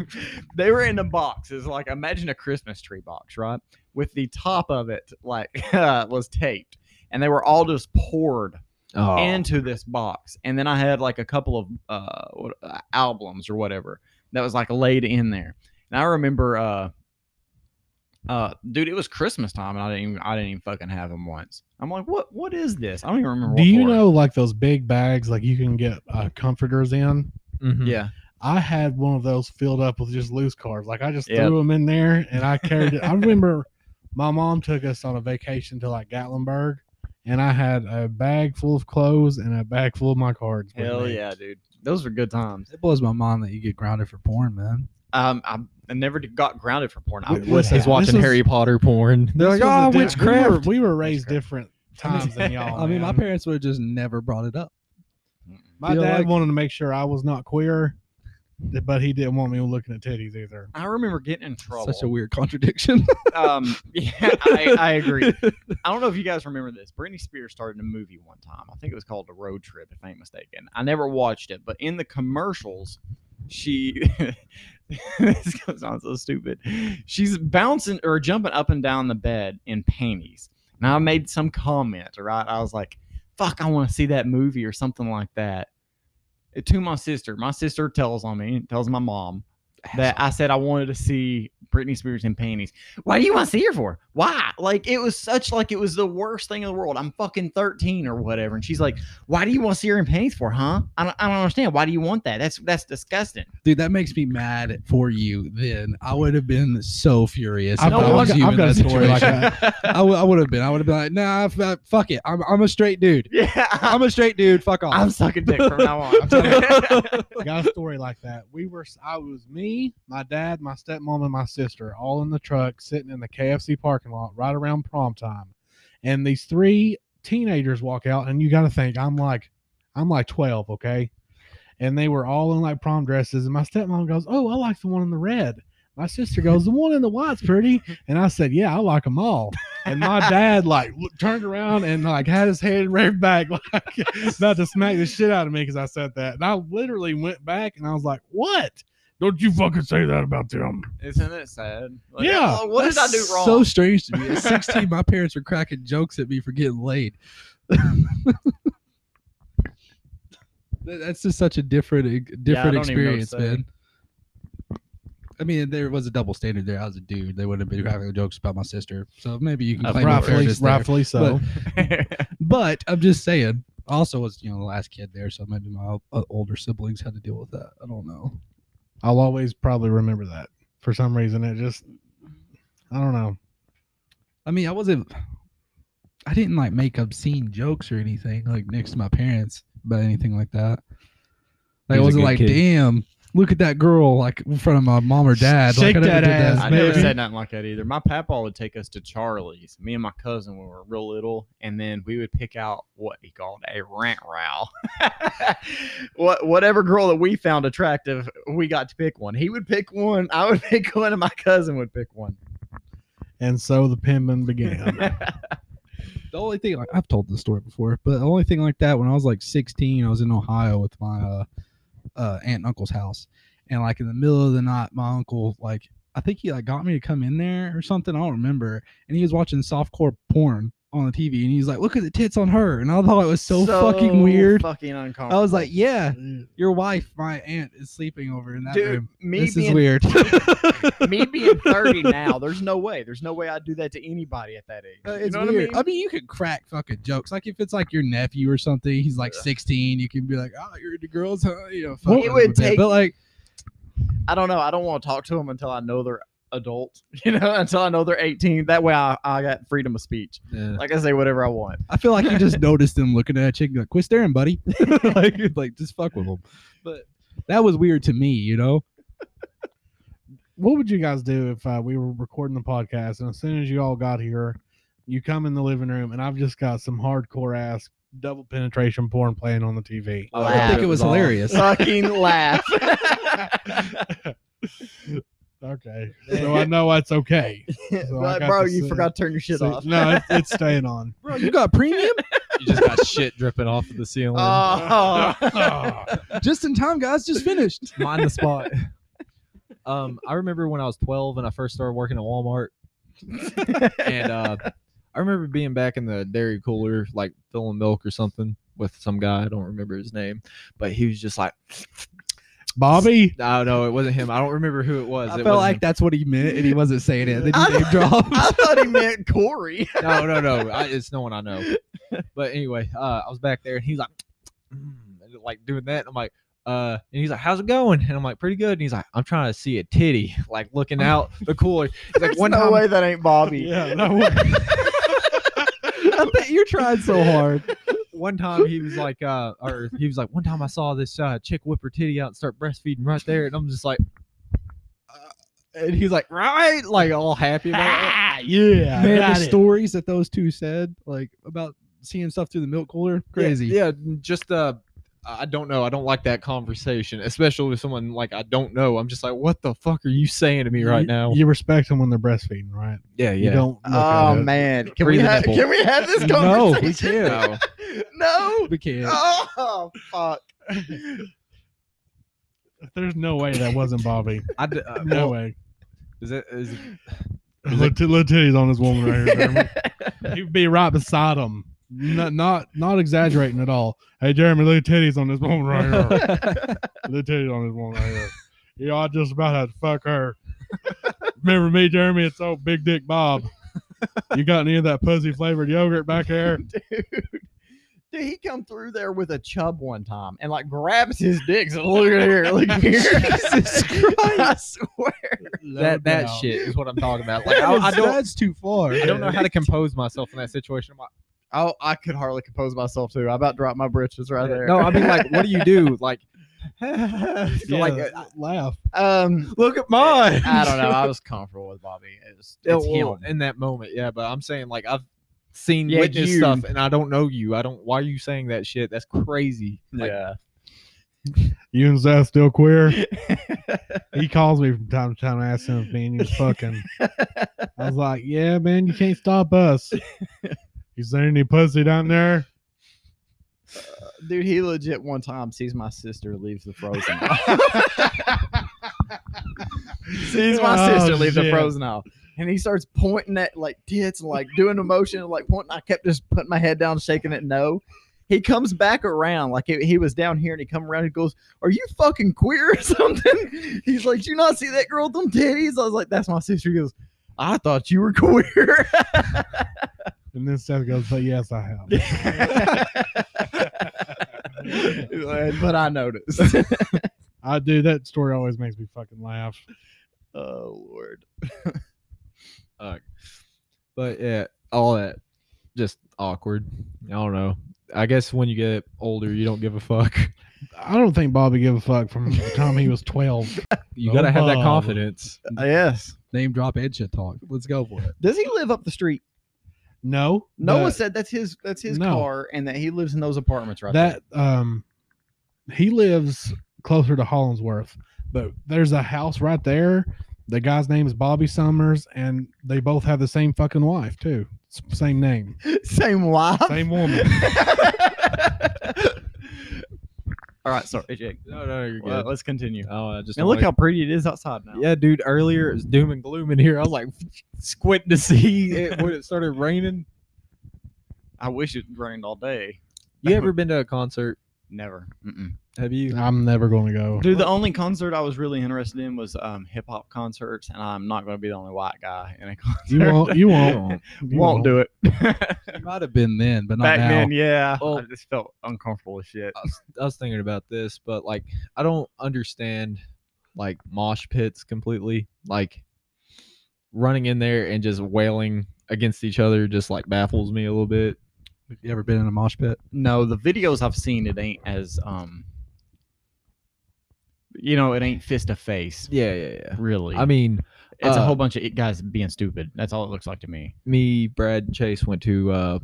[SPEAKER 4] they were in the boxes like imagine a christmas tree box right with the top of it like was taped and they were all just poured
[SPEAKER 6] Oh,
[SPEAKER 4] into this box and then i had like a couple of uh, what- uh albums or whatever that was like laid in there and i remember uh uh dude it was christmas time and i didn't even i didn't even fucking have them once i'm like what what is this i don't even remember
[SPEAKER 5] Do
[SPEAKER 4] what
[SPEAKER 5] you
[SPEAKER 4] for.
[SPEAKER 5] know like those big bags like you can get uh, comforters in?
[SPEAKER 6] yeah.
[SPEAKER 4] yeah
[SPEAKER 5] I had one of those filled up with just loose cards. Like I just
[SPEAKER 4] Yep.
[SPEAKER 5] threw them in there and I carried it. I remember my mom took us on a vacation to like Gatlinburg and I had a bag full of clothes and a bag full of my cards. with
[SPEAKER 4] hell
[SPEAKER 5] me.
[SPEAKER 4] yeah dude those were good times
[SPEAKER 2] It blows my mind that you get grounded for porn, man.
[SPEAKER 4] um i, I never did- got grounded for porn i
[SPEAKER 5] Wait,
[SPEAKER 4] would
[SPEAKER 5] what's
[SPEAKER 4] have
[SPEAKER 6] He's
[SPEAKER 5] This
[SPEAKER 6] watching
[SPEAKER 5] was-
[SPEAKER 6] Harry Potter porn.
[SPEAKER 5] This was a
[SPEAKER 6] "Ah,
[SPEAKER 5] di- we were- We were,
[SPEAKER 6] witchcraft."
[SPEAKER 5] raised
[SPEAKER 4] Witchcraft.
[SPEAKER 5] different times than
[SPEAKER 4] Oh,
[SPEAKER 5] y'all.
[SPEAKER 2] I mean, my
[SPEAKER 5] man.
[SPEAKER 2] parents would have just never brought it up.
[SPEAKER 5] My
[SPEAKER 2] feel
[SPEAKER 5] dad
[SPEAKER 2] like-
[SPEAKER 5] wanted to make sure I was not queer, th- but he didn't want me looking at titties either.
[SPEAKER 4] I remember getting in trouble.
[SPEAKER 2] Such a weird contradiction.
[SPEAKER 4] um, yeah, I, I agree. I don't know if you guys remember this. Britney Spears started a movie one time. I think it was called The Road Trip, if I ain't mistaken. I never watched it, but in the commercials, she this goes on so stupid. She's bouncing or jumping up and down the bed in panties. And I made some comment, right? I was like, fuck, I want to see that movie or something like that. eh, To my sister. My sister tells on me, tells my mom that I said I wanted to see Britney Spears in panties. Why do you want to see her for? Why? Like it was such like it was the worst thing in the world. I'm fucking 13 or whatever. And she's like, Why do you want to see her in panties for, huh? I don't, I don't understand. Why do you want that? That's that's disgusting.
[SPEAKER 2] Dude, that makes me mad for you then. I would have been so furious.
[SPEAKER 5] I've
[SPEAKER 2] if I
[SPEAKER 5] got-
[SPEAKER 2] was
[SPEAKER 5] I've
[SPEAKER 2] you in
[SPEAKER 5] got- I've got
[SPEAKER 2] that
[SPEAKER 5] a story like
[SPEAKER 2] situation.
[SPEAKER 5] that.
[SPEAKER 2] I would have been. I would have been like, nah, f- uh, fuck it. I'm, I'm a straight dude.
[SPEAKER 4] Yeah.
[SPEAKER 2] I'm a straight dude. Fuck off.
[SPEAKER 4] I'm sucking dick from now on.
[SPEAKER 5] Got a story like that. We were, I was me, my dad, my stepmom, and my sister all in the truck sitting in the KFC parking lot right around prom time. And these three teenagers walk out, and you got to think, I'm like, I'm like 12, okay? And they were all in like prom dresses. And my stepmom goes, Oh, I like the one in the red. My sister goes, The one in the white's pretty. And I said, Yeah, I like them all. And my dad like look- turned around and like had his head right back, like about to smack the shit out of me because I said that. And I literally went back and I was like, What? Don't you fucking say that about them.
[SPEAKER 4] Isn't it sad?
[SPEAKER 5] Yeah.
[SPEAKER 4] "Oh, what did I do
[SPEAKER 2] That's
[SPEAKER 4] wrong?
[SPEAKER 2] So strange to me. At 16, my parents were cracking jokes at me for getting laid. That- That's just such a different, e-
[SPEAKER 4] Yeah, I
[SPEAKER 2] different
[SPEAKER 4] don't even know what to
[SPEAKER 2] experience,
[SPEAKER 4] say.
[SPEAKER 2] man. I mean, there was a double standard there. I was a dude. They wouldn't have been having jokes about my sister. So maybe you can claim
[SPEAKER 5] rightfully,
[SPEAKER 2] rightfully,
[SPEAKER 5] rightfully so.
[SPEAKER 2] But I'm just saying. I Also, was you know the last kid there, so maybe my uh, older siblings had to deal with that. I don't know.
[SPEAKER 5] I'll always probably remember that. For some reason, it just I don't know.
[SPEAKER 2] I mean, I wasn't. I didn't like make obscene jokes or anything like next to my parents about anything like that. Like, I
[SPEAKER 6] He's a
[SPEAKER 2] wasn't
[SPEAKER 6] good
[SPEAKER 2] like,
[SPEAKER 6] kid.
[SPEAKER 2] damn, look at that girl like in front of my mom or dad. like,
[SPEAKER 5] Shake
[SPEAKER 2] I never
[SPEAKER 5] that
[SPEAKER 2] did
[SPEAKER 5] ass,
[SPEAKER 2] that.
[SPEAKER 1] I never
[SPEAKER 5] Maybe.
[SPEAKER 1] said nothing like that either. My papa would take us to Charlie's, me and my cousin when we were real little, and then we would pick out what he called a rant row.
[SPEAKER 4] what whatever girl that we found attractive, we got to pick one. He would pick one, I would pick one, and my cousin would pick one.
[SPEAKER 5] And so the penman began.
[SPEAKER 2] The only thing like, I've told this story before, but the only thing like that when I was like 16, I was in Ohio with my uh, uh, aunt and uncle's house, and like in the middle of the night, my uncle like I think he like got me to come in there or something. I don't remember, and he was watching softcore porn on the TV, and he's like, "Look at the tits on her," and I thought it was so, fucking weird.
[SPEAKER 4] fucking
[SPEAKER 2] I
[SPEAKER 4] uncomfortable.
[SPEAKER 2] was like, "Yeah, your wife, my aunt, is sleeping over in that
[SPEAKER 4] dude,
[SPEAKER 2] room.
[SPEAKER 4] me
[SPEAKER 2] This is
[SPEAKER 4] being
[SPEAKER 2] weird."
[SPEAKER 4] me being 30 now, there's no way. There's no way I'd do that to anybody at that age.
[SPEAKER 2] Uh,
[SPEAKER 4] you
[SPEAKER 2] it's
[SPEAKER 4] know
[SPEAKER 2] weird.
[SPEAKER 4] what I mean?
[SPEAKER 2] you could crack fucking jokes. Like if it's like your nephew or something, he's like 16, you can be like, "Oh, you're into girls, huh?" You know, fuck
[SPEAKER 4] Well, it
[SPEAKER 2] with
[SPEAKER 4] would
[SPEAKER 2] him a bit.
[SPEAKER 4] take-
[SPEAKER 2] But like,
[SPEAKER 4] I don't know. I don't want to talk to them until I know they're adult, you know, until I know they're 18. That way I, I got freedom of speech.
[SPEAKER 6] Yeah.
[SPEAKER 4] Like I say whatever I want.
[SPEAKER 2] I feel like you just noticed them looking at you, and you're like, "Quit staring, buddy." like, you're like just fuck with them. But that was weird to me, you know.
[SPEAKER 5] what would you guys do if uh, we were recording the podcast and as soon as you all got here, you come in the living room and I've just got some hardcore ass double penetration porn playing on the TV?
[SPEAKER 4] Oh,
[SPEAKER 2] I think it was hilarious.
[SPEAKER 4] Fucking laugh.
[SPEAKER 5] Okay, so I know that's okay. So I
[SPEAKER 4] Like,
[SPEAKER 5] got
[SPEAKER 4] bro,
[SPEAKER 5] to
[SPEAKER 4] you
[SPEAKER 5] see-
[SPEAKER 4] forgot to turn your shit
[SPEAKER 5] So-
[SPEAKER 4] off.
[SPEAKER 5] no, it, it's staying on.
[SPEAKER 2] Bro, you got premium
[SPEAKER 6] You just got shit dripping off of the ceiling.
[SPEAKER 4] Oh.
[SPEAKER 5] Ah.
[SPEAKER 2] just in time, guys. Just finished.
[SPEAKER 6] Mind the spot. Um, I remember when I was 12 and I first started working at Walmart, and uh, I remember being back in the dairy cooler, like filling milk or something with some guy. I don't remember his name, but he was just like,
[SPEAKER 5] Bobby,
[SPEAKER 6] I don't know, it wasn't him. I don't remember who it was.
[SPEAKER 2] I
[SPEAKER 6] it
[SPEAKER 2] felt
[SPEAKER 6] wasn't
[SPEAKER 2] like
[SPEAKER 6] him.
[SPEAKER 2] that's what he meant, and he wasn't saying it. Then
[SPEAKER 4] I-
[SPEAKER 2] he name dropped.
[SPEAKER 4] I thought he meant Corey.
[SPEAKER 6] no, no, no. I, it's no one I know. But anyway, uh, I was back there and he's like, "Mm," and like doing that. And I'm like, uh, and he's like, how's it going? And I'm like, pretty good. And he's like, I'm trying to see a titty, like looking out the cooler. He's like,
[SPEAKER 4] There's
[SPEAKER 6] one
[SPEAKER 4] no
[SPEAKER 6] time,
[SPEAKER 4] way that ain't Bobby.
[SPEAKER 5] yeah, no, way.
[SPEAKER 2] I bet you're trying so hard.
[SPEAKER 6] one time he was like, uh, or he was like, one time I saw this uh, chick whip her titty out and start breastfeeding right there. And I'm just like, uh, and he's like, right, like all happy about it.
[SPEAKER 4] Ah, yeah.
[SPEAKER 2] Man,
[SPEAKER 5] got
[SPEAKER 2] the
[SPEAKER 5] it.
[SPEAKER 2] stories that those two said, like about seeing stuff through the milk cooler, crazy.
[SPEAKER 6] Yeah, yeah, just uh I don't know. I don't like that conversation, especially with someone like I don't know. I'm just like, what the fuck are you saying to me right
[SPEAKER 5] You-
[SPEAKER 6] now?
[SPEAKER 5] You respect them when they're breastfeeding, right?
[SPEAKER 6] Yeah,
[SPEAKER 5] You don't. look
[SPEAKER 4] Oh
[SPEAKER 5] at it.
[SPEAKER 4] man, can
[SPEAKER 6] Free
[SPEAKER 4] we
[SPEAKER 6] the
[SPEAKER 4] have
[SPEAKER 6] nipple.
[SPEAKER 4] can we have this
[SPEAKER 2] No, we
[SPEAKER 4] conversation?
[SPEAKER 6] No.
[SPEAKER 4] No.
[SPEAKER 2] We can't.
[SPEAKER 4] Oh fuck.
[SPEAKER 5] There's no way that wasn't Bobby.
[SPEAKER 6] I d- uh,
[SPEAKER 5] No
[SPEAKER 6] well,
[SPEAKER 5] way.
[SPEAKER 6] Is it, is it,
[SPEAKER 5] Little little titties on this woman right here. Jeremy. He'd be right beside him. Not not not exaggerating at all. Hey Jeremy, little titties on this woman right here. little titties on this woman right here. You know, I just about had to fuck her. Remember me, Jeremy? It's old Big Dick Bob. You got any of that pussy flavored yogurt back there?
[SPEAKER 4] Dude. Dude, he come through there with a chub one time and like grabs his dicks and look at here, look at here. Jesus Christ. I swear.
[SPEAKER 6] that that
[SPEAKER 5] doubt.
[SPEAKER 6] shit is what I'm talking about. Like I, I don't
[SPEAKER 2] that's too far.
[SPEAKER 6] I don't know how to compose myself in that situation. I'm like,
[SPEAKER 4] I, I could hardly compose myself too. I about dropped my britches right there.
[SPEAKER 6] no, I mean like, what do you do? Like, like
[SPEAKER 5] Yeah,
[SPEAKER 6] uh,
[SPEAKER 5] laugh.
[SPEAKER 4] um
[SPEAKER 6] look at mine.
[SPEAKER 4] I don't know. I was comfortable with Bobby. It was,
[SPEAKER 6] Yeah,
[SPEAKER 4] it's
[SPEAKER 6] well,
[SPEAKER 4] him.
[SPEAKER 6] in that moment, yeah. But I'm saying like I've seen
[SPEAKER 4] Yeah,
[SPEAKER 6] witness
[SPEAKER 4] you.
[SPEAKER 6] stuff, and I don't know you. I don't. Why are you saying that shit? That's crazy. Like,
[SPEAKER 4] yeah.
[SPEAKER 5] You and Zach still queer? he calls me from time to time and asks him if me and you was fucking. I was like, yeah, man, you can't stop us. Is there any pussy down there?
[SPEAKER 4] Dude, he legit one time sees my sister leaves the frozen aisle. sees my
[SPEAKER 5] Oh,
[SPEAKER 4] sister leave the
[SPEAKER 5] shit.
[SPEAKER 4] frozen aisle. And he starts pointing at like tits and like doing a motion and like pointing. I kept just putting my head down, shaking it no. He comes back around like he, he was down here, and he come around and goes, "Are you fucking queer or something?" He's like, "Do you not see that girl with them titties?" I was like, "That's my sister." He goes, "I thought you were queer."
[SPEAKER 5] And then Seth goes, but yes, I have.
[SPEAKER 4] but I noticed.
[SPEAKER 5] I do. That story always makes me fucking laugh.
[SPEAKER 4] Oh Lord.
[SPEAKER 6] But yeah, all that just awkward. I don't know. I guess when you get older, you don't give a fuck.
[SPEAKER 5] I don't think Bobby gave a fuck from the time he was 12.
[SPEAKER 6] You gotta have that
[SPEAKER 5] Oh.
[SPEAKER 6] confidence.
[SPEAKER 4] Yes.
[SPEAKER 2] Name drop Ed shit talk. Let's go for it.
[SPEAKER 4] Does he live up the street?
[SPEAKER 5] No.
[SPEAKER 4] Noah
[SPEAKER 5] but
[SPEAKER 4] said that's his that's his
[SPEAKER 5] No.
[SPEAKER 4] car and that he lives in those apartments right
[SPEAKER 5] that um he lives closer to Hollinsworth, but there's a house right there. The guy's name is Bobby Summers, and they both have the same fucking wife too. S- Same name,
[SPEAKER 4] there. Same wife.
[SPEAKER 5] same woman.
[SPEAKER 4] All right, sorry, Jake.
[SPEAKER 6] No, no, you're
[SPEAKER 10] Well, let's continue.
[SPEAKER 6] Oh, I just
[SPEAKER 4] And
[SPEAKER 6] don't
[SPEAKER 4] look
[SPEAKER 6] like-
[SPEAKER 4] how pretty it is outside now.
[SPEAKER 6] Yeah, dude. Earlier it was doom and gloom in here. I was like squinting to see it when it started raining.
[SPEAKER 10] I wish it rained all day.
[SPEAKER 6] You ever been to a concert?
[SPEAKER 10] Never. Mm-mm.
[SPEAKER 6] Have you?
[SPEAKER 5] I'm never going to go.
[SPEAKER 10] Dude, the only concert I was really interested in was um, hip hop concerts, and I'm not going to be the only white guy in a concert.
[SPEAKER 5] You won't. You won't. you
[SPEAKER 10] Won't do it.
[SPEAKER 2] You might have been then, but not
[SPEAKER 10] Back
[SPEAKER 2] now.
[SPEAKER 10] then, yeah,
[SPEAKER 6] Well-
[SPEAKER 10] I just felt uncomfortable as shit.
[SPEAKER 6] I was, I was thinking about this, but like I don't understand like mosh pits completely. Like running in there and just wailing against each other just like baffles me a little bit.
[SPEAKER 2] You ever been in a mosh pit?
[SPEAKER 10] No, the videos I've seen, it ain't as um, you know, it ain't fist to face.
[SPEAKER 6] Yeah, yeah, yeah.
[SPEAKER 10] Really,
[SPEAKER 6] I mean,
[SPEAKER 10] it's a
[SPEAKER 6] uh,
[SPEAKER 10] whole bunch of guys being stupid. That's all it looks like to me.
[SPEAKER 6] me, Brad, and Chase went to uh,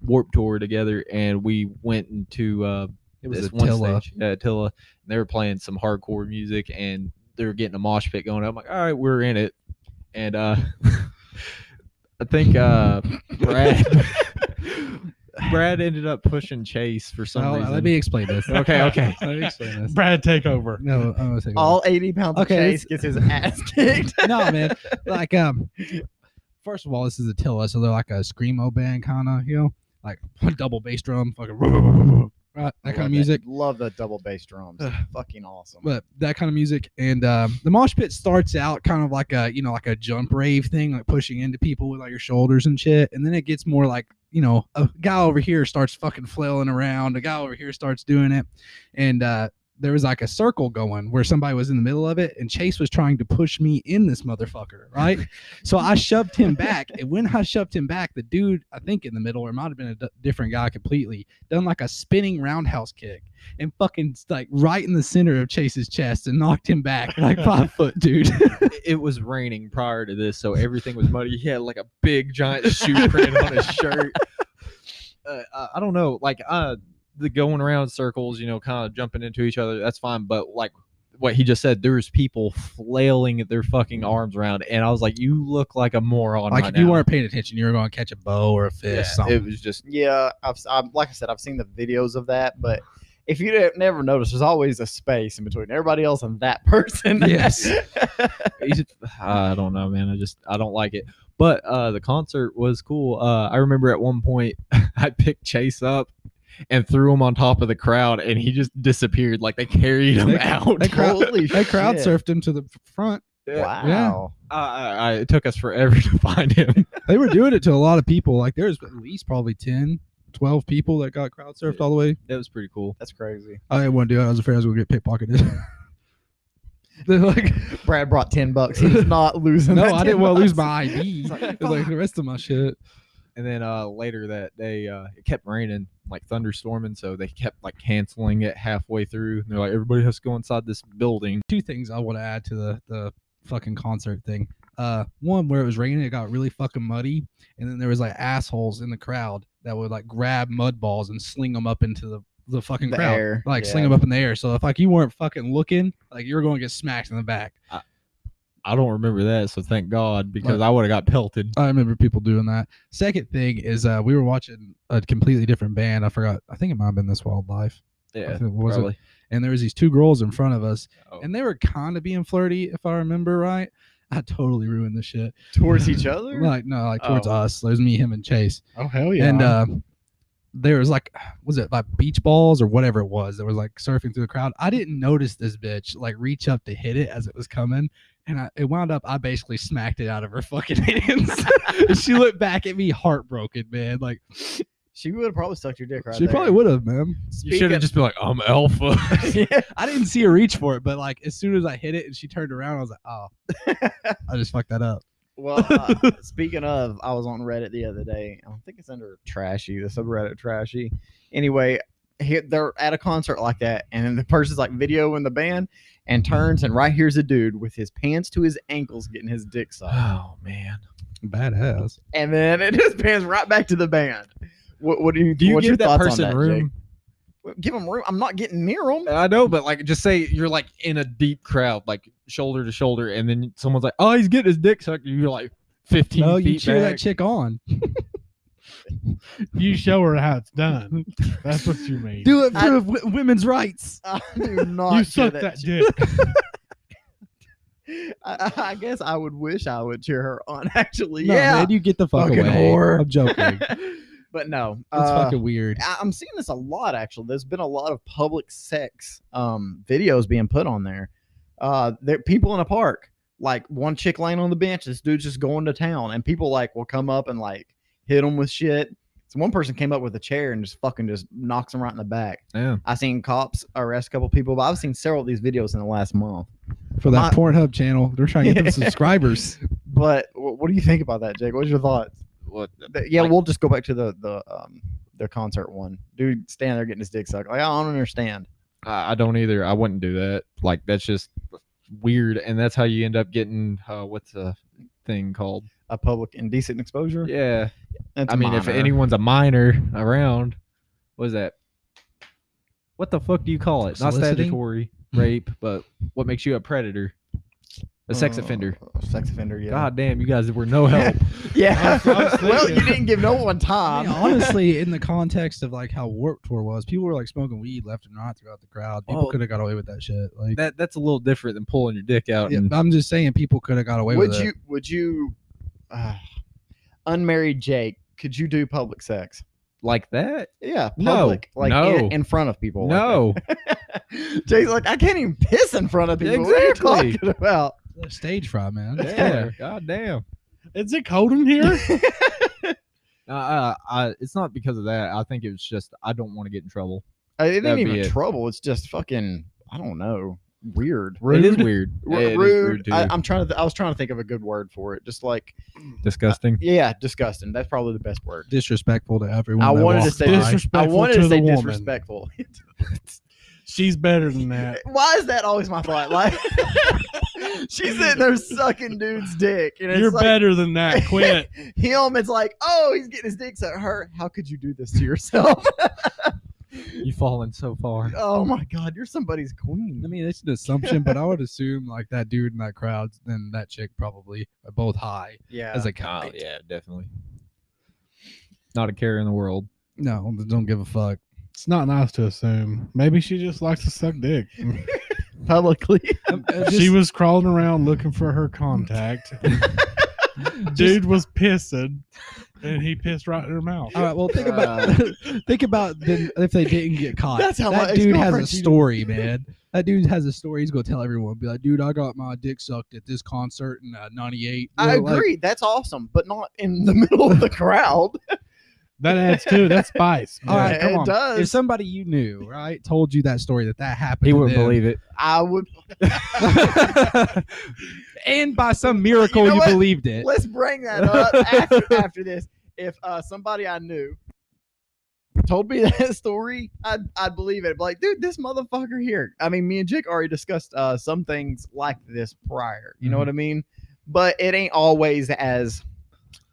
[SPEAKER 6] Warp Tour together, and we went into uh,
[SPEAKER 2] It was
[SPEAKER 6] this
[SPEAKER 2] Attila.
[SPEAKER 6] one stage, yeah, Attila. And they were playing some hardcore music, and they were getting a mosh pit going. I'm like, all right, we're in it, and uh, I think uh, Brad. Brad ended up pushing Chase for some
[SPEAKER 2] Oh,
[SPEAKER 6] reason.
[SPEAKER 2] let me explain this.
[SPEAKER 6] Okay, okay.
[SPEAKER 2] Let me explain this.
[SPEAKER 5] Brad, take over.
[SPEAKER 2] No, I'm gonna take it.
[SPEAKER 4] All 80 pounds of
[SPEAKER 2] Okay,
[SPEAKER 4] Chase gets his ass kicked.
[SPEAKER 2] no, man. Like, um, first of all, this is Attila, so they're like a screamo band, kind of, you know, like double bass drum, fucking, right, that kind of music.
[SPEAKER 10] Love the double bass drums. Fucking awesome.
[SPEAKER 2] But that kind of music, and um, the mosh pit starts out kind of like a, you know, like a jump rave thing, like pushing into people with like your shoulders and shit, and then it gets more like, you know, a guy over here starts fucking flailing around, a guy over here starts doing it, and uh, there was like a circle going where somebody was in the middle of it and Chase was trying to push me in this motherfucker, right? so I shoved him back. And when I shoved him back, the dude, I think in the middle, or it might have been a d- different guy completely, done like a spinning roundhouse kick and fucking like right in the center of Chase's chest and knocked him back like five foot, dude.
[SPEAKER 6] It was raining prior to this, so everything was muddy. He had like a big giant shoe print on his shirt. Uh, I- I don't know, like uh, the going around circles, you know, kind of jumping into each other. That's fine, but like what he just said, there's people flailing their fucking arms around, and I was like, "You look Mm. like a moron."
[SPEAKER 2] like
[SPEAKER 6] right
[SPEAKER 2] if you
[SPEAKER 6] now."
[SPEAKER 2] weren't paying attention, you were going to catch a bow or a fish,
[SPEAKER 6] Yeah,
[SPEAKER 2] something.
[SPEAKER 6] it was just
[SPEAKER 4] Yeah, I've, I've like I said, I've seen the videos of that, but if you don't- never notice, there's always a space in between everybody else and that person.
[SPEAKER 2] Yes.
[SPEAKER 6] He's just- I don't know, man. I just I don't like it. But uh, the concert was cool. Uh, I remember at one point I picked Chase up and threw him on top of the crowd, and he just disappeared. Like they carried him
[SPEAKER 2] They-
[SPEAKER 6] out.
[SPEAKER 2] they crowd-
[SPEAKER 4] Holy
[SPEAKER 2] They crowd
[SPEAKER 4] shit.
[SPEAKER 2] surfed him to the f- front.
[SPEAKER 4] Wow.
[SPEAKER 6] I, I, I, it took us forever to find him.
[SPEAKER 2] they were doing it to a lot of people. Like there's at least probably 10, 12 people that got crowd surfed all the way.
[SPEAKER 6] That was pretty cool.
[SPEAKER 4] That's crazy.
[SPEAKER 2] I didn't want to do it. I was afraid I was going to get pickpocketed. They're like,
[SPEAKER 4] Brad brought 10 bucks. He's not losing.
[SPEAKER 2] no,
[SPEAKER 4] that
[SPEAKER 2] I
[SPEAKER 4] 10
[SPEAKER 2] didn't want to lose
[SPEAKER 4] bucks.
[SPEAKER 2] my ID.
[SPEAKER 4] He's like,
[SPEAKER 2] It's like the rest of my shit.
[SPEAKER 6] And then uh, later that day, uh, it kept raining, like thunderstorming, so they kept like canceling it halfway through. And they're like, everybody has to go inside this building.
[SPEAKER 2] Two things I want to add to the the fucking concert thing. Uh, one where it was raining, it got really fucking muddy, and then there was like assholes in the crowd that would like grab mud balls and sling them up into the the fucking
[SPEAKER 4] The
[SPEAKER 2] crowd,
[SPEAKER 4] air,
[SPEAKER 2] like
[SPEAKER 4] yeah.
[SPEAKER 2] sling 'em sling them up in the air. So if like you weren't fucking looking, like you were going to get smacked in the back.
[SPEAKER 6] I don't remember that, so thank God because I would have got pelted.
[SPEAKER 2] I remember people doing that. Second thing is uh we were watching a completely different band. I forgot. I think it might have been This Wildlife. I
[SPEAKER 6] Yeah,
[SPEAKER 2] think- was it?
[SPEAKER 6] probably.
[SPEAKER 2] And there was these two girls in front of us,
[SPEAKER 6] Oh.
[SPEAKER 2] and they were kind of being flirty, if I remember right. I totally ruined the shit.
[SPEAKER 4] Towards each other? Oh.
[SPEAKER 2] Like no, like towards us. There's me, him, and Chase.
[SPEAKER 5] Oh hell yeah!
[SPEAKER 2] And uh, there was like was it like beach balls or whatever it was that was like surfing through the crowd. I didn't notice this bitch like reach up to hit it as it was coming, and I, it wound up I basically smacked it out of her fucking hands. she looked back at me heartbroken, man. Like
[SPEAKER 4] She would have probably sucked your dick right
[SPEAKER 2] she probably would have, man.
[SPEAKER 6] You should have just been like, I'm alpha.
[SPEAKER 2] I didn't see her reach for it, but like as soon as I hit it and she turned around, I was like, oh, I just fucked that up.
[SPEAKER 4] Well, uh, speaking of, I was on Reddit the other day. I think it's under Trashy, the subreddit Trashy. Anyway, he, they're at a concert like that, and then the person's like video in the band and turns, and right here's a dude with his pants to his ankles getting his dick sucked.
[SPEAKER 6] oh man.
[SPEAKER 2] Badass.
[SPEAKER 4] and then it just pans right back to the band. What, what do you,
[SPEAKER 6] Do you
[SPEAKER 4] what's your
[SPEAKER 6] give that
[SPEAKER 4] thoughts
[SPEAKER 6] person
[SPEAKER 4] on that,
[SPEAKER 6] room?
[SPEAKER 4] Jake? Give him room. I'm not getting near him.
[SPEAKER 6] I know, but like, just say you're like in a deep crowd, like shoulder to shoulder, and then someone's like, "Oh, he's getting his dick sucked." and You're like, fifteen
[SPEAKER 2] No, you
[SPEAKER 6] feet
[SPEAKER 2] cheer
[SPEAKER 6] back.
[SPEAKER 2] that chick on.
[SPEAKER 5] You show her how it's done. That's what you mean.
[SPEAKER 2] Do it for
[SPEAKER 4] I-
[SPEAKER 2] w- women's rights.
[SPEAKER 4] I do not.
[SPEAKER 5] you
[SPEAKER 4] do
[SPEAKER 5] suck that dick.
[SPEAKER 4] I, I- I guess I would wish I would cheer her on. Actually,
[SPEAKER 2] No,
[SPEAKER 4] yeah.
[SPEAKER 2] man, you get the fuck
[SPEAKER 4] Fucking
[SPEAKER 2] away.
[SPEAKER 4] whore.
[SPEAKER 2] I'm joking. It's
[SPEAKER 4] but no, uh,
[SPEAKER 2] fucking weird.
[SPEAKER 4] I- I'm seeing this a lot actually. There's been a lot of public sex um, videos being put on there. Uh, there people in a park, like one chick laying on the bench, this dude's just going to town, and people like will come up and like hit him with shit. So one person came up with a chair and just fucking just knocks him right in the back.
[SPEAKER 6] Yeah.
[SPEAKER 4] I seen cops arrest a couple people, but I've seen several of these videos in the last month.
[SPEAKER 2] For that
[SPEAKER 4] my-
[SPEAKER 2] Pornhub channel, they're trying to get them subscribers.
[SPEAKER 4] But wh- what do you think about that, Jake? What's your thoughts?
[SPEAKER 6] What?
[SPEAKER 4] Th- yeah,
[SPEAKER 6] Like-
[SPEAKER 4] we'll just go back to the the um, the concert one. Dude, standing there getting his dick sucked. Like I don't understand.
[SPEAKER 6] I, I don't either. I wouldn't do that. Like, that's just weird, and that's how you end up getting uh, what's the thing called?
[SPEAKER 4] A public indecent exposure.
[SPEAKER 6] Yeah.
[SPEAKER 4] That's
[SPEAKER 6] I mean, if
[SPEAKER 4] minor.
[SPEAKER 6] anyone's a minor around, what is that? What the fuck do you call it? Not
[SPEAKER 2] Soliciting?
[SPEAKER 6] statutory rape, but what makes you a predator? A sex
[SPEAKER 2] Oh.
[SPEAKER 4] Uh,
[SPEAKER 6] offender.
[SPEAKER 4] sex offender, yeah.
[SPEAKER 6] God damn, you guys were no help.
[SPEAKER 4] Yeah.
[SPEAKER 5] I was- I was
[SPEAKER 4] well, you
[SPEAKER 5] thinking.
[SPEAKER 4] didn't give no one time.
[SPEAKER 2] Yeah, honestly, in the context of like how Warp Tour was, people were like smoking weed left and right throughout the crowd. People
[SPEAKER 6] Oh.
[SPEAKER 2] could have got away with that shit. Like,
[SPEAKER 6] that that's a little different than pulling your dick out.
[SPEAKER 2] Yeah,
[SPEAKER 6] and,
[SPEAKER 2] I'm just saying, people could have got away
[SPEAKER 4] Mm. would
[SPEAKER 2] with
[SPEAKER 4] you?
[SPEAKER 2] it.
[SPEAKER 4] Would you? Uh, unmarried Jake, could you do public sex?
[SPEAKER 6] like that?
[SPEAKER 4] Yeah,
[SPEAKER 6] No.
[SPEAKER 4] public, like In,
[SPEAKER 6] No.
[SPEAKER 4] in front of people. like
[SPEAKER 6] No,
[SPEAKER 4] that. Jake's like, I can't even piss in front of people. What are you
[SPEAKER 6] Exactly.
[SPEAKER 4] talking about?
[SPEAKER 2] Stage fright, man.
[SPEAKER 6] yeah, god damn.
[SPEAKER 5] Is it cold in here?
[SPEAKER 6] Uh, uh, I, it's not because of that. I think it was just I don't want to get in trouble.
[SPEAKER 4] I- Uh, It ain't
[SPEAKER 6] That'd
[SPEAKER 4] even
[SPEAKER 6] be it.
[SPEAKER 4] trouble. It's just fucking. I don't know. Weird.
[SPEAKER 6] It is weird.
[SPEAKER 4] R-
[SPEAKER 6] Yeah, it is
[SPEAKER 4] rude. I,
[SPEAKER 6] too.
[SPEAKER 4] I'm trying to. Th- I was trying to think of a good word for it. Just like,
[SPEAKER 6] Disgusting.
[SPEAKER 4] yeah, disgusting. That's probably the best word.
[SPEAKER 2] Disrespectful to everyone.
[SPEAKER 4] I
[SPEAKER 2] that
[SPEAKER 4] wanted to
[SPEAKER 2] walks
[SPEAKER 4] say
[SPEAKER 2] by.
[SPEAKER 5] disres-
[SPEAKER 4] I
[SPEAKER 5] Disrespectful
[SPEAKER 4] wanted
[SPEAKER 5] to
[SPEAKER 4] to say
[SPEAKER 5] the woman.
[SPEAKER 4] disrespectful.
[SPEAKER 5] She's better than that.
[SPEAKER 4] Why is that always my thought? Like she's sitting there sucking dude's dick, and it's
[SPEAKER 5] You're
[SPEAKER 4] like
[SPEAKER 5] better than that. Quit.
[SPEAKER 4] him. It's like, oh, he's getting his dick at her. How could you do this to yourself?
[SPEAKER 6] You've fallen so far.
[SPEAKER 4] oh my god, you're somebody's
[SPEAKER 2] I
[SPEAKER 4] queen.
[SPEAKER 2] mean, it's an assumption, but I would assume like that dude in that crowd and that chick probably are both high
[SPEAKER 4] Yeah,
[SPEAKER 2] as a
[SPEAKER 6] Oh
[SPEAKER 2] guy.
[SPEAKER 6] yeah, definitely. Not a care in the world.
[SPEAKER 2] No, don't give a fuck.
[SPEAKER 5] It's not nice to assume. Maybe she just likes to suck dick.
[SPEAKER 4] publicly.
[SPEAKER 5] she was crawling around looking for her contact. Dude was pissing, and he pissed right in her mouth.
[SPEAKER 2] All right. Well, think about think about then if they didn't get caught.
[SPEAKER 4] Uh, That's how my
[SPEAKER 2] that dude has a
[SPEAKER 4] ex-girlfriend cheated.
[SPEAKER 2] story, man. That dude has a story. He's gonna tell everyone. Be like, dude, I got my dick sucked at this concert in uh, '98.
[SPEAKER 4] I agree. That's awesome, but not in the middle of the crowd.
[SPEAKER 5] That adds to it. That's spice.
[SPEAKER 2] All right,
[SPEAKER 5] man.
[SPEAKER 2] come
[SPEAKER 4] it
[SPEAKER 2] on.
[SPEAKER 4] does.
[SPEAKER 2] If somebody you knew, right, told you that story that that happened,
[SPEAKER 6] He
[SPEAKER 2] to
[SPEAKER 6] wouldn't
[SPEAKER 2] them,
[SPEAKER 6] believe it.
[SPEAKER 4] I would.
[SPEAKER 2] and by some miracle,
[SPEAKER 4] You
[SPEAKER 2] you,
[SPEAKER 4] know what?
[SPEAKER 2] believed it.
[SPEAKER 4] Let's bring that up after, after this. If uh, somebody I knew told me that story, I'd, I'd believe it. But like, dude, this motherfucker here. I mean, me and Jake already discussed uh, some things like this prior.
[SPEAKER 6] Mm-hmm.
[SPEAKER 4] You know what I mean? But it ain't always as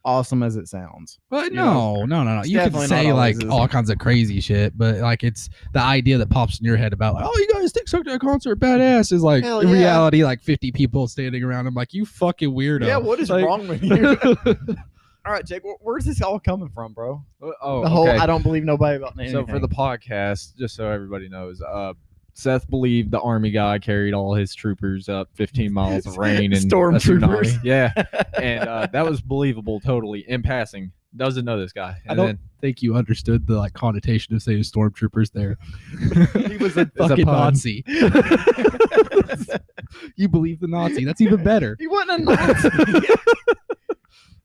[SPEAKER 4] awesome as it sounds.
[SPEAKER 2] But
[SPEAKER 4] You know,
[SPEAKER 2] no, no, no, no.
[SPEAKER 4] it's
[SPEAKER 2] You can
[SPEAKER 4] definitely not
[SPEAKER 2] say
[SPEAKER 4] always
[SPEAKER 2] like
[SPEAKER 4] as-
[SPEAKER 2] all kinds of crazy shit, but like it's the idea that pops in your head about like, oh, you guys think sucked at a concert, badass is like
[SPEAKER 4] Hell
[SPEAKER 2] in
[SPEAKER 4] yeah.
[SPEAKER 2] reality, like fifty people standing around. I'm like, you fucking weirdo.
[SPEAKER 4] Yeah, what is
[SPEAKER 2] Like-
[SPEAKER 4] wrong with you? all right, Jake, wh- where's this all coming from, bro?
[SPEAKER 6] Oh,
[SPEAKER 4] The whole
[SPEAKER 6] okay.
[SPEAKER 4] I don't believe nobody about anything.
[SPEAKER 6] So for the podcast, just so everybody knows, uh, Seth believed the army guy carried all his troopers up 15 miles of rain and a tsunami.
[SPEAKER 4] Stormtroopers.
[SPEAKER 6] Yeah, and uh, that was believable totally in passing. doesn't know this guy.
[SPEAKER 2] I
[SPEAKER 6] And
[SPEAKER 2] don't
[SPEAKER 6] then
[SPEAKER 2] think you understood the like connotation of saying stormtroopers there.
[SPEAKER 4] he was a
[SPEAKER 2] It's
[SPEAKER 6] fucking
[SPEAKER 2] a Nazi. you believe the Nazi. That's even better.
[SPEAKER 4] He wasn't a Nazi.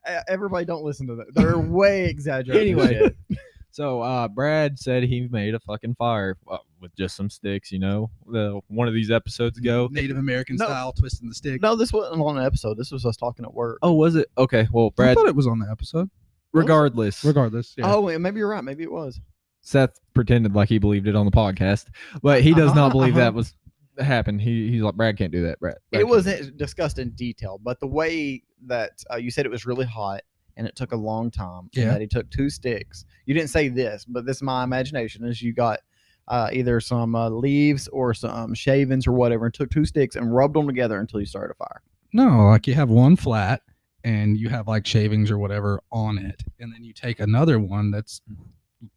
[SPEAKER 4] E- Everybody, don't listen to that. They're way exaggerating.
[SPEAKER 6] Anyway.
[SPEAKER 4] shit.
[SPEAKER 6] So uh, Brad said he made a fucking fire uh, with just some sticks, you know, the, one of these episodes ago.
[SPEAKER 2] Native American
[SPEAKER 4] No.
[SPEAKER 2] style, twisting the stick.
[SPEAKER 4] no, this wasn't on an episode. This was us talking at work.
[SPEAKER 6] Oh, was it? Okay. Well,
[SPEAKER 2] I
[SPEAKER 6] Brad,
[SPEAKER 2] thought it was on the episode.
[SPEAKER 6] regardless,
[SPEAKER 2] Regardless, yeah.
[SPEAKER 4] Oh, and maybe you're right. Maybe it was.
[SPEAKER 6] Seth pretended like he believed it on the podcast, but he does
[SPEAKER 4] Uh-huh,
[SPEAKER 6] not believe
[SPEAKER 4] uh-huh.
[SPEAKER 6] that was happened. He, he's like, Brad can't do that, Brad. Brad
[SPEAKER 4] it
[SPEAKER 6] can't do that."
[SPEAKER 4] wasn't discussed in detail, but the way that uh, you said it was really hot and it took a long time,
[SPEAKER 2] Yeah.
[SPEAKER 4] and that he took two sticks. You didn't say this, but this is my imagination is you got uh, either some uh, leaves or some shavings or whatever, and took two sticks and rubbed them together until you started a fire.
[SPEAKER 2] No, like you have one flat and you have like shavings or whatever on it, and then you take another one that's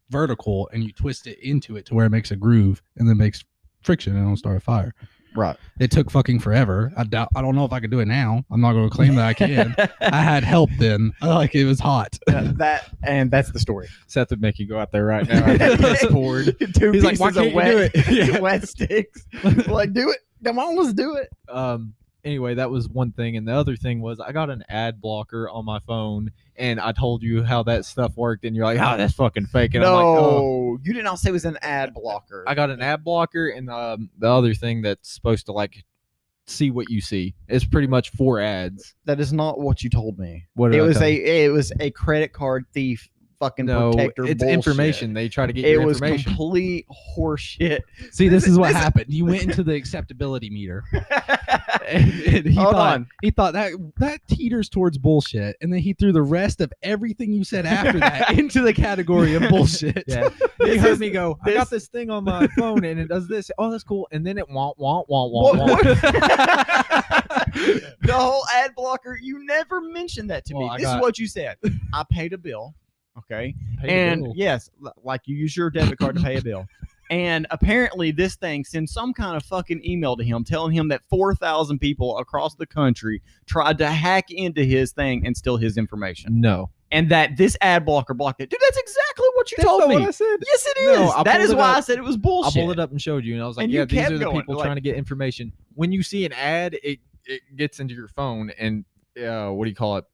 [SPEAKER 2] vertical and you twist it into it to where it makes a groove and then makes friction and it'll start a fire.
[SPEAKER 4] Right.
[SPEAKER 2] It took fucking forever. I doubt. I don't know if I could do it now. I'm not going to claim that I can. I had help then. Like it was hot.
[SPEAKER 4] that and that's the story.
[SPEAKER 6] Seth would make you go out there right now. after this poured.
[SPEAKER 4] Two
[SPEAKER 6] He's
[SPEAKER 4] pieces
[SPEAKER 6] like, "Why can't
[SPEAKER 4] of
[SPEAKER 6] you
[SPEAKER 4] wet,
[SPEAKER 6] do it?" Yeah.
[SPEAKER 4] wet sticks. like, do it. Come on, let's do it.
[SPEAKER 6] Um. Anyway, that was one thing, and the other thing was I got an ad blocker on my phone, and I told you how that stuff worked, and you're like, "Oh, that's fucking fake." And
[SPEAKER 4] no,
[SPEAKER 6] I'm like, "Oh,
[SPEAKER 4] you did not say it was an ad blocker.
[SPEAKER 6] I got an ad blocker and um, the other thing that's supposed to like see what you see. It's pretty much four ads.
[SPEAKER 4] that is not what you told me.
[SPEAKER 6] What did
[SPEAKER 4] It
[SPEAKER 6] I
[SPEAKER 4] was
[SPEAKER 6] tell
[SPEAKER 4] a
[SPEAKER 6] you?
[SPEAKER 4] it was a credit card thief fucking
[SPEAKER 6] no.
[SPEAKER 4] protector.
[SPEAKER 6] It's
[SPEAKER 4] bullshit.
[SPEAKER 6] information. They try to get
[SPEAKER 4] It
[SPEAKER 6] your
[SPEAKER 4] was
[SPEAKER 6] information.
[SPEAKER 4] complete horseshit.
[SPEAKER 2] See,
[SPEAKER 4] This
[SPEAKER 2] this
[SPEAKER 4] is-
[SPEAKER 2] is what
[SPEAKER 4] this is-
[SPEAKER 2] happened. You went into the acceptability meter. and, and he
[SPEAKER 4] Hold
[SPEAKER 2] thought,
[SPEAKER 4] on.
[SPEAKER 2] He thought that that teeters towards bullshit, and then he threw the rest of everything you said after that into the category of bullshit.
[SPEAKER 6] yeah, they
[SPEAKER 4] This
[SPEAKER 6] heard
[SPEAKER 4] is-
[SPEAKER 6] me go. I
[SPEAKER 4] this-
[SPEAKER 6] got this thing on my phone and it does this. Oh, that's cool. And then it womp womp womp
[SPEAKER 4] What-
[SPEAKER 6] womp womp.
[SPEAKER 4] what- the whole ad blocker. You never mentioned that to
[SPEAKER 6] Well,
[SPEAKER 4] me.
[SPEAKER 6] I
[SPEAKER 4] This
[SPEAKER 6] got-
[SPEAKER 4] is what you said. I paid a bill. Okay.
[SPEAKER 6] Pay the
[SPEAKER 4] and
[SPEAKER 6] bill.
[SPEAKER 4] yes, li- like you use your debit card to pay a bill. And apparently, this thing sends some kind of fucking email to him telling him that 4,000 people across the country tried to hack into his thing and steal his information.
[SPEAKER 6] no,
[SPEAKER 4] And that this ad blocker blocked it. Dude, that's exactly what you told me.
[SPEAKER 6] I said.
[SPEAKER 4] Yes, it is.
[SPEAKER 6] No, I
[SPEAKER 4] that
[SPEAKER 6] pulled
[SPEAKER 4] is
[SPEAKER 6] it
[SPEAKER 4] why
[SPEAKER 6] up.
[SPEAKER 4] I said it was
[SPEAKER 6] I
[SPEAKER 4] bullshit.
[SPEAKER 6] pulled it up and showed you, and I was like,
[SPEAKER 4] And you
[SPEAKER 6] "Yeah, these
[SPEAKER 4] kept
[SPEAKER 6] are the
[SPEAKER 4] going,
[SPEAKER 6] people
[SPEAKER 4] like-
[SPEAKER 6] trying to get information." When you see an ad, it it gets into your phone and uh, what do you call it?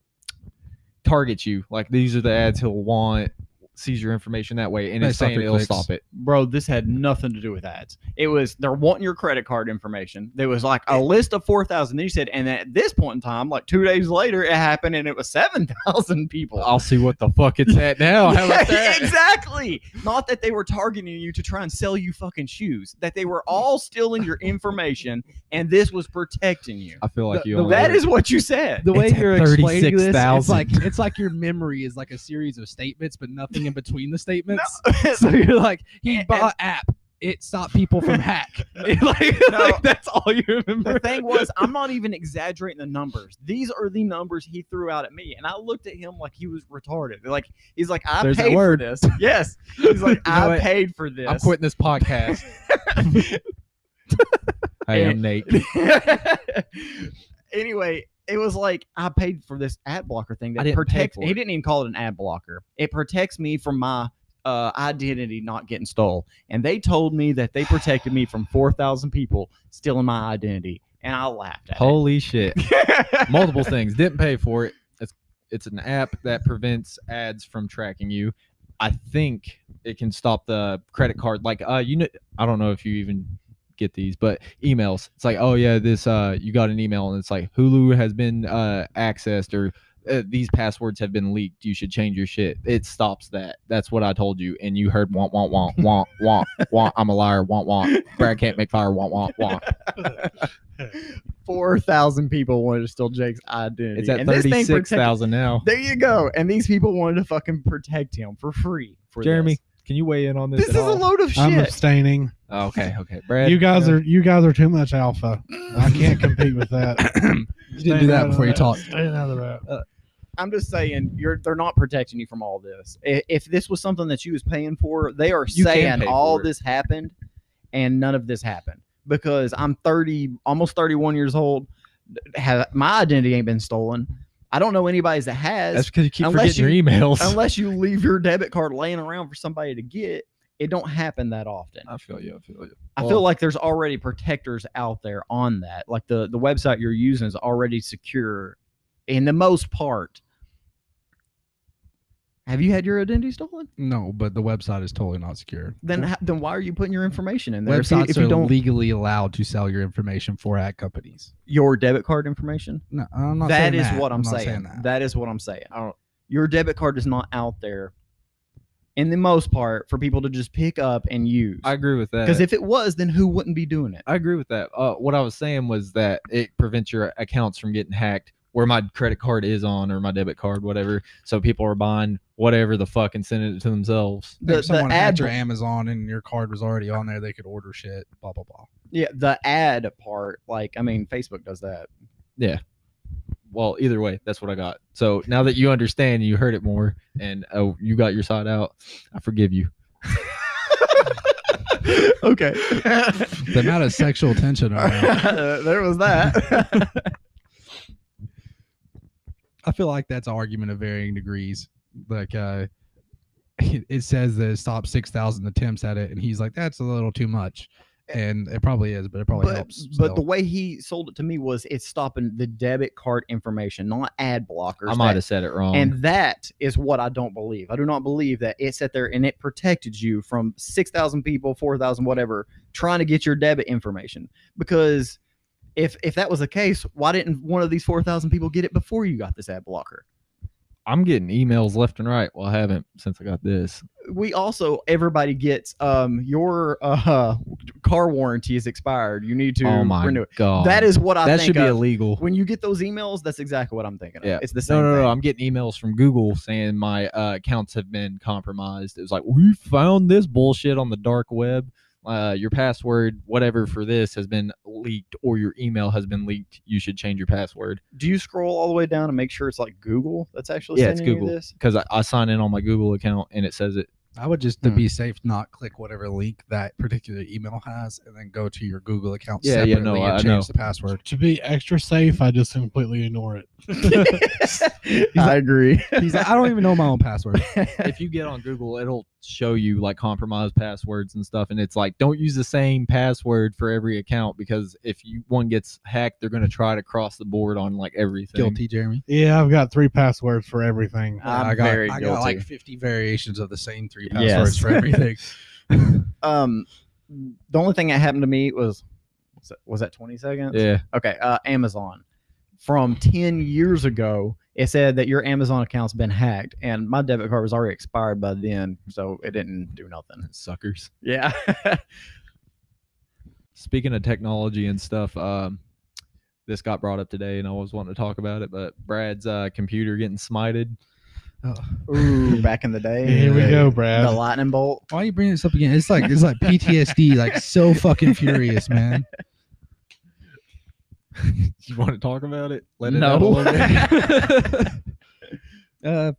[SPEAKER 6] Targets you. Like these are the ads he'll want. Sees your information that way, and it's
[SPEAKER 2] Based off
[SPEAKER 6] saying
[SPEAKER 2] your
[SPEAKER 6] it'll
[SPEAKER 2] clicks.
[SPEAKER 6] stop it.
[SPEAKER 4] Bro, this had nothing to do with ads. It was they're wanting your credit card information. There was like a list of 4,000. Then you said, and at this point in time, like two days later, it happened and it was 7,000 people.
[SPEAKER 6] I'll see what the fuck it's at now. How about that?
[SPEAKER 4] exactly. Not that they were targeting you to try and sell you fucking shoes, that they were all stealing your information and this was protecting you.
[SPEAKER 6] I feel like
[SPEAKER 2] The-
[SPEAKER 6] you.
[SPEAKER 2] the
[SPEAKER 6] only
[SPEAKER 4] That is what you said.
[SPEAKER 2] The way
[SPEAKER 6] It's at
[SPEAKER 2] you're explaining this, it's
[SPEAKER 6] 36,000.
[SPEAKER 2] like it's like your memory is like a series of statements, but nothing in between the statements. So you're like, he
[SPEAKER 4] And-
[SPEAKER 2] bought app. It stopped people from hack. like,
[SPEAKER 4] No.
[SPEAKER 2] like, that's all you remember.
[SPEAKER 4] the thing was, I'm not even exaggerating the numbers. These are the numbers he threw out at me, and I looked at him like he was retarded. Like he's like, I
[SPEAKER 6] There's that
[SPEAKER 4] paid
[SPEAKER 6] word.
[SPEAKER 4] for this. Yes, he's like,
[SPEAKER 6] You know
[SPEAKER 4] I
[SPEAKER 6] what?
[SPEAKER 4] paid for this.
[SPEAKER 6] I'm quitting this podcast. I am Nate.
[SPEAKER 4] anyway, it was like I paid for this ad blocker thing
[SPEAKER 6] I
[SPEAKER 4] that
[SPEAKER 6] didn't pay
[SPEAKER 4] protects.
[SPEAKER 6] for
[SPEAKER 4] He
[SPEAKER 6] it.
[SPEAKER 4] didn't even call it an ad blocker. It protects me from my uh, identity not getting stole. And they told me that they protected me from four thousand people stealing my identity, and I laughed at
[SPEAKER 6] Holy shit!
[SPEAKER 4] it.
[SPEAKER 6] multiple things. Didn't pay for it. It's it's an app that prevents ads from tracking you. I think it can stop the credit card. Like uh, you know, I don't know if you even get these, but emails. It's like, oh yeah, this uh, you got an email, and it's like Hulu has been uh accessed or. Uh, these passwords have been leaked. You should change your shit. It stops that. That's what I told you, and you heard womp womp womp womp womp womp. I'm a liar. Womp womp. Brad can't make fire. Womp womp womp.
[SPEAKER 4] four thousand people wanted to steal Jake's identity.
[SPEAKER 6] It's at
[SPEAKER 4] And this thing
[SPEAKER 6] thirty six
[SPEAKER 4] protect-
[SPEAKER 6] thousand now.
[SPEAKER 4] There you go. And these people wanted to fucking protect him for free. For
[SPEAKER 6] Jeremy, can you weigh in on this?
[SPEAKER 4] this, this is
[SPEAKER 6] at all?
[SPEAKER 4] a load of
[SPEAKER 5] I'm
[SPEAKER 4] shit.
[SPEAKER 5] abstaining.
[SPEAKER 6] Oh, okay, okay. Brad,
[SPEAKER 5] You guys are you guys are too much alpha. I can't compete with that.
[SPEAKER 2] You didn't do that before you talked.
[SPEAKER 5] Stay out of that.
[SPEAKER 4] I'm just saying, you're they're not protecting you from all this. I- If this was something that you was paying for, they are
[SPEAKER 6] You can
[SPEAKER 4] saying
[SPEAKER 6] pay
[SPEAKER 4] all
[SPEAKER 6] for it.
[SPEAKER 4] this happened, and none of this happened because I'm 30, almost 31 years old. Have my identity ain't been stolen. I don't know anybody's that has.
[SPEAKER 6] That's because you keep
[SPEAKER 4] Unless
[SPEAKER 6] forgetting your emails.
[SPEAKER 4] unless you leave your debit card laying around for somebody to get, it don't happen that often.
[SPEAKER 6] I feel you. I feel you.
[SPEAKER 4] I feel like there's already protectors out there on that. Like the the website you're using is already secure in the most part. Have you had your identity stolen?
[SPEAKER 2] No, but the website is totally not secure.
[SPEAKER 4] Then ho- then why are you putting your information in there? If you,
[SPEAKER 2] Websites
[SPEAKER 4] if you
[SPEAKER 2] are
[SPEAKER 4] don't
[SPEAKER 2] legally allowed to sell your information for ad companies.
[SPEAKER 4] your debit card information,
[SPEAKER 2] No, I'm not.
[SPEAKER 4] that
[SPEAKER 2] saying
[SPEAKER 4] is
[SPEAKER 2] that.
[SPEAKER 4] what I'm,
[SPEAKER 2] not
[SPEAKER 4] saying.
[SPEAKER 2] that.
[SPEAKER 4] That is what I'm saying. I don't, your debit card is not out there in the most part for people to just pick up and use.
[SPEAKER 6] I agree with that.
[SPEAKER 4] Because if it was, then who wouldn't be doing it?
[SPEAKER 6] I agree with that. Uh, what I was saying was that it prevents your accounts from getting hacked where my credit card is on or my debit card, whatever. So people are buying whatever the fuck and sending it to themselves.
[SPEAKER 4] The,
[SPEAKER 2] if someone
[SPEAKER 4] the
[SPEAKER 2] had
[SPEAKER 4] ad,
[SPEAKER 2] your Amazon and your card was already on there, they could order shit. Blah blah blah.
[SPEAKER 4] yeah, the ad part. Like, I mean, Facebook does that.
[SPEAKER 6] Well, either way, that's what I got. So now that you understand, you heard it more, and uh, you got your side out. I forgive you.
[SPEAKER 4] okay,
[SPEAKER 2] The amount of sexual tension around.
[SPEAKER 4] there was that.
[SPEAKER 2] I feel like that's an argument of varying degrees. Like uh it, it says that it stopped six thousand attempts at it, and he's like, "That's a little too much," and it probably is, but it probably
[SPEAKER 4] but,
[SPEAKER 2] helps.
[SPEAKER 4] but the
[SPEAKER 2] still.
[SPEAKER 4] way he sold it to me was it's stopping the debit card information, not ad blockers.
[SPEAKER 6] I might
[SPEAKER 4] that-
[SPEAKER 6] have said it wrong.
[SPEAKER 4] And that is what I don't believe. I do not believe that it sat there and it protected you from 6,000 people, 4,000, whatever, trying to get your debit information. Because if if that was the case, why didn't one of these 4,000 people get it before you got this ad blocker?
[SPEAKER 6] I'm getting emails left and right. Well, I haven't since I got this.
[SPEAKER 4] We also, everybody gets um, your uh, car warranty is expired. You need to
[SPEAKER 6] oh my
[SPEAKER 4] renew it.
[SPEAKER 6] god,
[SPEAKER 4] That is what I
[SPEAKER 6] that
[SPEAKER 4] think
[SPEAKER 6] should be
[SPEAKER 4] of.
[SPEAKER 6] illegal.
[SPEAKER 4] when you get those emails, that's exactly what I'm thinking. Of.
[SPEAKER 6] Yeah.
[SPEAKER 4] It's the same
[SPEAKER 6] No, no,
[SPEAKER 4] thing.
[SPEAKER 6] no. I'm getting emails from Google saying my uh, accounts have been compromised. It was like, we found this bullshit on the dark web. Uh, your password, whatever for this, has been leaked or your email has been leaked. You should change your password
[SPEAKER 4] Do you scroll all the way down and make sure it's like Google that's actually
[SPEAKER 6] Yeah, it's
[SPEAKER 4] sending you
[SPEAKER 6] Google.
[SPEAKER 4] this?
[SPEAKER 6] because I, I sign in on my Google account and it says it.
[SPEAKER 2] I would just to
[SPEAKER 4] Hmm.
[SPEAKER 2] be safe, not click whatever link that particular email has, and then go to your Google account
[SPEAKER 6] Yeah,
[SPEAKER 2] separately
[SPEAKER 6] yeah, no,
[SPEAKER 2] and
[SPEAKER 6] I
[SPEAKER 2] change
[SPEAKER 6] know.
[SPEAKER 2] the password.
[SPEAKER 5] To be extra safe, I just completely ignore it.
[SPEAKER 4] I agree.
[SPEAKER 2] He's like, I don't even know my own password.
[SPEAKER 6] if you get on Google, it'll show you like compromised passwords and stuff. And it's like, don't use the same password for every account because if you one gets hacked, they're going to try to cross the board on like everything.
[SPEAKER 2] Guilty, Jeremy.
[SPEAKER 5] Yeah, I've got three passwords for everything.
[SPEAKER 4] I'm
[SPEAKER 2] I got,
[SPEAKER 4] very
[SPEAKER 2] I
[SPEAKER 4] guilty.
[SPEAKER 2] got like 50 variations of the same three
[SPEAKER 4] Yes.
[SPEAKER 2] passwords for everything.
[SPEAKER 4] um, the only thing that happened to me was was that- was that 20 seconds?
[SPEAKER 6] Yeah.
[SPEAKER 4] Okay, uh, Amazon. From 10 years ago, it said that your Amazon account's been hacked, and my debit card was already expired by then, so it didn't do nothing.
[SPEAKER 6] Suckers.
[SPEAKER 4] Yeah.
[SPEAKER 6] Speaking of technology and stuff, um, this got brought up today, and I was wanting to talk about it. But Brad's uh, computer getting smited.
[SPEAKER 2] Oh,
[SPEAKER 4] Ooh, back in the day.
[SPEAKER 5] Here we go,
[SPEAKER 4] The
[SPEAKER 5] Brad.
[SPEAKER 4] lightning bolt.
[SPEAKER 2] Why are you bringing this up again? It's like it's like PTSD, like so fucking furious, man.
[SPEAKER 6] You want to talk about it? out a
[SPEAKER 4] no.
[SPEAKER 6] little bit.
[SPEAKER 2] uh,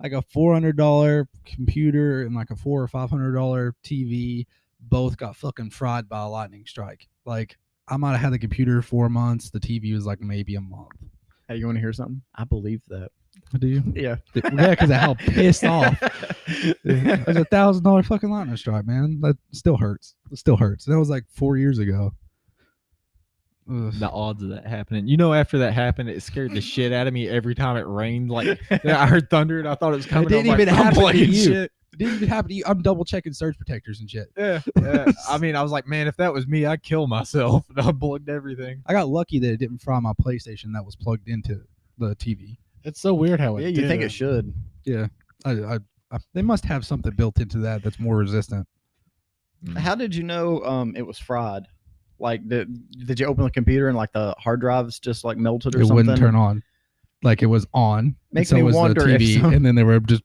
[SPEAKER 2] like a four hundred dollar computer and like a four or five hundred dollar TV both got fucking fried by a lightning strike. Like I might have had the computer four months, the TV was like maybe a month.
[SPEAKER 4] hey, you want to hear something? I believe that.
[SPEAKER 2] Do you?
[SPEAKER 4] Yeah.
[SPEAKER 2] Yeah, because of how pissed off. There's a thousand dollar fucking lightning strike, man. That still hurts. It still hurts. That was like four years ago. Ugh.
[SPEAKER 6] the odds of that happening. You know, after that happened, it scared the shit out of me every time it rained. Like I heard thunder, and I thought it was coming.
[SPEAKER 2] didn't
[SPEAKER 6] I'm like,
[SPEAKER 2] even
[SPEAKER 6] "I'm
[SPEAKER 2] happen to
[SPEAKER 6] playing
[SPEAKER 2] you."
[SPEAKER 6] Shit.
[SPEAKER 2] Didn't even happen to you. I'm double checking surge protectors and shit.
[SPEAKER 6] Yeah, yeah. I mean, I was like, man, if that was me, I'd kill myself. And I plugged everything.
[SPEAKER 2] I got lucky that it didn't fry my PlayStation that was plugged into the TV.
[SPEAKER 5] It's so weird how it
[SPEAKER 4] Yeah, you think
[SPEAKER 5] did.
[SPEAKER 4] it should.
[SPEAKER 2] I, I, I, they must have something built into that that's more resistant.
[SPEAKER 4] How did you know um, it was fried? Like, did, did you open the computer and like the hard drives just like melted or
[SPEAKER 2] it
[SPEAKER 4] something?
[SPEAKER 2] wouldn't turn on. Like it was on. and
[SPEAKER 4] Makes
[SPEAKER 2] so
[SPEAKER 4] me
[SPEAKER 2] was
[SPEAKER 4] wonder
[SPEAKER 2] the
[SPEAKER 4] if
[SPEAKER 2] TV,
[SPEAKER 4] some- Oh,
[SPEAKER 2] and then they were just.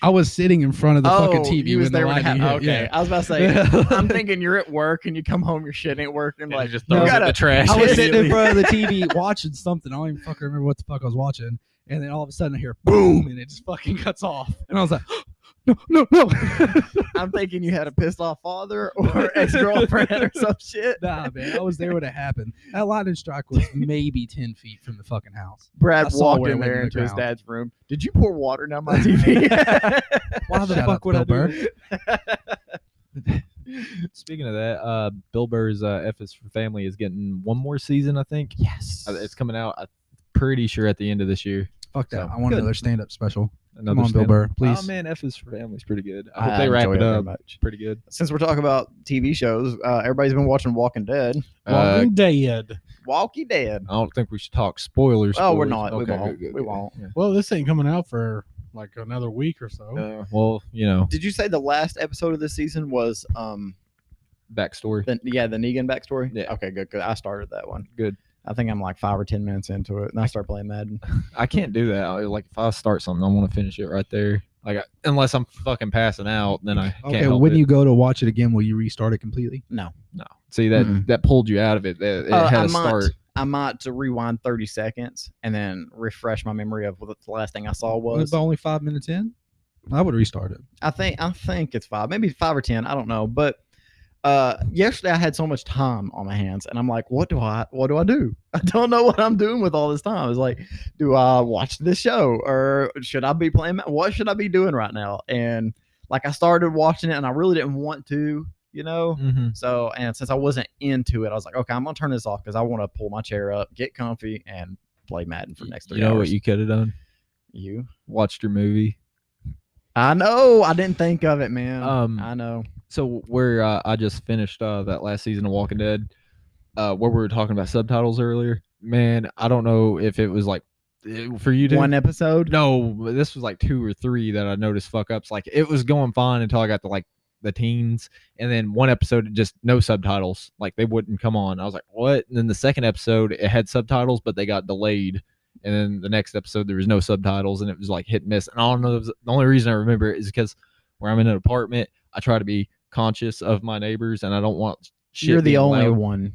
[SPEAKER 2] I was sitting in front of the fucking TV
[SPEAKER 4] you was
[SPEAKER 2] when the
[SPEAKER 4] there when it
[SPEAKER 2] lightning
[SPEAKER 4] happened.
[SPEAKER 2] hit,
[SPEAKER 4] Okay, I was about to say. I'm thinking you're at work and you come home, your shit ain't working. like,
[SPEAKER 6] just
[SPEAKER 4] you
[SPEAKER 2] throws it in
[SPEAKER 4] gotta-
[SPEAKER 6] trash.
[SPEAKER 2] yeah. I was sitting in front of the TV watching something. I don't even fucking remember what the fuck I was watching. And then all of a sudden I hear boom, and it just fucking cuts off. And I was like, no, no, no.
[SPEAKER 4] I'm thinking you had a pissed off father or ex girlfriend or some shit.
[SPEAKER 2] nah, man, I was there when it happened. That lightning strike was maybe ten feet from the fucking house.
[SPEAKER 4] Brad
[SPEAKER 2] I saw
[SPEAKER 4] walked
[SPEAKER 2] where it
[SPEAKER 4] in
[SPEAKER 2] went
[SPEAKER 4] there
[SPEAKER 2] in the
[SPEAKER 4] into his
[SPEAKER 2] ground.
[SPEAKER 4] dad's room. Did you pour water down my TV?
[SPEAKER 6] Why the
[SPEAKER 2] Shout out
[SPEAKER 6] fuck
[SPEAKER 2] to
[SPEAKER 6] would I
[SPEAKER 2] Bill
[SPEAKER 6] do that? Speaking of that, uh, Bill Burr's uh, F is for Family is getting one more season, I think.
[SPEAKER 2] Yes,
[SPEAKER 6] Uh, It's coming out, I'm pretty sure, at the end of this year.
[SPEAKER 2] fuck that.
[SPEAKER 6] so,
[SPEAKER 2] I want
[SPEAKER 6] good.
[SPEAKER 2] another stand-up special.
[SPEAKER 6] Another
[SPEAKER 2] Come on, Bill
[SPEAKER 6] stand-
[SPEAKER 2] Burr, please.
[SPEAKER 6] Oh, man, F is for Family is pretty good. I hope they wrap
[SPEAKER 4] enjoy
[SPEAKER 6] it
[SPEAKER 4] very
[SPEAKER 6] up.
[SPEAKER 4] much.
[SPEAKER 6] Pretty good.
[SPEAKER 4] Since we're talking about TV shows, uh, everybody's been watching Walking Dead.
[SPEAKER 6] Uh,
[SPEAKER 5] Walking Dead.
[SPEAKER 4] Walkie Dead.
[SPEAKER 6] I don't think we should talk spoilers.
[SPEAKER 4] Oh, we're
[SPEAKER 6] spoilers.
[SPEAKER 4] not. We
[SPEAKER 6] Okay,
[SPEAKER 4] won't.
[SPEAKER 6] good, good,
[SPEAKER 4] We
[SPEAKER 6] good.
[SPEAKER 4] won't.
[SPEAKER 6] Yeah.
[SPEAKER 5] Well, this ain't coming out for like another week or so.
[SPEAKER 6] Uh, well, you know,
[SPEAKER 4] Did you say the last episode of this season was um
[SPEAKER 6] backstory.
[SPEAKER 4] the, yeah, the Negan backstory?
[SPEAKER 6] Yeah.
[SPEAKER 4] Okay, good, good. I started that one.
[SPEAKER 6] Good.
[SPEAKER 4] I think I'm like five or ten minutes into it, and I start playing Madden.
[SPEAKER 6] I can't do that. I, like if I start something, I want to finish it right there. Like I, unless I'm fucking passing out, then I can't.
[SPEAKER 2] Okay,
[SPEAKER 6] help
[SPEAKER 2] when
[SPEAKER 6] it.
[SPEAKER 2] you go to watch it again, will you restart it completely?
[SPEAKER 4] No,
[SPEAKER 6] no see that
[SPEAKER 4] Mm-mm.
[SPEAKER 6] that pulled you out of it. That it
[SPEAKER 4] Uh,
[SPEAKER 6] had
[SPEAKER 4] I
[SPEAKER 6] a
[SPEAKER 4] might.
[SPEAKER 6] start.
[SPEAKER 4] I might to rewind thirty seconds and then refresh my memory of what the last thing I saw
[SPEAKER 2] Well, it's
[SPEAKER 4] was.
[SPEAKER 2] only five minutes in. I would restart it.
[SPEAKER 4] I think I think it's five, maybe five or ten. I don't know, but uh yesterday I had so much time on my hands, and I'm like, what do I what do I do? I don't know what I'm doing with all this time. It's like, do I watch this show or should I be playing? What should I be doing right now? And like I started watching it, and I really didn't want to, you know.
[SPEAKER 6] Mhm.
[SPEAKER 4] So and since I wasn't into it, I was like, okay, I'm gonna turn this off because I want to pull my chair up, get comfy, and play Madden for the next three
[SPEAKER 6] You know what
[SPEAKER 4] hours.
[SPEAKER 6] you could have done?
[SPEAKER 4] you?
[SPEAKER 6] Watched your movie.
[SPEAKER 4] I know. I didn't think of it, man.
[SPEAKER 6] Um,
[SPEAKER 4] I know.
[SPEAKER 6] So where uh, I just finished uh, that last season of Walking Dead, uh, where we were talking about subtitles earlier. Man, I don't know if it was like eh, for you to
[SPEAKER 4] One episode.
[SPEAKER 6] No, but this was like two or three that I noticed fuck ups. Like it was going fine until I got to like the teens, and then one episode it just no subtitles. Like they wouldn't come on. I was like, what? And then the second episode it had subtitles, but they got delayed. And then the next episode there was no subtitles, and it was like hit and miss. And I don't know. The only reason I remember it is because where I'm in an apartment, I try to be conscious of my neighbors, and I don't want. Shit
[SPEAKER 4] You're the
[SPEAKER 6] being
[SPEAKER 4] only
[SPEAKER 6] loud.
[SPEAKER 4] one.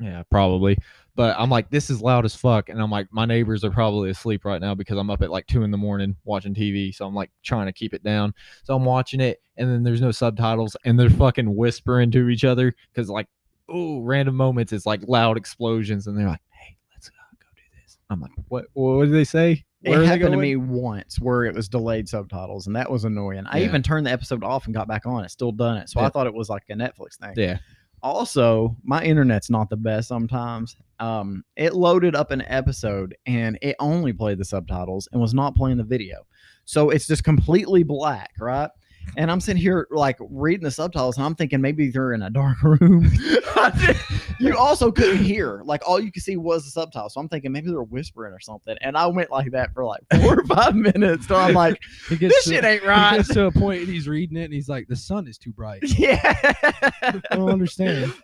[SPEAKER 6] Yeah, probably. But I'm like, this is loud as fuck. And I'm like, my neighbors are probably asleep right now because I'm up at like two in the morning watching TV. So I'm like trying to keep it down. So I'm watching it and then there's no subtitles and they're fucking whispering to each other because like, oh, random moments, it's like loud explosions. And they're like, hey, let's uh, go do this. I'm like, what, what did they say? Where
[SPEAKER 4] it
[SPEAKER 6] are they
[SPEAKER 4] happened to
[SPEAKER 6] going?"
[SPEAKER 4] me once where it was delayed subtitles, and that was annoying. I
[SPEAKER 6] Yeah.
[SPEAKER 4] even turned the episode off and got back on. It still done it, so I
[SPEAKER 6] Yeah.
[SPEAKER 4] thought it was like a Netflix thing.
[SPEAKER 6] Yeah.
[SPEAKER 4] Also, my internet's not the best sometimes. Um, it loaded up an episode and it only played the subtitles and was not playing the video, so it's just completely black, right? And I'm sitting here like reading the subtitles, and I'm thinking maybe they're in a dark room. you also couldn't hear; like all you could see was the subtitles. So I'm thinking maybe they're whispering or something. And I went like that for like four or five minutes. So I'm like,
[SPEAKER 2] He gets
[SPEAKER 4] this
[SPEAKER 2] to,
[SPEAKER 4] shit ain't
[SPEAKER 2] He
[SPEAKER 4] right.
[SPEAKER 2] gets to a point and he's reading it and he's like, "The sun is too bright."
[SPEAKER 4] yeah.
[SPEAKER 5] I don't understand.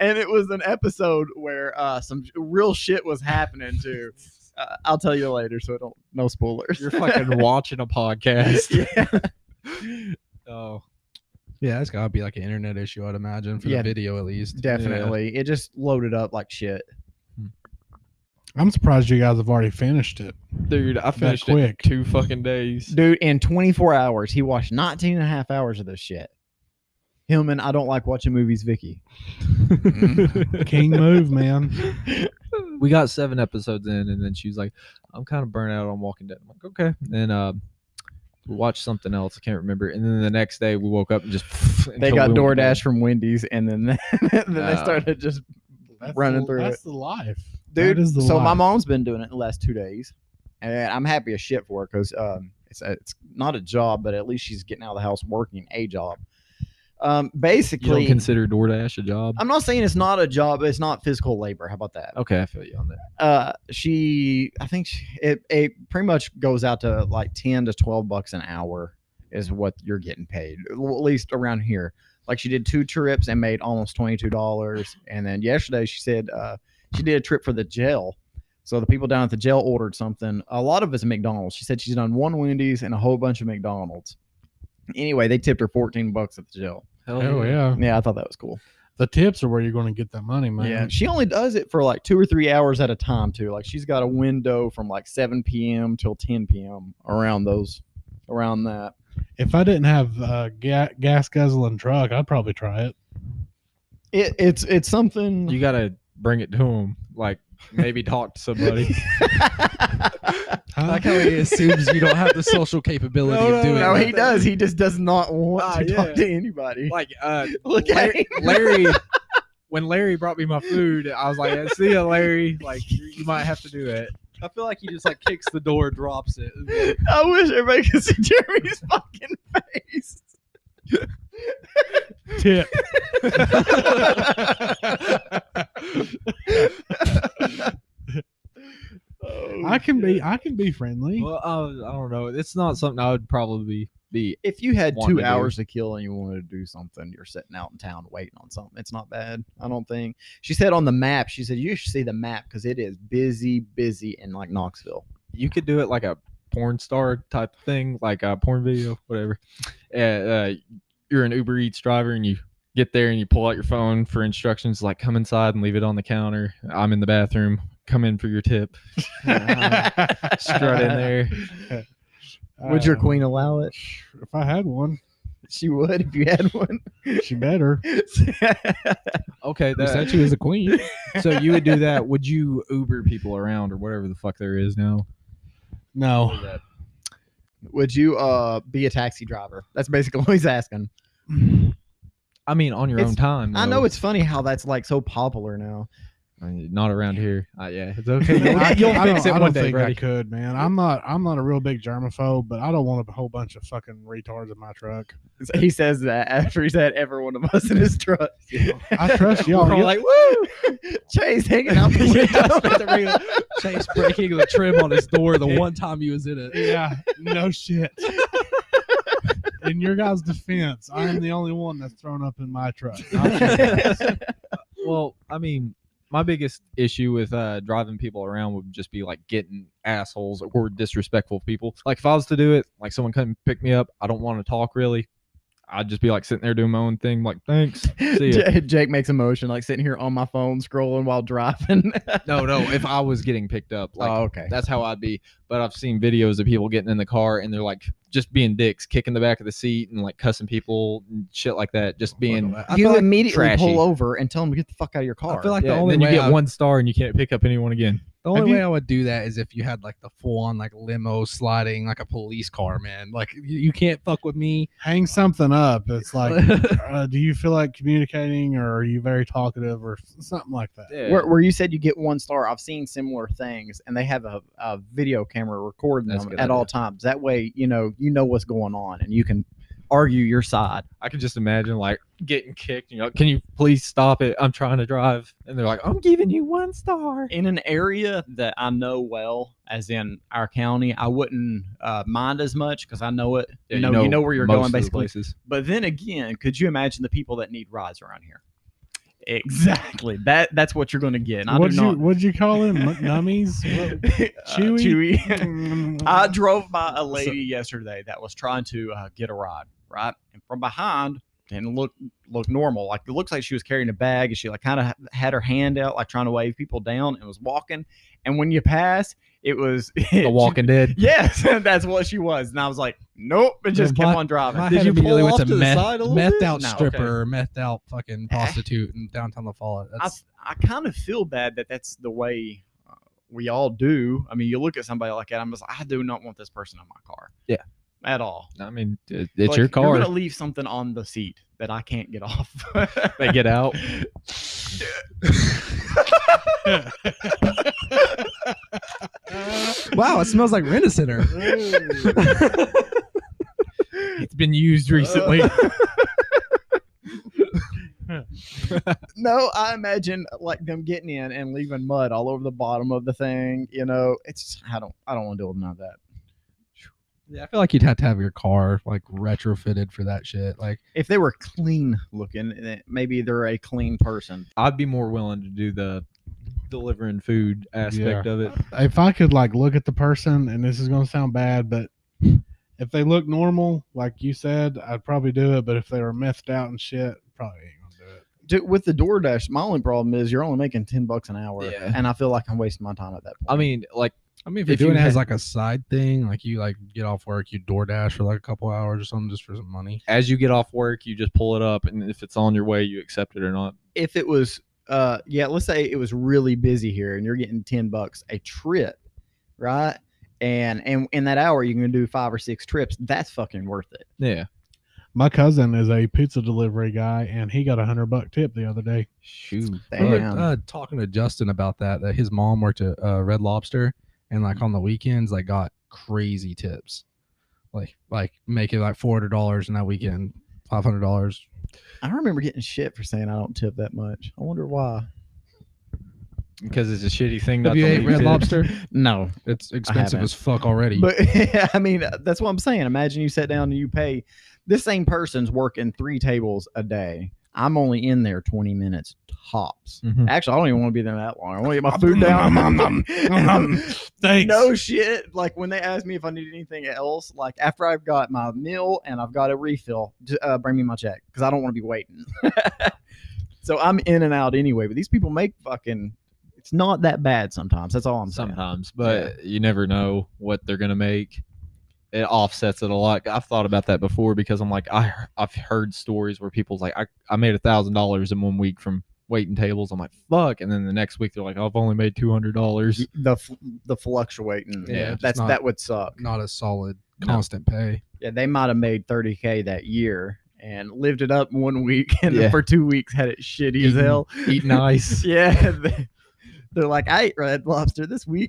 [SPEAKER 4] and it was an episode where uh, some real shit was happening too. Uh, I'll tell you later, so don't no spoilers.
[SPEAKER 6] You're fucking watching a podcast.
[SPEAKER 4] yeah.
[SPEAKER 6] Oh,
[SPEAKER 2] Yeah, that's gotta be like an internet issue, I'd imagine, for
[SPEAKER 4] Yeah.
[SPEAKER 2] the video at least.
[SPEAKER 4] Definitely, it just loaded up like shit.
[SPEAKER 5] I'm surprised you guys have already finished it.
[SPEAKER 6] dude, I finished it
[SPEAKER 5] quick.
[SPEAKER 6] two fucking days.
[SPEAKER 4] Dude, in 24 hours, he watched 19 and a half hours of this shit. Him and I don't like watching movies, Vicky.
[SPEAKER 5] King move, man.
[SPEAKER 6] we got seven episodes in, and then she was like, "I'm kind of burnt out on Walking Dead." I'm like, "Okay." And uh, we watched something else. I can't remember. And then the next day, we woke up and just
[SPEAKER 4] They
[SPEAKER 6] until
[SPEAKER 4] got
[SPEAKER 6] we went to
[SPEAKER 4] DoorDash from Wendy's, and then then they
[SPEAKER 6] Nah.
[SPEAKER 4] started just running
[SPEAKER 5] the,
[SPEAKER 4] through it.
[SPEAKER 5] That's the life,
[SPEAKER 4] dude.
[SPEAKER 5] That is the
[SPEAKER 4] so my
[SPEAKER 5] life.
[SPEAKER 4] mom's been doing it the last two days, and I'm happy as shit for her because um, it's it's not a job, but at least she's getting out of the house working a job. Um,
[SPEAKER 6] bed. You don't
[SPEAKER 4] basically,
[SPEAKER 6] consider DoorDash a job?
[SPEAKER 4] I'm not saying it's not a job, but it's not physical labor. How about that?
[SPEAKER 6] okay, I feel you on that.
[SPEAKER 4] Uh, she, I think she, it it pretty much goes out to like ten to twelve bucks an hour is what you're getting paid, at least around here. Like she did two trips and made almost twenty two dollars, and then yesterday she said uh, she did a trip for the jail. So the people down at the jail ordered something. A lot of it's McDonald's. She said she's done one Wendy's and a whole bunch of McDonald's. Anyway, they tipped her fourteen bucks at the jail.
[SPEAKER 6] Hell
[SPEAKER 5] Oh yeah,
[SPEAKER 4] Yeah, I thought that was cool.
[SPEAKER 5] the tips are where you're going to get that money, man.
[SPEAKER 4] Yeah, she only does it for like two or three hours at a time too. Like she's got a window from like seven p.m. till ten p.m. around those, around that.
[SPEAKER 5] If I didn't have uh, ga- gas guzzling truck, I'd probably try it.
[SPEAKER 4] It, it's it's something.
[SPEAKER 6] You gotta bring it to him. Like maybe talk to somebody.
[SPEAKER 5] Huh?
[SPEAKER 2] like how he assumes you don't have the social capability of doing
[SPEAKER 4] no,
[SPEAKER 2] it.
[SPEAKER 4] he does. He just does not want
[SPEAKER 6] Ah,
[SPEAKER 4] to
[SPEAKER 6] yeah.
[SPEAKER 4] talk to anybody.
[SPEAKER 6] like uh,
[SPEAKER 4] Look at him.
[SPEAKER 6] Larry. When Larry brought me my food, I was like, "See ya, Larry. Like you you might have to do it." I feel like he just like kicks the door, drops it.
[SPEAKER 4] I wish everybody could see Jeremy's fucking face.
[SPEAKER 5] Tip.
[SPEAKER 4] Oh,
[SPEAKER 5] I can be
[SPEAKER 4] shit.
[SPEAKER 5] I can be friendly.
[SPEAKER 6] Well, I, I don't know. It's not something I would probably be.
[SPEAKER 4] If you had
[SPEAKER 6] Want
[SPEAKER 4] two
[SPEAKER 6] to do.
[SPEAKER 4] hours to kill and you wanted to do something, you're sitting out in town waiting on something. It's not bad, I don't think. She said on the map, she said you should see the map because it is busy, busy in like Knoxville.
[SPEAKER 6] You could do it like a porn star type thing, like a porn video, whatever. Uh, uh, you're an Uber Eats driver, and you get there and you pull out your phone for instructions, like come inside and leave it on the counter. I'm in the bathroom. Come in for your tip. Strut in there.
[SPEAKER 4] Would your
[SPEAKER 5] Uh,
[SPEAKER 4] queen allow it?
[SPEAKER 5] If I had one,
[SPEAKER 4] She would if you had one.
[SPEAKER 5] she better.
[SPEAKER 6] Okay,
[SPEAKER 2] You
[SPEAKER 6] that,
[SPEAKER 2] said she was a queen.
[SPEAKER 6] so you would do that. Would you Uber people around or whatever the fuck there is now?
[SPEAKER 5] No,
[SPEAKER 4] would you uh be a taxi driver? That's basically what he's asking.
[SPEAKER 6] I mean, on your
[SPEAKER 4] It's-
[SPEAKER 6] own time.
[SPEAKER 4] I know
[SPEAKER 6] though.
[SPEAKER 4] it's funny how that's like so popular now.
[SPEAKER 6] I mean, not around here. Uh, yeah, it's okay. You'll,
[SPEAKER 5] I-
[SPEAKER 6] you'll
[SPEAKER 5] I
[SPEAKER 6] fix it
[SPEAKER 5] don't- I
[SPEAKER 6] one
[SPEAKER 5] don't
[SPEAKER 6] day,
[SPEAKER 5] think I
[SPEAKER 6] Brady.
[SPEAKER 5] could, man. I'm not I'm not a real big germaphobe, but I don't want a whole bunch of fucking retards in my truck.
[SPEAKER 4] He says that after he's had every one of us in his truck.
[SPEAKER 5] I trust y'all.
[SPEAKER 4] We're all
[SPEAKER 5] You-
[SPEAKER 4] like, woo! Chase hanging out the window.
[SPEAKER 2] Chase breaking the trim on his door the one time he was in it.
[SPEAKER 5] yeah, no shit. in your guys' defense, I am the only one that's thrown up in my truck.
[SPEAKER 6] Well, I mean, my biggest issue with uh, driving people around would just be like getting assholes or disrespectful people. Like if I was to do it, like someone come pick me up, I don't want to talk really. I'd just be like sitting there doing my own thing, like thanks. See ya.
[SPEAKER 4] J- Jake makes a motion, like sitting here on my phone scrolling while driving.
[SPEAKER 6] no, no. If I was getting picked up, like
[SPEAKER 4] Oh, okay.
[SPEAKER 6] that's how I'd be. But I've seen videos of people getting in the car and they're like just being dicks, kicking the back of the seat and like cussing people and shit like that. Just being
[SPEAKER 2] I
[SPEAKER 4] You
[SPEAKER 2] feel like,
[SPEAKER 4] immediately
[SPEAKER 6] trashy.
[SPEAKER 4] pull over and tell him to get the fuck out of your car.
[SPEAKER 2] I feel like
[SPEAKER 6] Yeah,
[SPEAKER 2] the
[SPEAKER 6] and
[SPEAKER 2] only
[SPEAKER 6] then
[SPEAKER 2] way
[SPEAKER 6] you get
[SPEAKER 2] I,
[SPEAKER 6] one star and you can't pick up anyone again.
[SPEAKER 2] the only
[SPEAKER 5] Have you-
[SPEAKER 2] way I would do that is if you had like the full on like limo sliding like a police car, man. Like you, you can't fuck with me.
[SPEAKER 5] Hang something up. It's like, uh, do you feel like communicating, or are you very talkative, or something like that?
[SPEAKER 4] where, where you said you get one star, I've seen similar things, and they have a, a video camera recording
[SPEAKER 6] That's a
[SPEAKER 4] them
[SPEAKER 6] good
[SPEAKER 4] at all
[SPEAKER 6] idea.
[SPEAKER 4] times. That way, you know, you know what's going on, and you can argue your side.
[SPEAKER 6] I can just imagine like getting kicked. You know, can you please stop it? I'm trying to drive, and they're like, I'm giving you one star.
[SPEAKER 3] in an area that I know well, as in our county, I wouldn't uh, mind as much because I know it. you, know, you know where you're going, basically.
[SPEAKER 6] Places.
[SPEAKER 3] But then again, could you imagine the people that need rides around here? Exactly. That that's what you're going to get. And I
[SPEAKER 5] What'd
[SPEAKER 3] do
[SPEAKER 5] you
[SPEAKER 3] not.
[SPEAKER 5] what'd you call him? Nummies? What-
[SPEAKER 3] Uh,
[SPEAKER 5] Chewy?
[SPEAKER 3] Chewy. I drove by a lady yesterday that was trying to uh, get a ride, right? And from behind, and look look normal. Like it looks like she was carrying a bag, and she like kind of had her hand out, like trying to wave people down, and was walking. And when you pass, it was
[SPEAKER 6] The Walking Dead.
[SPEAKER 3] Yes, that's what she was. And I was like, nope, and just
[SPEAKER 2] Yeah,
[SPEAKER 3] kept
[SPEAKER 2] my-
[SPEAKER 3] on driving.
[SPEAKER 2] Did you pull
[SPEAKER 3] off
[SPEAKER 2] with
[SPEAKER 3] to the
[SPEAKER 2] a meth,
[SPEAKER 3] side a little
[SPEAKER 2] methed
[SPEAKER 3] bit?
[SPEAKER 2] out
[SPEAKER 3] No, okay. Eh.
[SPEAKER 2] stripper, methed out fucking prostitute in downtown La Follette?
[SPEAKER 3] I,
[SPEAKER 2] That's
[SPEAKER 3] I kind of feel bad that that's the way uh, we all do. I mean, you look at somebody like that, I'm just like, I do not want this person in my car.
[SPEAKER 6] Yeah.
[SPEAKER 3] At all.
[SPEAKER 6] I mean, it- it's
[SPEAKER 3] Like,
[SPEAKER 6] your car.
[SPEAKER 3] You're going to leave something on the seat that I can't get off.
[SPEAKER 6] They get out.
[SPEAKER 2] wow. It smells like Rent a Center.
[SPEAKER 6] It's been used recently.
[SPEAKER 3] Uh.
[SPEAKER 4] No, I imagine like them getting in and leaving mud all over the bottom of the thing. You know, it's I don't I don't want to deal with none of that.
[SPEAKER 2] Yeah, I feel like you'd have to have your car like retrofitted for that shit. Like
[SPEAKER 4] If they were clean looking, then maybe they're a clean person.
[SPEAKER 6] I'd be more willing to do the delivering food aspect of it.
[SPEAKER 5] if I could like look at the person, and this is gonna sound bad, but if they look normal, like you said, I'd probably do it. But if they were methed out and shit, probably ain't gonna do it.
[SPEAKER 4] Dude, with the DoorDash, my only problem is you're only making ten bucks an hour,
[SPEAKER 6] Yeah.
[SPEAKER 4] and I feel like I'm wasting my time at that point.
[SPEAKER 6] I mean, like
[SPEAKER 2] I mean, if you're
[SPEAKER 6] if
[SPEAKER 2] doing
[SPEAKER 6] you
[SPEAKER 2] it as
[SPEAKER 6] had-
[SPEAKER 2] like a side thing, like you like get off work, you DoorDash for like a couple hours or something just for some money.
[SPEAKER 6] As you get off work, you just pull it up, and if it's on your way, you accept it or not.
[SPEAKER 4] if it was uh yeah let's say it was really busy here and you're getting 10 bucks a trip right and and in that hour you can do five or six trips that's fucking worth it
[SPEAKER 6] Yeah.
[SPEAKER 5] My cousin is a pizza delivery guy, and he got a hundred buck tip the other day.
[SPEAKER 6] Shoot.
[SPEAKER 2] I remember,
[SPEAKER 4] Damn.
[SPEAKER 2] uh, talking to Justin about that, that his mom worked at uh, Red Lobster and
[SPEAKER 4] Mm-hmm.
[SPEAKER 2] like on the weekends, like got crazy tips, like like making like four hundred dollars in that weekend, five hundred dollars.
[SPEAKER 4] i remember getting shit for saying i don't tip that much i wonder why
[SPEAKER 6] Because it's a shitty thing. Not
[SPEAKER 2] Have you
[SPEAKER 6] to
[SPEAKER 2] ate
[SPEAKER 6] leave
[SPEAKER 2] Red
[SPEAKER 6] tips.
[SPEAKER 2] Lobster?
[SPEAKER 4] no
[SPEAKER 2] It's expensive
[SPEAKER 4] haven't.
[SPEAKER 2] as fuck already.
[SPEAKER 4] but i mean that's what i'm saying imagine you sit down and you pay this same person's working three tables a day i'm only in there 20 minutes tops
[SPEAKER 6] Mhm.
[SPEAKER 4] actually i don't even want to be there that long i want to get my food down And I'm-
[SPEAKER 5] Thanks.
[SPEAKER 4] No shit. Like when they asked me if I needed anything else, like after I've got my meal and I've got a refill, j- uh, bring me my check because I don't want to be waiting. so I'm in and out anyway. But these people make fucking. It's not that bad sometimes. That's all I'm saying.
[SPEAKER 6] sometimes, but you never know what they're gonna make. It offsets it a lot. I've thought about that before because I'm like I I've heard stories where people's like I, I made a thousand dollars in one week from waiting tables. I'm like fuck, and then the next week they're like "Oh, I've only made two hundred dollars.
[SPEAKER 4] The f- the fluctuating.
[SPEAKER 6] Yeah,
[SPEAKER 4] Yeah,
[SPEAKER 6] just
[SPEAKER 4] that's
[SPEAKER 2] not-
[SPEAKER 4] that would suck.
[SPEAKER 2] Not a solid
[SPEAKER 6] No.
[SPEAKER 2] constant pay.
[SPEAKER 4] Yeah, they might have made 30k that year and lived it up one week, and
[SPEAKER 6] Yeah. Mm-hmm.
[SPEAKER 4] then for two weeks had it shitty as
[SPEAKER 6] Eating-
[SPEAKER 4] hell.
[SPEAKER 6] Eat nice.
[SPEAKER 4] Yeah. They, they're like, I ate red lobster this week.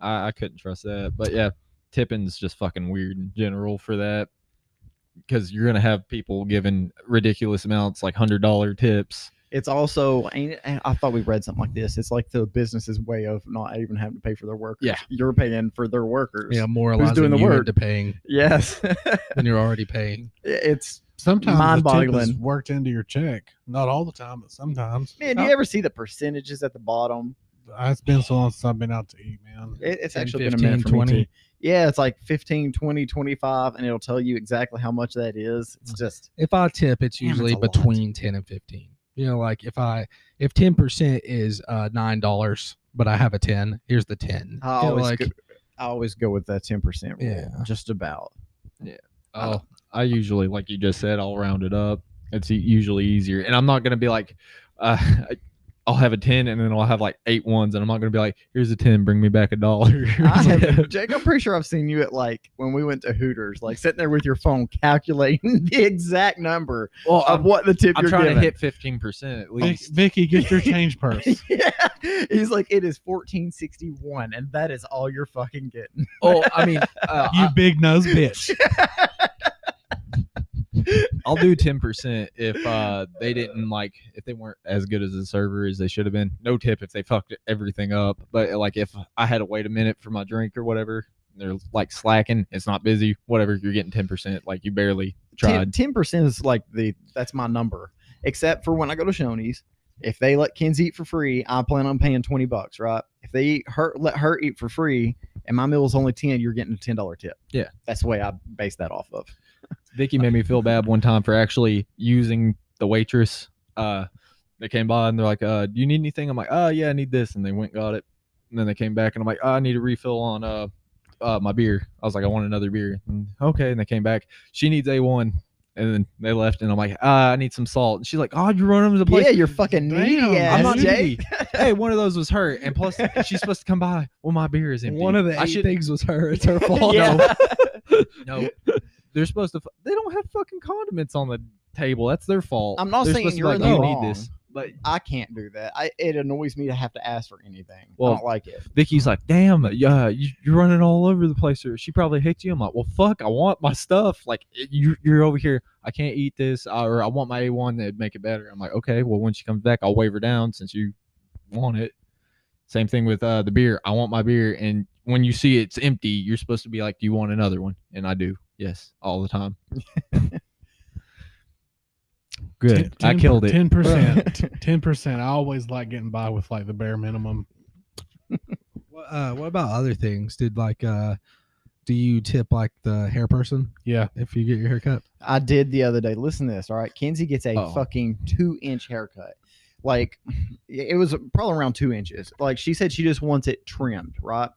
[SPEAKER 6] I, I couldn't trust that, but yeah, tipping's just fucking weird in general for that because you're gonna have people giving ridiculous amounts like hundred dollar tips.
[SPEAKER 4] it's also ain't it- I thought we read something like this. It's like the business's way of not even having to pay for their workers.
[SPEAKER 6] Yeah.
[SPEAKER 4] You're paying for their workers.
[SPEAKER 2] Yeah, moralizing
[SPEAKER 4] doing the
[SPEAKER 2] you
[SPEAKER 4] work?
[SPEAKER 2] into paying
[SPEAKER 4] Yes.
[SPEAKER 2] when you're already paying.
[SPEAKER 4] it's
[SPEAKER 5] Sometimes the tip is
[SPEAKER 4] Mind-boggling.
[SPEAKER 5] worked into your check. Not all the time, but sometimes.
[SPEAKER 4] man, do
[SPEAKER 2] Uh,
[SPEAKER 4] you ever see the percentages at the bottom?
[SPEAKER 5] I, it's been so long since I've been out to eat, man.
[SPEAKER 4] It, it's
[SPEAKER 2] 10,
[SPEAKER 4] actually been a minute
[SPEAKER 2] 15,
[SPEAKER 4] for me
[SPEAKER 2] 20.
[SPEAKER 4] too. Yeah, it's like 15, 20, 25, and it'll tell you exactly how much that is.
[SPEAKER 2] Mm.
[SPEAKER 4] It's just
[SPEAKER 2] If I tip, it's
[SPEAKER 4] Damn, it's
[SPEAKER 2] usually
[SPEAKER 4] a lot.
[SPEAKER 2] between ten and fifteen. You know, like if I if ten percent is uh nine dollars, but I have a ten, here's the ten.
[SPEAKER 4] I
[SPEAKER 2] You know,
[SPEAKER 4] always
[SPEAKER 2] like
[SPEAKER 4] go, I always go with that ten percent rule.
[SPEAKER 2] Yeah.
[SPEAKER 4] Just about.
[SPEAKER 6] Oh, I usually, like you just said, I'll round it up. It's u- usually easier, and I'm not gonna be like, uh, I'll have a ten, and then I'll have like eight ones, and I'm not gonna be like, here's a ten, bring me back a dollar.
[SPEAKER 4] I have, Jake, I'm pretty sure I've seen you at like when we went to Hooters, like sitting there with your phone calculating the exact number
[SPEAKER 6] well,
[SPEAKER 4] of what the tip
[SPEAKER 6] Oh, I'm
[SPEAKER 4] you're
[SPEAKER 6] trying
[SPEAKER 4] giving.
[SPEAKER 6] to hit fifteen percent at
[SPEAKER 5] Vic,
[SPEAKER 6] least.
[SPEAKER 5] Vicky, get your change purse.
[SPEAKER 4] yeah. He's like, it is 1461, and that is all you're fucking getting.
[SPEAKER 6] oh, I mean, uh,
[SPEAKER 5] you big nose bitch.
[SPEAKER 6] I'll do ten percent if uh, they didn't like if they weren't as good as the server as they should have been. No tip if they fucked everything up. But like if I had to wait a minute for my drink or whatever, they're like slacking. It's not busy. Whatever, you're getting ten percent. Like you barely tried.
[SPEAKER 4] 10 percent is like the that's my number, except for when I go to Shoney's. If they let Ken's eat for free, I plan on paying 20 bucks, right? If they eat her, let her eat for free, and my meal is only 10, you're getting a $10 tip.
[SPEAKER 6] Yeah.
[SPEAKER 4] That's the way I base that off of.
[SPEAKER 6] Vicky made me feel bad one time for actually using the waitress. Uh, they came by and they're like, uh, "Do you need anything?" I'm like, "Oh yeah, I need this," and they went and got it. And then they came back and I'm like, "I need a refill on uh, uh, my beer." I was like, "I want another beer." And, okay, and they came back. She needs a one, and then they left. And I'm like, "Ah, I need some salt." And she's like, "Oh, you run them to the place."
[SPEAKER 4] yeah, you're fucking
[SPEAKER 5] Damn,
[SPEAKER 4] needy
[SPEAKER 5] I'm
[SPEAKER 4] ass,
[SPEAKER 6] I'm not
[SPEAKER 4] Jake.
[SPEAKER 6] needy. hey, one of those was her, and plus she's supposed to come by. Well, my beer is empty.
[SPEAKER 2] one of the
[SPEAKER 6] I
[SPEAKER 2] eight
[SPEAKER 6] should-
[SPEAKER 2] things was her. It's her fault.
[SPEAKER 4] Yeah.
[SPEAKER 6] No, they're supposed to. fu- They don't have fucking condiments on the table. That's their fault.
[SPEAKER 4] I'm not
[SPEAKER 6] They're
[SPEAKER 4] saying
[SPEAKER 6] supposed to be
[SPEAKER 4] you're in
[SPEAKER 6] like,
[SPEAKER 4] the
[SPEAKER 6] "You
[SPEAKER 4] wrong,
[SPEAKER 6] But
[SPEAKER 4] I can't do that. I, it annoys me to have to ask for anything.
[SPEAKER 6] Well,
[SPEAKER 4] I don't like it.
[SPEAKER 6] Vicky's like, "Damn, yeah, you, you're running all over the place." Or she probably hates you. I'm like, "Well, fuck, I want my stuff. Like, it- you, you're over here. I can't eat this, uh, or I want my A1 that'd make it better." I'm like, "Okay, well, when she comes back, I'll wave her down since you want it." Same thing with uh, the beer. I want my beer, and when you see it's empty, you're supposed to be like, "Do you want another one?" And I do. Yes, all the time. Good. I killed it.
[SPEAKER 5] Ten percent. Ten percent. I always like getting by with like the bare minimum.
[SPEAKER 2] What, uh, what about other things? Did like uh do you tip like the hair person
[SPEAKER 5] Yeah.
[SPEAKER 2] if you get your hair cut?
[SPEAKER 4] I did the other day. Listen to this. All right. Kenzie gets a
[SPEAKER 6] Oh.
[SPEAKER 4] fucking two inch haircut. Like it was probably around two inches. Like she said she just wants it trimmed, right?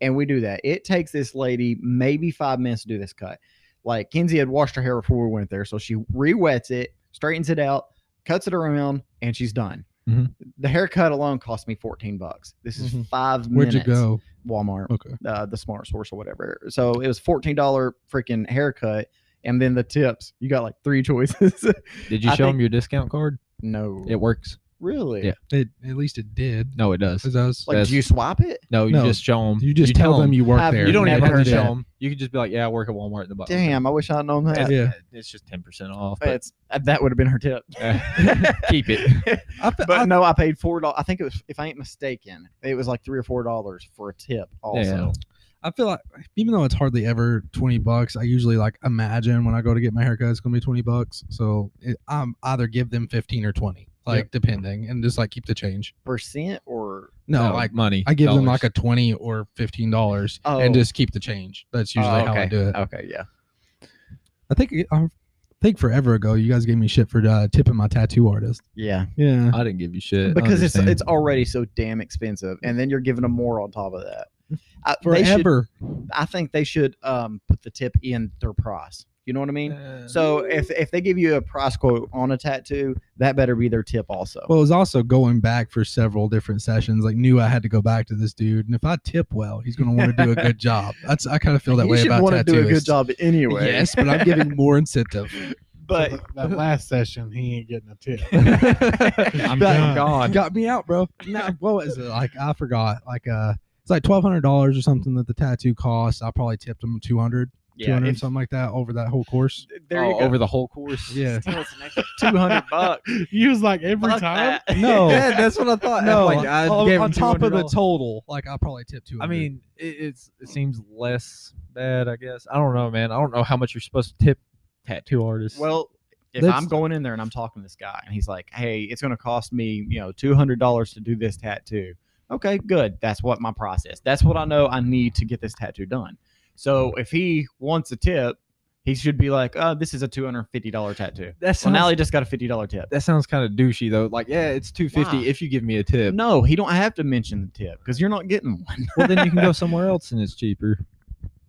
[SPEAKER 4] and we do that. It takes this lady maybe five minutes to do this cut. Like Kenzie had washed her hair before we went there, so she re-wets it, straightens it out, cuts it around, and she's done.
[SPEAKER 2] Mm-hmm.
[SPEAKER 6] Mhm.
[SPEAKER 4] The haircut alone cost me fourteen bucks. This is
[SPEAKER 6] Mhm.
[SPEAKER 4] 5
[SPEAKER 2] Where'd you
[SPEAKER 4] minutes.
[SPEAKER 2] go?
[SPEAKER 4] Walmart
[SPEAKER 2] Okay.
[SPEAKER 4] uh, the smart source or whatever. So it was fourteen dollar freaking haircut, and then the tips. You got like three choices.
[SPEAKER 6] Did you
[SPEAKER 4] I
[SPEAKER 6] show
[SPEAKER 4] think-
[SPEAKER 6] them your discount card?
[SPEAKER 4] no,
[SPEAKER 6] It works.
[SPEAKER 4] really.
[SPEAKER 6] Yeah.
[SPEAKER 2] It, at least it did.
[SPEAKER 6] No, it does.
[SPEAKER 2] Because I was-
[SPEAKER 4] Like,
[SPEAKER 6] That's-
[SPEAKER 4] do you swap it?
[SPEAKER 6] No, you
[SPEAKER 2] No,
[SPEAKER 6] just show them.
[SPEAKER 2] you just tell them you work
[SPEAKER 4] I've-
[SPEAKER 2] there.
[SPEAKER 6] You don't even
[SPEAKER 4] Never
[SPEAKER 6] have
[SPEAKER 4] heard
[SPEAKER 6] to show
[SPEAKER 4] of that.
[SPEAKER 6] them. You can just be like, "Yeah, I work at Walmart." In the
[SPEAKER 2] Uh,
[SPEAKER 6] bottom.
[SPEAKER 4] Damn, I wish I'd known that.
[SPEAKER 2] Yeah.
[SPEAKER 6] it's just ten percent off. But uh,
[SPEAKER 4] It's uh, that would have been her tip.
[SPEAKER 6] keep it.
[SPEAKER 2] I, fe-
[SPEAKER 4] But
[SPEAKER 2] I,
[SPEAKER 4] no, I paid four dollars. I think it was, if I ain't mistaken, it was like three or four dollars for a tip. Also,
[SPEAKER 2] I feel like even though it's hardly ever twenty bucks, I usually like imagine when I go to get my haircut, it's gonna be twenty bucks. So it, I'm either give them fifteen or twenty, like depending, and just like keep the change.
[SPEAKER 4] percent or
[SPEAKER 2] No,
[SPEAKER 6] No,
[SPEAKER 2] like
[SPEAKER 6] money.
[SPEAKER 2] I give them like a
[SPEAKER 6] dollars.
[SPEAKER 2] twenty or fifteen dollars
[SPEAKER 4] Oh.
[SPEAKER 2] and just keep the change. That's usually
[SPEAKER 4] Oh,
[SPEAKER 2] how I
[SPEAKER 4] okay.
[SPEAKER 2] do it.
[SPEAKER 4] okay, yeah.
[SPEAKER 2] I think I think forever ago, you guys gave me shit for uh, tipping my tattoo artist.
[SPEAKER 4] Yeah,
[SPEAKER 2] Yeah,
[SPEAKER 6] I didn't give you shit.
[SPEAKER 4] because it's
[SPEAKER 2] understand.
[SPEAKER 4] it's already so damn expensive, and then you're giving them more on top of that. I, they should-
[SPEAKER 2] forever.
[SPEAKER 4] I think they should um, put the tip in their price. You know what I mean? so if if they give you a price quote on a tattoo, that better be their tip also.
[SPEAKER 2] Well, it was also going back for several different sessions. Like, knew I had to go back to this dude, and if I tip well, he's going to want to do a good job. That's I kind of feel that
[SPEAKER 4] you
[SPEAKER 2] way
[SPEAKER 4] should
[SPEAKER 2] about
[SPEAKER 4] want to do a good
[SPEAKER 2] tattooists.
[SPEAKER 4] job anyway.
[SPEAKER 2] Yes, but I'm giving more incentive.
[SPEAKER 4] but
[SPEAKER 5] that last session, he ain't getting a tip.
[SPEAKER 6] I'm
[SPEAKER 2] Like,
[SPEAKER 6] gone.
[SPEAKER 2] Got me out, bro. Nah, what was it? Like I forgot. Like uh, it's like twelve hundred dollars or something that the tattoo costs. I probably tipped him 200
[SPEAKER 4] yeah,
[SPEAKER 2] 200
[SPEAKER 4] if-
[SPEAKER 2] something like that over that whole course.
[SPEAKER 4] there
[SPEAKER 6] Oh,
[SPEAKER 4] you go.
[SPEAKER 6] over the whole course.
[SPEAKER 2] Yeah.
[SPEAKER 4] Still, it's an extra two hundred bucks.
[SPEAKER 5] you was like every
[SPEAKER 4] Fuck
[SPEAKER 5] time.
[SPEAKER 4] that.
[SPEAKER 2] No.
[SPEAKER 6] Yeah, that's what I thought.
[SPEAKER 2] No,
[SPEAKER 6] I'm like, I
[SPEAKER 2] on,
[SPEAKER 6] gave
[SPEAKER 2] on
[SPEAKER 6] him
[SPEAKER 2] top of the
[SPEAKER 6] $200.
[SPEAKER 2] total, like I probably tipped two.
[SPEAKER 6] I mean, it, it's it seems less bad, I guess. I don't know, man. I don't know how much you're supposed to tip tattoo artists.
[SPEAKER 4] Well, if
[SPEAKER 2] Let's-
[SPEAKER 4] I'm going in there and I'm talking to this guy and he's like, "Hey, it's going to cost me, you know, two hundred dollars to do this tattoo." Okay, good. That's what my process. That's what I know I need to get this tattoo done. So if he wants a tip, he should be like, "Oh, this is a two hundred fifty dollar tattoo."
[SPEAKER 6] that
[SPEAKER 4] So
[SPEAKER 6] sounds
[SPEAKER 4] now he just got a fifty dollar tip.
[SPEAKER 6] that sounds kind of douchey though. Like, yeah, it's two fifty
[SPEAKER 4] Why?
[SPEAKER 6] if you give me a tip.
[SPEAKER 4] No, he don't have to mention the tip because you're not getting one.
[SPEAKER 6] well, then you can go somewhere else and it's cheaper.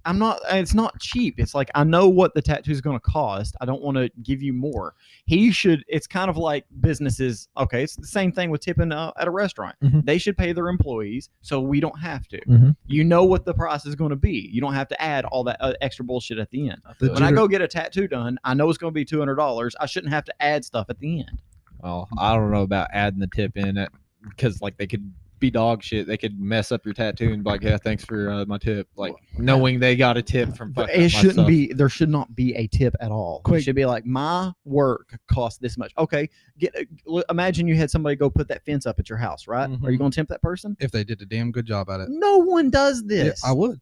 [SPEAKER 4] I'm not. uh, It's not cheap. It's like I know what the tattoo is going to cost. I don't want to give you more. He should. It's kind of like businesses. Okay, it's the same thing with tipping uh, at a restaurant.
[SPEAKER 6] Mhm.
[SPEAKER 4] They should pay their employees, so we don't have to.
[SPEAKER 6] Mhm.
[SPEAKER 4] You know what the price is going to be. You don't have to add all that uh, extra bullshit at the end.
[SPEAKER 2] the
[SPEAKER 4] When I go get a tattoo done, I know it's going to be two hundred dollars. I shouldn't have to add stuff at the end.
[SPEAKER 6] Oh, I don't know about adding the tip in it because like they could be dog shit. They could mess up your tattoo and be like, yeah, thanks for uh, my tip. Like knowing they got a tip from fucking up my
[SPEAKER 4] it shouldn't
[SPEAKER 6] stuff.
[SPEAKER 4] be. There should not be a tip at all. It
[SPEAKER 2] Quick-
[SPEAKER 4] should be like my work cost this much. Okay, get. uh, l- Imagine you had somebody go put that fence up at your house, right?
[SPEAKER 2] Mm-hmm.
[SPEAKER 4] Are you
[SPEAKER 6] Mhm.
[SPEAKER 4] going to tempt that person?
[SPEAKER 2] if they did a damn good job at it,
[SPEAKER 4] No one does
[SPEAKER 2] Uh, Yeah,
[SPEAKER 4] this.
[SPEAKER 2] I would.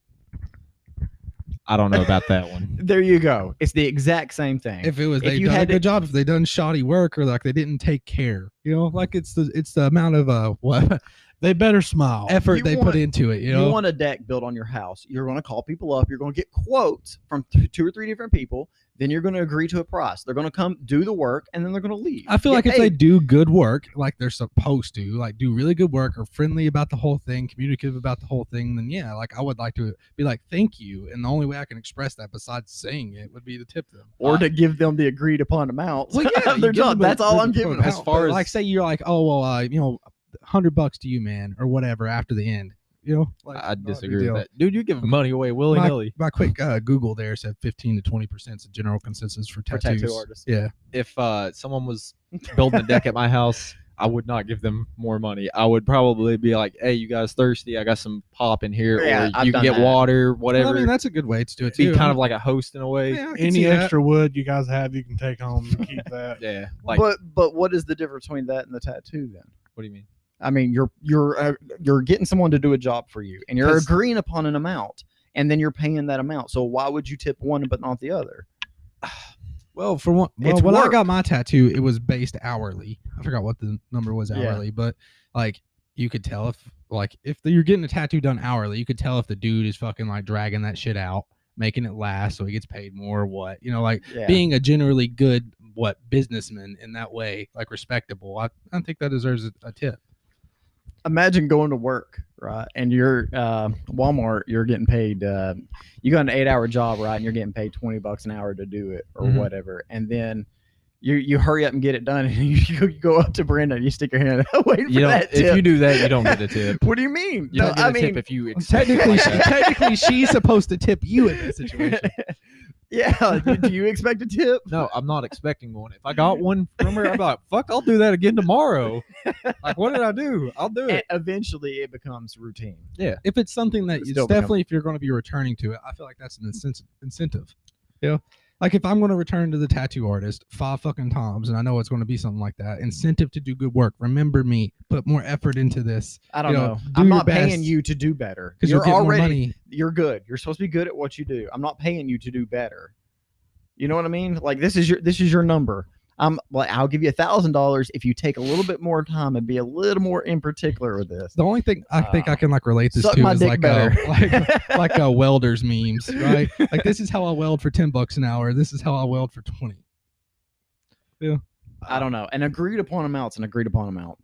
[SPEAKER 6] I don't know about that one.
[SPEAKER 4] there you go. It's the exact same thing.
[SPEAKER 2] If it was
[SPEAKER 4] If
[SPEAKER 2] they
[SPEAKER 4] you
[SPEAKER 2] done a
[SPEAKER 4] had to-
[SPEAKER 2] good job, if they done shoddy work or like they didn't take care, you know, like it's the it's the amount of uh what
[SPEAKER 5] They better smile.
[SPEAKER 2] effort
[SPEAKER 4] You
[SPEAKER 2] they
[SPEAKER 4] want-
[SPEAKER 2] put into it, you
[SPEAKER 4] you,
[SPEAKER 2] know.
[SPEAKER 4] want a deck built on your house, you're going to call people up. You're going to get quotes from th- two or three different people. Then you're going to agree to a price. They're going to come do the work, and then they're going to leave.
[SPEAKER 2] I feel
[SPEAKER 4] Get
[SPEAKER 2] like if they
[SPEAKER 4] paid.
[SPEAKER 2] do good work, like they're supposed to, like do really good work, are friendly about the whole thing, communicative about the whole thing, then yeah, like I would like to be like, thank you. And the only way I can express that besides saying it would be to tip them.
[SPEAKER 4] or to give them the agreed upon amount,
[SPEAKER 2] Well, yeah,
[SPEAKER 4] of their
[SPEAKER 2] you give
[SPEAKER 4] job.
[SPEAKER 2] them a-
[SPEAKER 4] That's all I'm
[SPEAKER 2] give
[SPEAKER 4] giving.
[SPEAKER 2] them
[SPEAKER 4] them.
[SPEAKER 2] an
[SPEAKER 6] As
[SPEAKER 2] out,
[SPEAKER 6] far
[SPEAKER 2] but,
[SPEAKER 6] as-
[SPEAKER 2] like, say you're like, oh well, uh, you know, hundred bucks to you, man, or whatever after the end, you know. Like,
[SPEAKER 6] I
[SPEAKER 2] not a big
[SPEAKER 6] disagree
[SPEAKER 2] deal.
[SPEAKER 6] with that. Dude, you give money away willy
[SPEAKER 2] My-
[SPEAKER 6] nilly.
[SPEAKER 2] My quick uh, Google there said fifteen to twenty percent is a general consensus for
[SPEAKER 4] For
[SPEAKER 2] tattoos.
[SPEAKER 4] tattoo artists.
[SPEAKER 2] Yeah,
[SPEAKER 6] If uh, someone was building a deck at my house, I would not give them more money. I would probably be like, hey, you guys thirsty? I got some pop in here.
[SPEAKER 4] Yeah,
[SPEAKER 6] or
[SPEAKER 4] I've
[SPEAKER 6] you can
[SPEAKER 4] done
[SPEAKER 6] get
[SPEAKER 4] that.
[SPEAKER 6] water, whatever.
[SPEAKER 2] I mean that's a good way to do it
[SPEAKER 6] be
[SPEAKER 2] too.
[SPEAKER 6] kind of like a host in a way.
[SPEAKER 2] Yeah, I can see
[SPEAKER 5] Any
[SPEAKER 2] that.
[SPEAKER 5] extra wood you guys have, you can take home and keep that.
[SPEAKER 6] Yeah. Like,
[SPEAKER 4] but but what is the difference between that and the tattoo then?
[SPEAKER 6] what do you mean?
[SPEAKER 4] I mean, you're you're uh, you're getting someone to do a job for you, and you're
[SPEAKER 6] 'Cause-
[SPEAKER 4] agreeing upon an amount, and then you're paying that amount. So why would you tip one but not the other?
[SPEAKER 2] Well, for one, well,
[SPEAKER 4] It's
[SPEAKER 2] when I
[SPEAKER 4] work.
[SPEAKER 2] got my tattoo, it was based hourly. I forgot what the number was
[SPEAKER 4] Yeah.
[SPEAKER 2] hourly, but like you could tell if like if the, you're getting a tattoo done hourly, you could tell if the dude is fucking like dragging that shit out, making it last so he gets paid more or what. You know, like
[SPEAKER 4] Yeah.
[SPEAKER 2] being a generally good what businessman in that way, like respectable. I, I think that deserves a, a tip.
[SPEAKER 4] imagine going to work, right? And you're uh, Walmart, you're getting paid. Uh, you got an eight-hour job, right? And you're getting paid twenty bucks an hour to do it or
[SPEAKER 6] Mhm.
[SPEAKER 4] whatever. And then you you hurry up and get it done, and you, you go up to Brenda and you stick your hand out waiting
[SPEAKER 6] You
[SPEAKER 4] for
[SPEAKER 6] don't,
[SPEAKER 4] that
[SPEAKER 6] if
[SPEAKER 4] tip.
[SPEAKER 6] you do that, you don't get a tip.
[SPEAKER 4] what do you mean?
[SPEAKER 6] You
[SPEAKER 4] No,
[SPEAKER 6] don't get a
[SPEAKER 4] I mean,
[SPEAKER 6] tip if you accept it
[SPEAKER 2] Technically,
[SPEAKER 6] like
[SPEAKER 2] she,
[SPEAKER 6] that.
[SPEAKER 2] technically, she's supposed to tip you in this situation.
[SPEAKER 4] yeah. do you expect a tip?
[SPEAKER 6] No, I'm not expecting one. If I got one from her, I'm like, fuck, I'll do that again tomorrow. Like, what did I do? I'll do
[SPEAKER 4] And
[SPEAKER 6] it.
[SPEAKER 4] eventually, it becomes routine.
[SPEAKER 2] If it's something that
[SPEAKER 4] It's
[SPEAKER 2] it's
[SPEAKER 4] still become-
[SPEAKER 2] definitely if you're going to be returning to it, I feel like that's an incentive. incentive. You know, like if I'm going to return to the tattoo artist five fucking times, and I know it's going to be something like that, incentive to do good work. Remember me. Put more effort into this
[SPEAKER 4] I don't
[SPEAKER 2] You
[SPEAKER 4] know.
[SPEAKER 2] know, do
[SPEAKER 4] I'm
[SPEAKER 2] your
[SPEAKER 4] not paying
[SPEAKER 2] best.
[SPEAKER 4] you to do better.
[SPEAKER 2] because
[SPEAKER 4] You're
[SPEAKER 2] you'll get
[SPEAKER 4] already
[SPEAKER 2] more money.
[SPEAKER 4] you're good. You're supposed to be good at what you do. I'm not paying you to do better. You know what I mean? Like this is your this is your number. I'm like I'll give you a thousand dollars if you take a little bit more time and be a little more in particular with this.
[SPEAKER 2] The only thing I think
[SPEAKER 4] Ah.
[SPEAKER 2] I can like relate this
[SPEAKER 4] Suck
[SPEAKER 2] to
[SPEAKER 4] my
[SPEAKER 2] is
[SPEAKER 4] dick
[SPEAKER 2] like
[SPEAKER 4] better.
[SPEAKER 2] a, like like a welders memes, right? Like this is how I weld for ten bucks an hour. This is how I weld for twenty.
[SPEAKER 4] I don't know. An agreed upon amount's an agreed upon amount.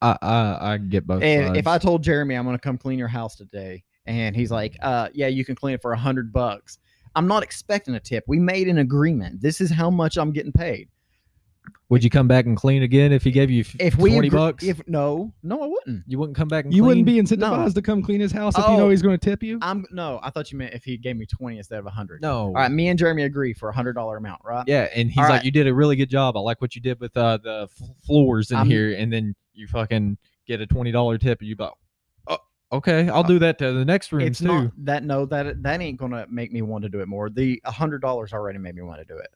[SPEAKER 6] I, I, I get both.
[SPEAKER 4] And if I
[SPEAKER 6] sides.
[SPEAKER 4] told Jeremy I'm gonna come clean your house today, and he's like,
[SPEAKER 6] Mm.
[SPEAKER 4] uh, yeah, you can clean it for a hundred bucks. I'm not expecting a tip. We made an agreement. This is how much I'm getting paid.
[SPEAKER 6] would you come back and clean again if he gave you
[SPEAKER 4] If we
[SPEAKER 6] 20
[SPEAKER 4] agree-
[SPEAKER 6] bucks?
[SPEAKER 4] if no, no, I wouldn't.
[SPEAKER 6] you wouldn't come back and
[SPEAKER 2] You wouldn't be
[SPEAKER 6] clean?
[SPEAKER 2] incentivized to come clean his house if
[SPEAKER 4] Oh.
[SPEAKER 2] you know he's going to tip you.
[SPEAKER 4] I'm no, I thought you meant if he gave me twenty instead of hundred.
[SPEAKER 6] No.
[SPEAKER 4] All right, me and Jeremy agree for a hundred dollar amount, right?
[SPEAKER 6] Yeah, and he's
[SPEAKER 4] All
[SPEAKER 6] like,
[SPEAKER 4] right.
[SPEAKER 6] "You did a really good job. I like what you did with uh, the f- floors in
[SPEAKER 4] I'm-
[SPEAKER 6] here." And then you fucking get a twenty dollar tip, and you like, "Oh, okay, I'll do that to the next room
[SPEAKER 4] it's
[SPEAKER 6] too."
[SPEAKER 4] not that no that that ain't gonna make me want to do it more. The a hundred dollars already made me want to do it.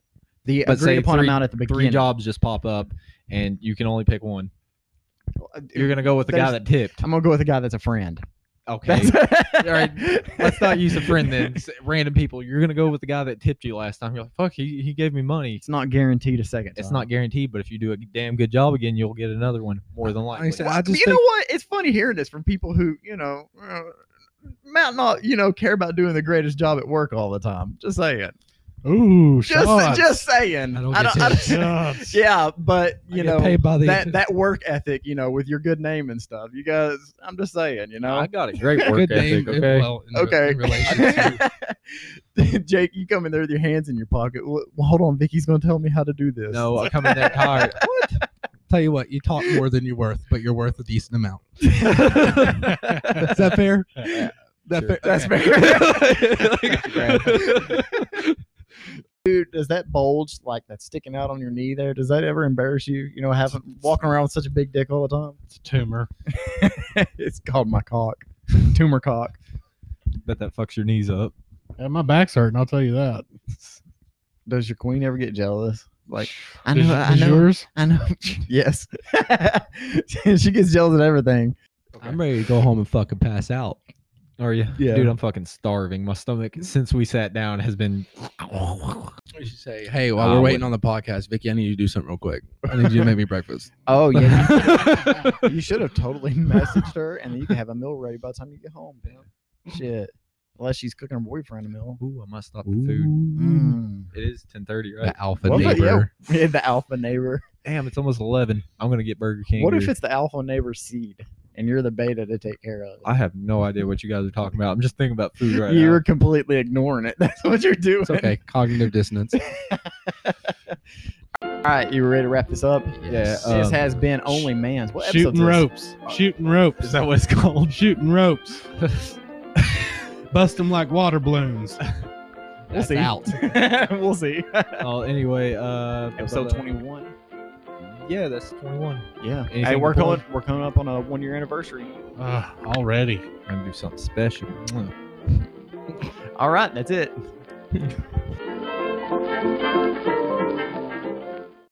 [SPEAKER 4] The
[SPEAKER 6] But say
[SPEAKER 4] agreed upon
[SPEAKER 6] three-
[SPEAKER 4] amount at the
[SPEAKER 6] Three
[SPEAKER 4] beginning.
[SPEAKER 6] jobs just pop up, and you can only pick one.
[SPEAKER 4] Uh,
[SPEAKER 6] You're gonna go with the
[SPEAKER 4] there's-
[SPEAKER 6] guy that tipped.
[SPEAKER 4] I'm gonna go with a guy that's a friend.
[SPEAKER 6] Okay,
[SPEAKER 4] That's,
[SPEAKER 6] all right, let's not use a friend then. S- Random people. You're gonna go with the guy that tipped you last time. You're like, "Fuck, he he gave me money."
[SPEAKER 4] It's not guaranteed a second.
[SPEAKER 6] It's
[SPEAKER 4] time.
[SPEAKER 6] not guaranteed, but if you do a damn good job again, you'll get another one more than likely.
[SPEAKER 2] I said, I just
[SPEAKER 4] you
[SPEAKER 2] think
[SPEAKER 4] know what? It's funny hearing this from people who you know uh, might not you know care about doing the greatest job at work all the time. Just saying.
[SPEAKER 5] Ooh,
[SPEAKER 4] Just
[SPEAKER 5] shots.
[SPEAKER 4] just saying.
[SPEAKER 2] I don't
[SPEAKER 4] I
[SPEAKER 2] get
[SPEAKER 4] don't, I
[SPEAKER 2] tips.
[SPEAKER 4] don't-
[SPEAKER 5] Shots.
[SPEAKER 4] yeah, but you
[SPEAKER 2] I get
[SPEAKER 4] know
[SPEAKER 2] paid by the
[SPEAKER 4] that that work ethic, you know, with your good name and stuff. You guys, I'm just saying, you know.
[SPEAKER 6] I got a great work
[SPEAKER 2] good
[SPEAKER 6] ethic.
[SPEAKER 2] name.
[SPEAKER 6] Okay.
[SPEAKER 2] it- well, in re-
[SPEAKER 4] okay.
[SPEAKER 2] in relation to-
[SPEAKER 4] Jake, you come in there with your hands in your pocket. Well, hold on, Vicky's gonna tell me how to do this.
[SPEAKER 6] No, I come in there tired.
[SPEAKER 2] tell you what, you talk more than you're worth, but you're worth a decent amount.
[SPEAKER 5] That's
[SPEAKER 2] Is that fair? That
[SPEAKER 6] Sure.
[SPEAKER 2] fair?
[SPEAKER 4] that's
[SPEAKER 2] Okay.
[SPEAKER 4] fair. Dude, does that bulge like that's sticking out on your knee there? Does that ever embarrass you? You know, having walking around with such a big dick all the
[SPEAKER 5] a tumor.
[SPEAKER 4] time. it's called my cock, tumor cock.
[SPEAKER 6] Bet that fucks your knees up.
[SPEAKER 5] Yeah, my back's hurting. I'll tell you that.
[SPEAKER 4] Does your queen ever get jealous? Like, I
[SPEAKER 5] Is-
[SPEAKER 4] know, I
[SPEAKER 5] is
[SPEAKER 4] know,
[SPEAKER 5] yours?
[SPEAKER 4] I know. yes, she gets jealous at everything.
[SPEAKER 6] I'm ready to go home and fucking pass out. Are you?
[SPEAKER 4] Yeah. Mm.
[SPEAKER 6] Dude, I'm fucking starving. My stomach, since we sat down, has been.
[SPEAKER 2] You should say, hey, while
[SPEAKER 6] I
[SPEAKER 2] we're waiting on the podcast, Vicky, I need you to do something real quick. I need you to make me breakfast.
[SPEAKER 4] Oh yeah, you- you should have totally messaged her, and then you can have a meal ready by the time you get home. Man. Shit, unless she's cooking her boyfriend a meal.
[SPEAKER 6] Ooh, I must stop the food.
[SPEAKER 4] Mm.
[SPEAKER 6] It is 10:30, right?
[SPEAKER 2] The alpha
[SPEAKER 4] What about-
[SPEAKER 2] neighbor.
[SPEAKER 4] yeah, yeah, the alpha neighbor.
[SPEAKER 6] Damn, it's almost 11. I'm gonna get Burger King.
[SPEAKER 4] What if
[SPEAKER 6] dude.
[SPEAKER 4] it's the alpha neighbor seed, and you're the beta to take care of?
[SPEAKER 6] I have no idea what you guys are talking about. I'm just thinking about food right
[SPEAKER 4] you're completely ignoring it. That's what you're doing.
[SPEAKER 2] It's okay. Cognitive dissonance.
[SPEAKER 4] All right, you ready to wrap this up?
[SPEAKER 6] now. Yeah.
[SPEAKER 4] this
[SPEAKER 6] um,
[SPEAKER 4] has been only man's. What episode Uh,
[SPEAKER 5] Shooting ropes. Shooting ropes.
[SPEAKER 6] is that what it's called?
[SPEAKER 5] Shooting ropes. Bust them like water balloons.
[SPEAKER 4] We'll see. we'll see.
[SPEAKER 6] Oh, anyway. Uh,
[SPEAKER 4] Episode
[SPEAKER 6] blah, blah,
[SPEAKER 4] 21.
[SPEAKER 6] blah. Yeah, that's 21.
[SPEAKER 4] Yeah.
[SPEAKER 6] Anything
[SPEAKER 4] hey, we're
[SPEAKER 6] to
[SPEAKER 4] going.
[SPEAKER 6] plug?
[SPEAKER 4] We're coming up on a one year anniversary.
[SPEAKER 5] Uh, already.
[SPEAKER 6] I'm gonna do something special.
[SPEAKER 4] All right, that's it.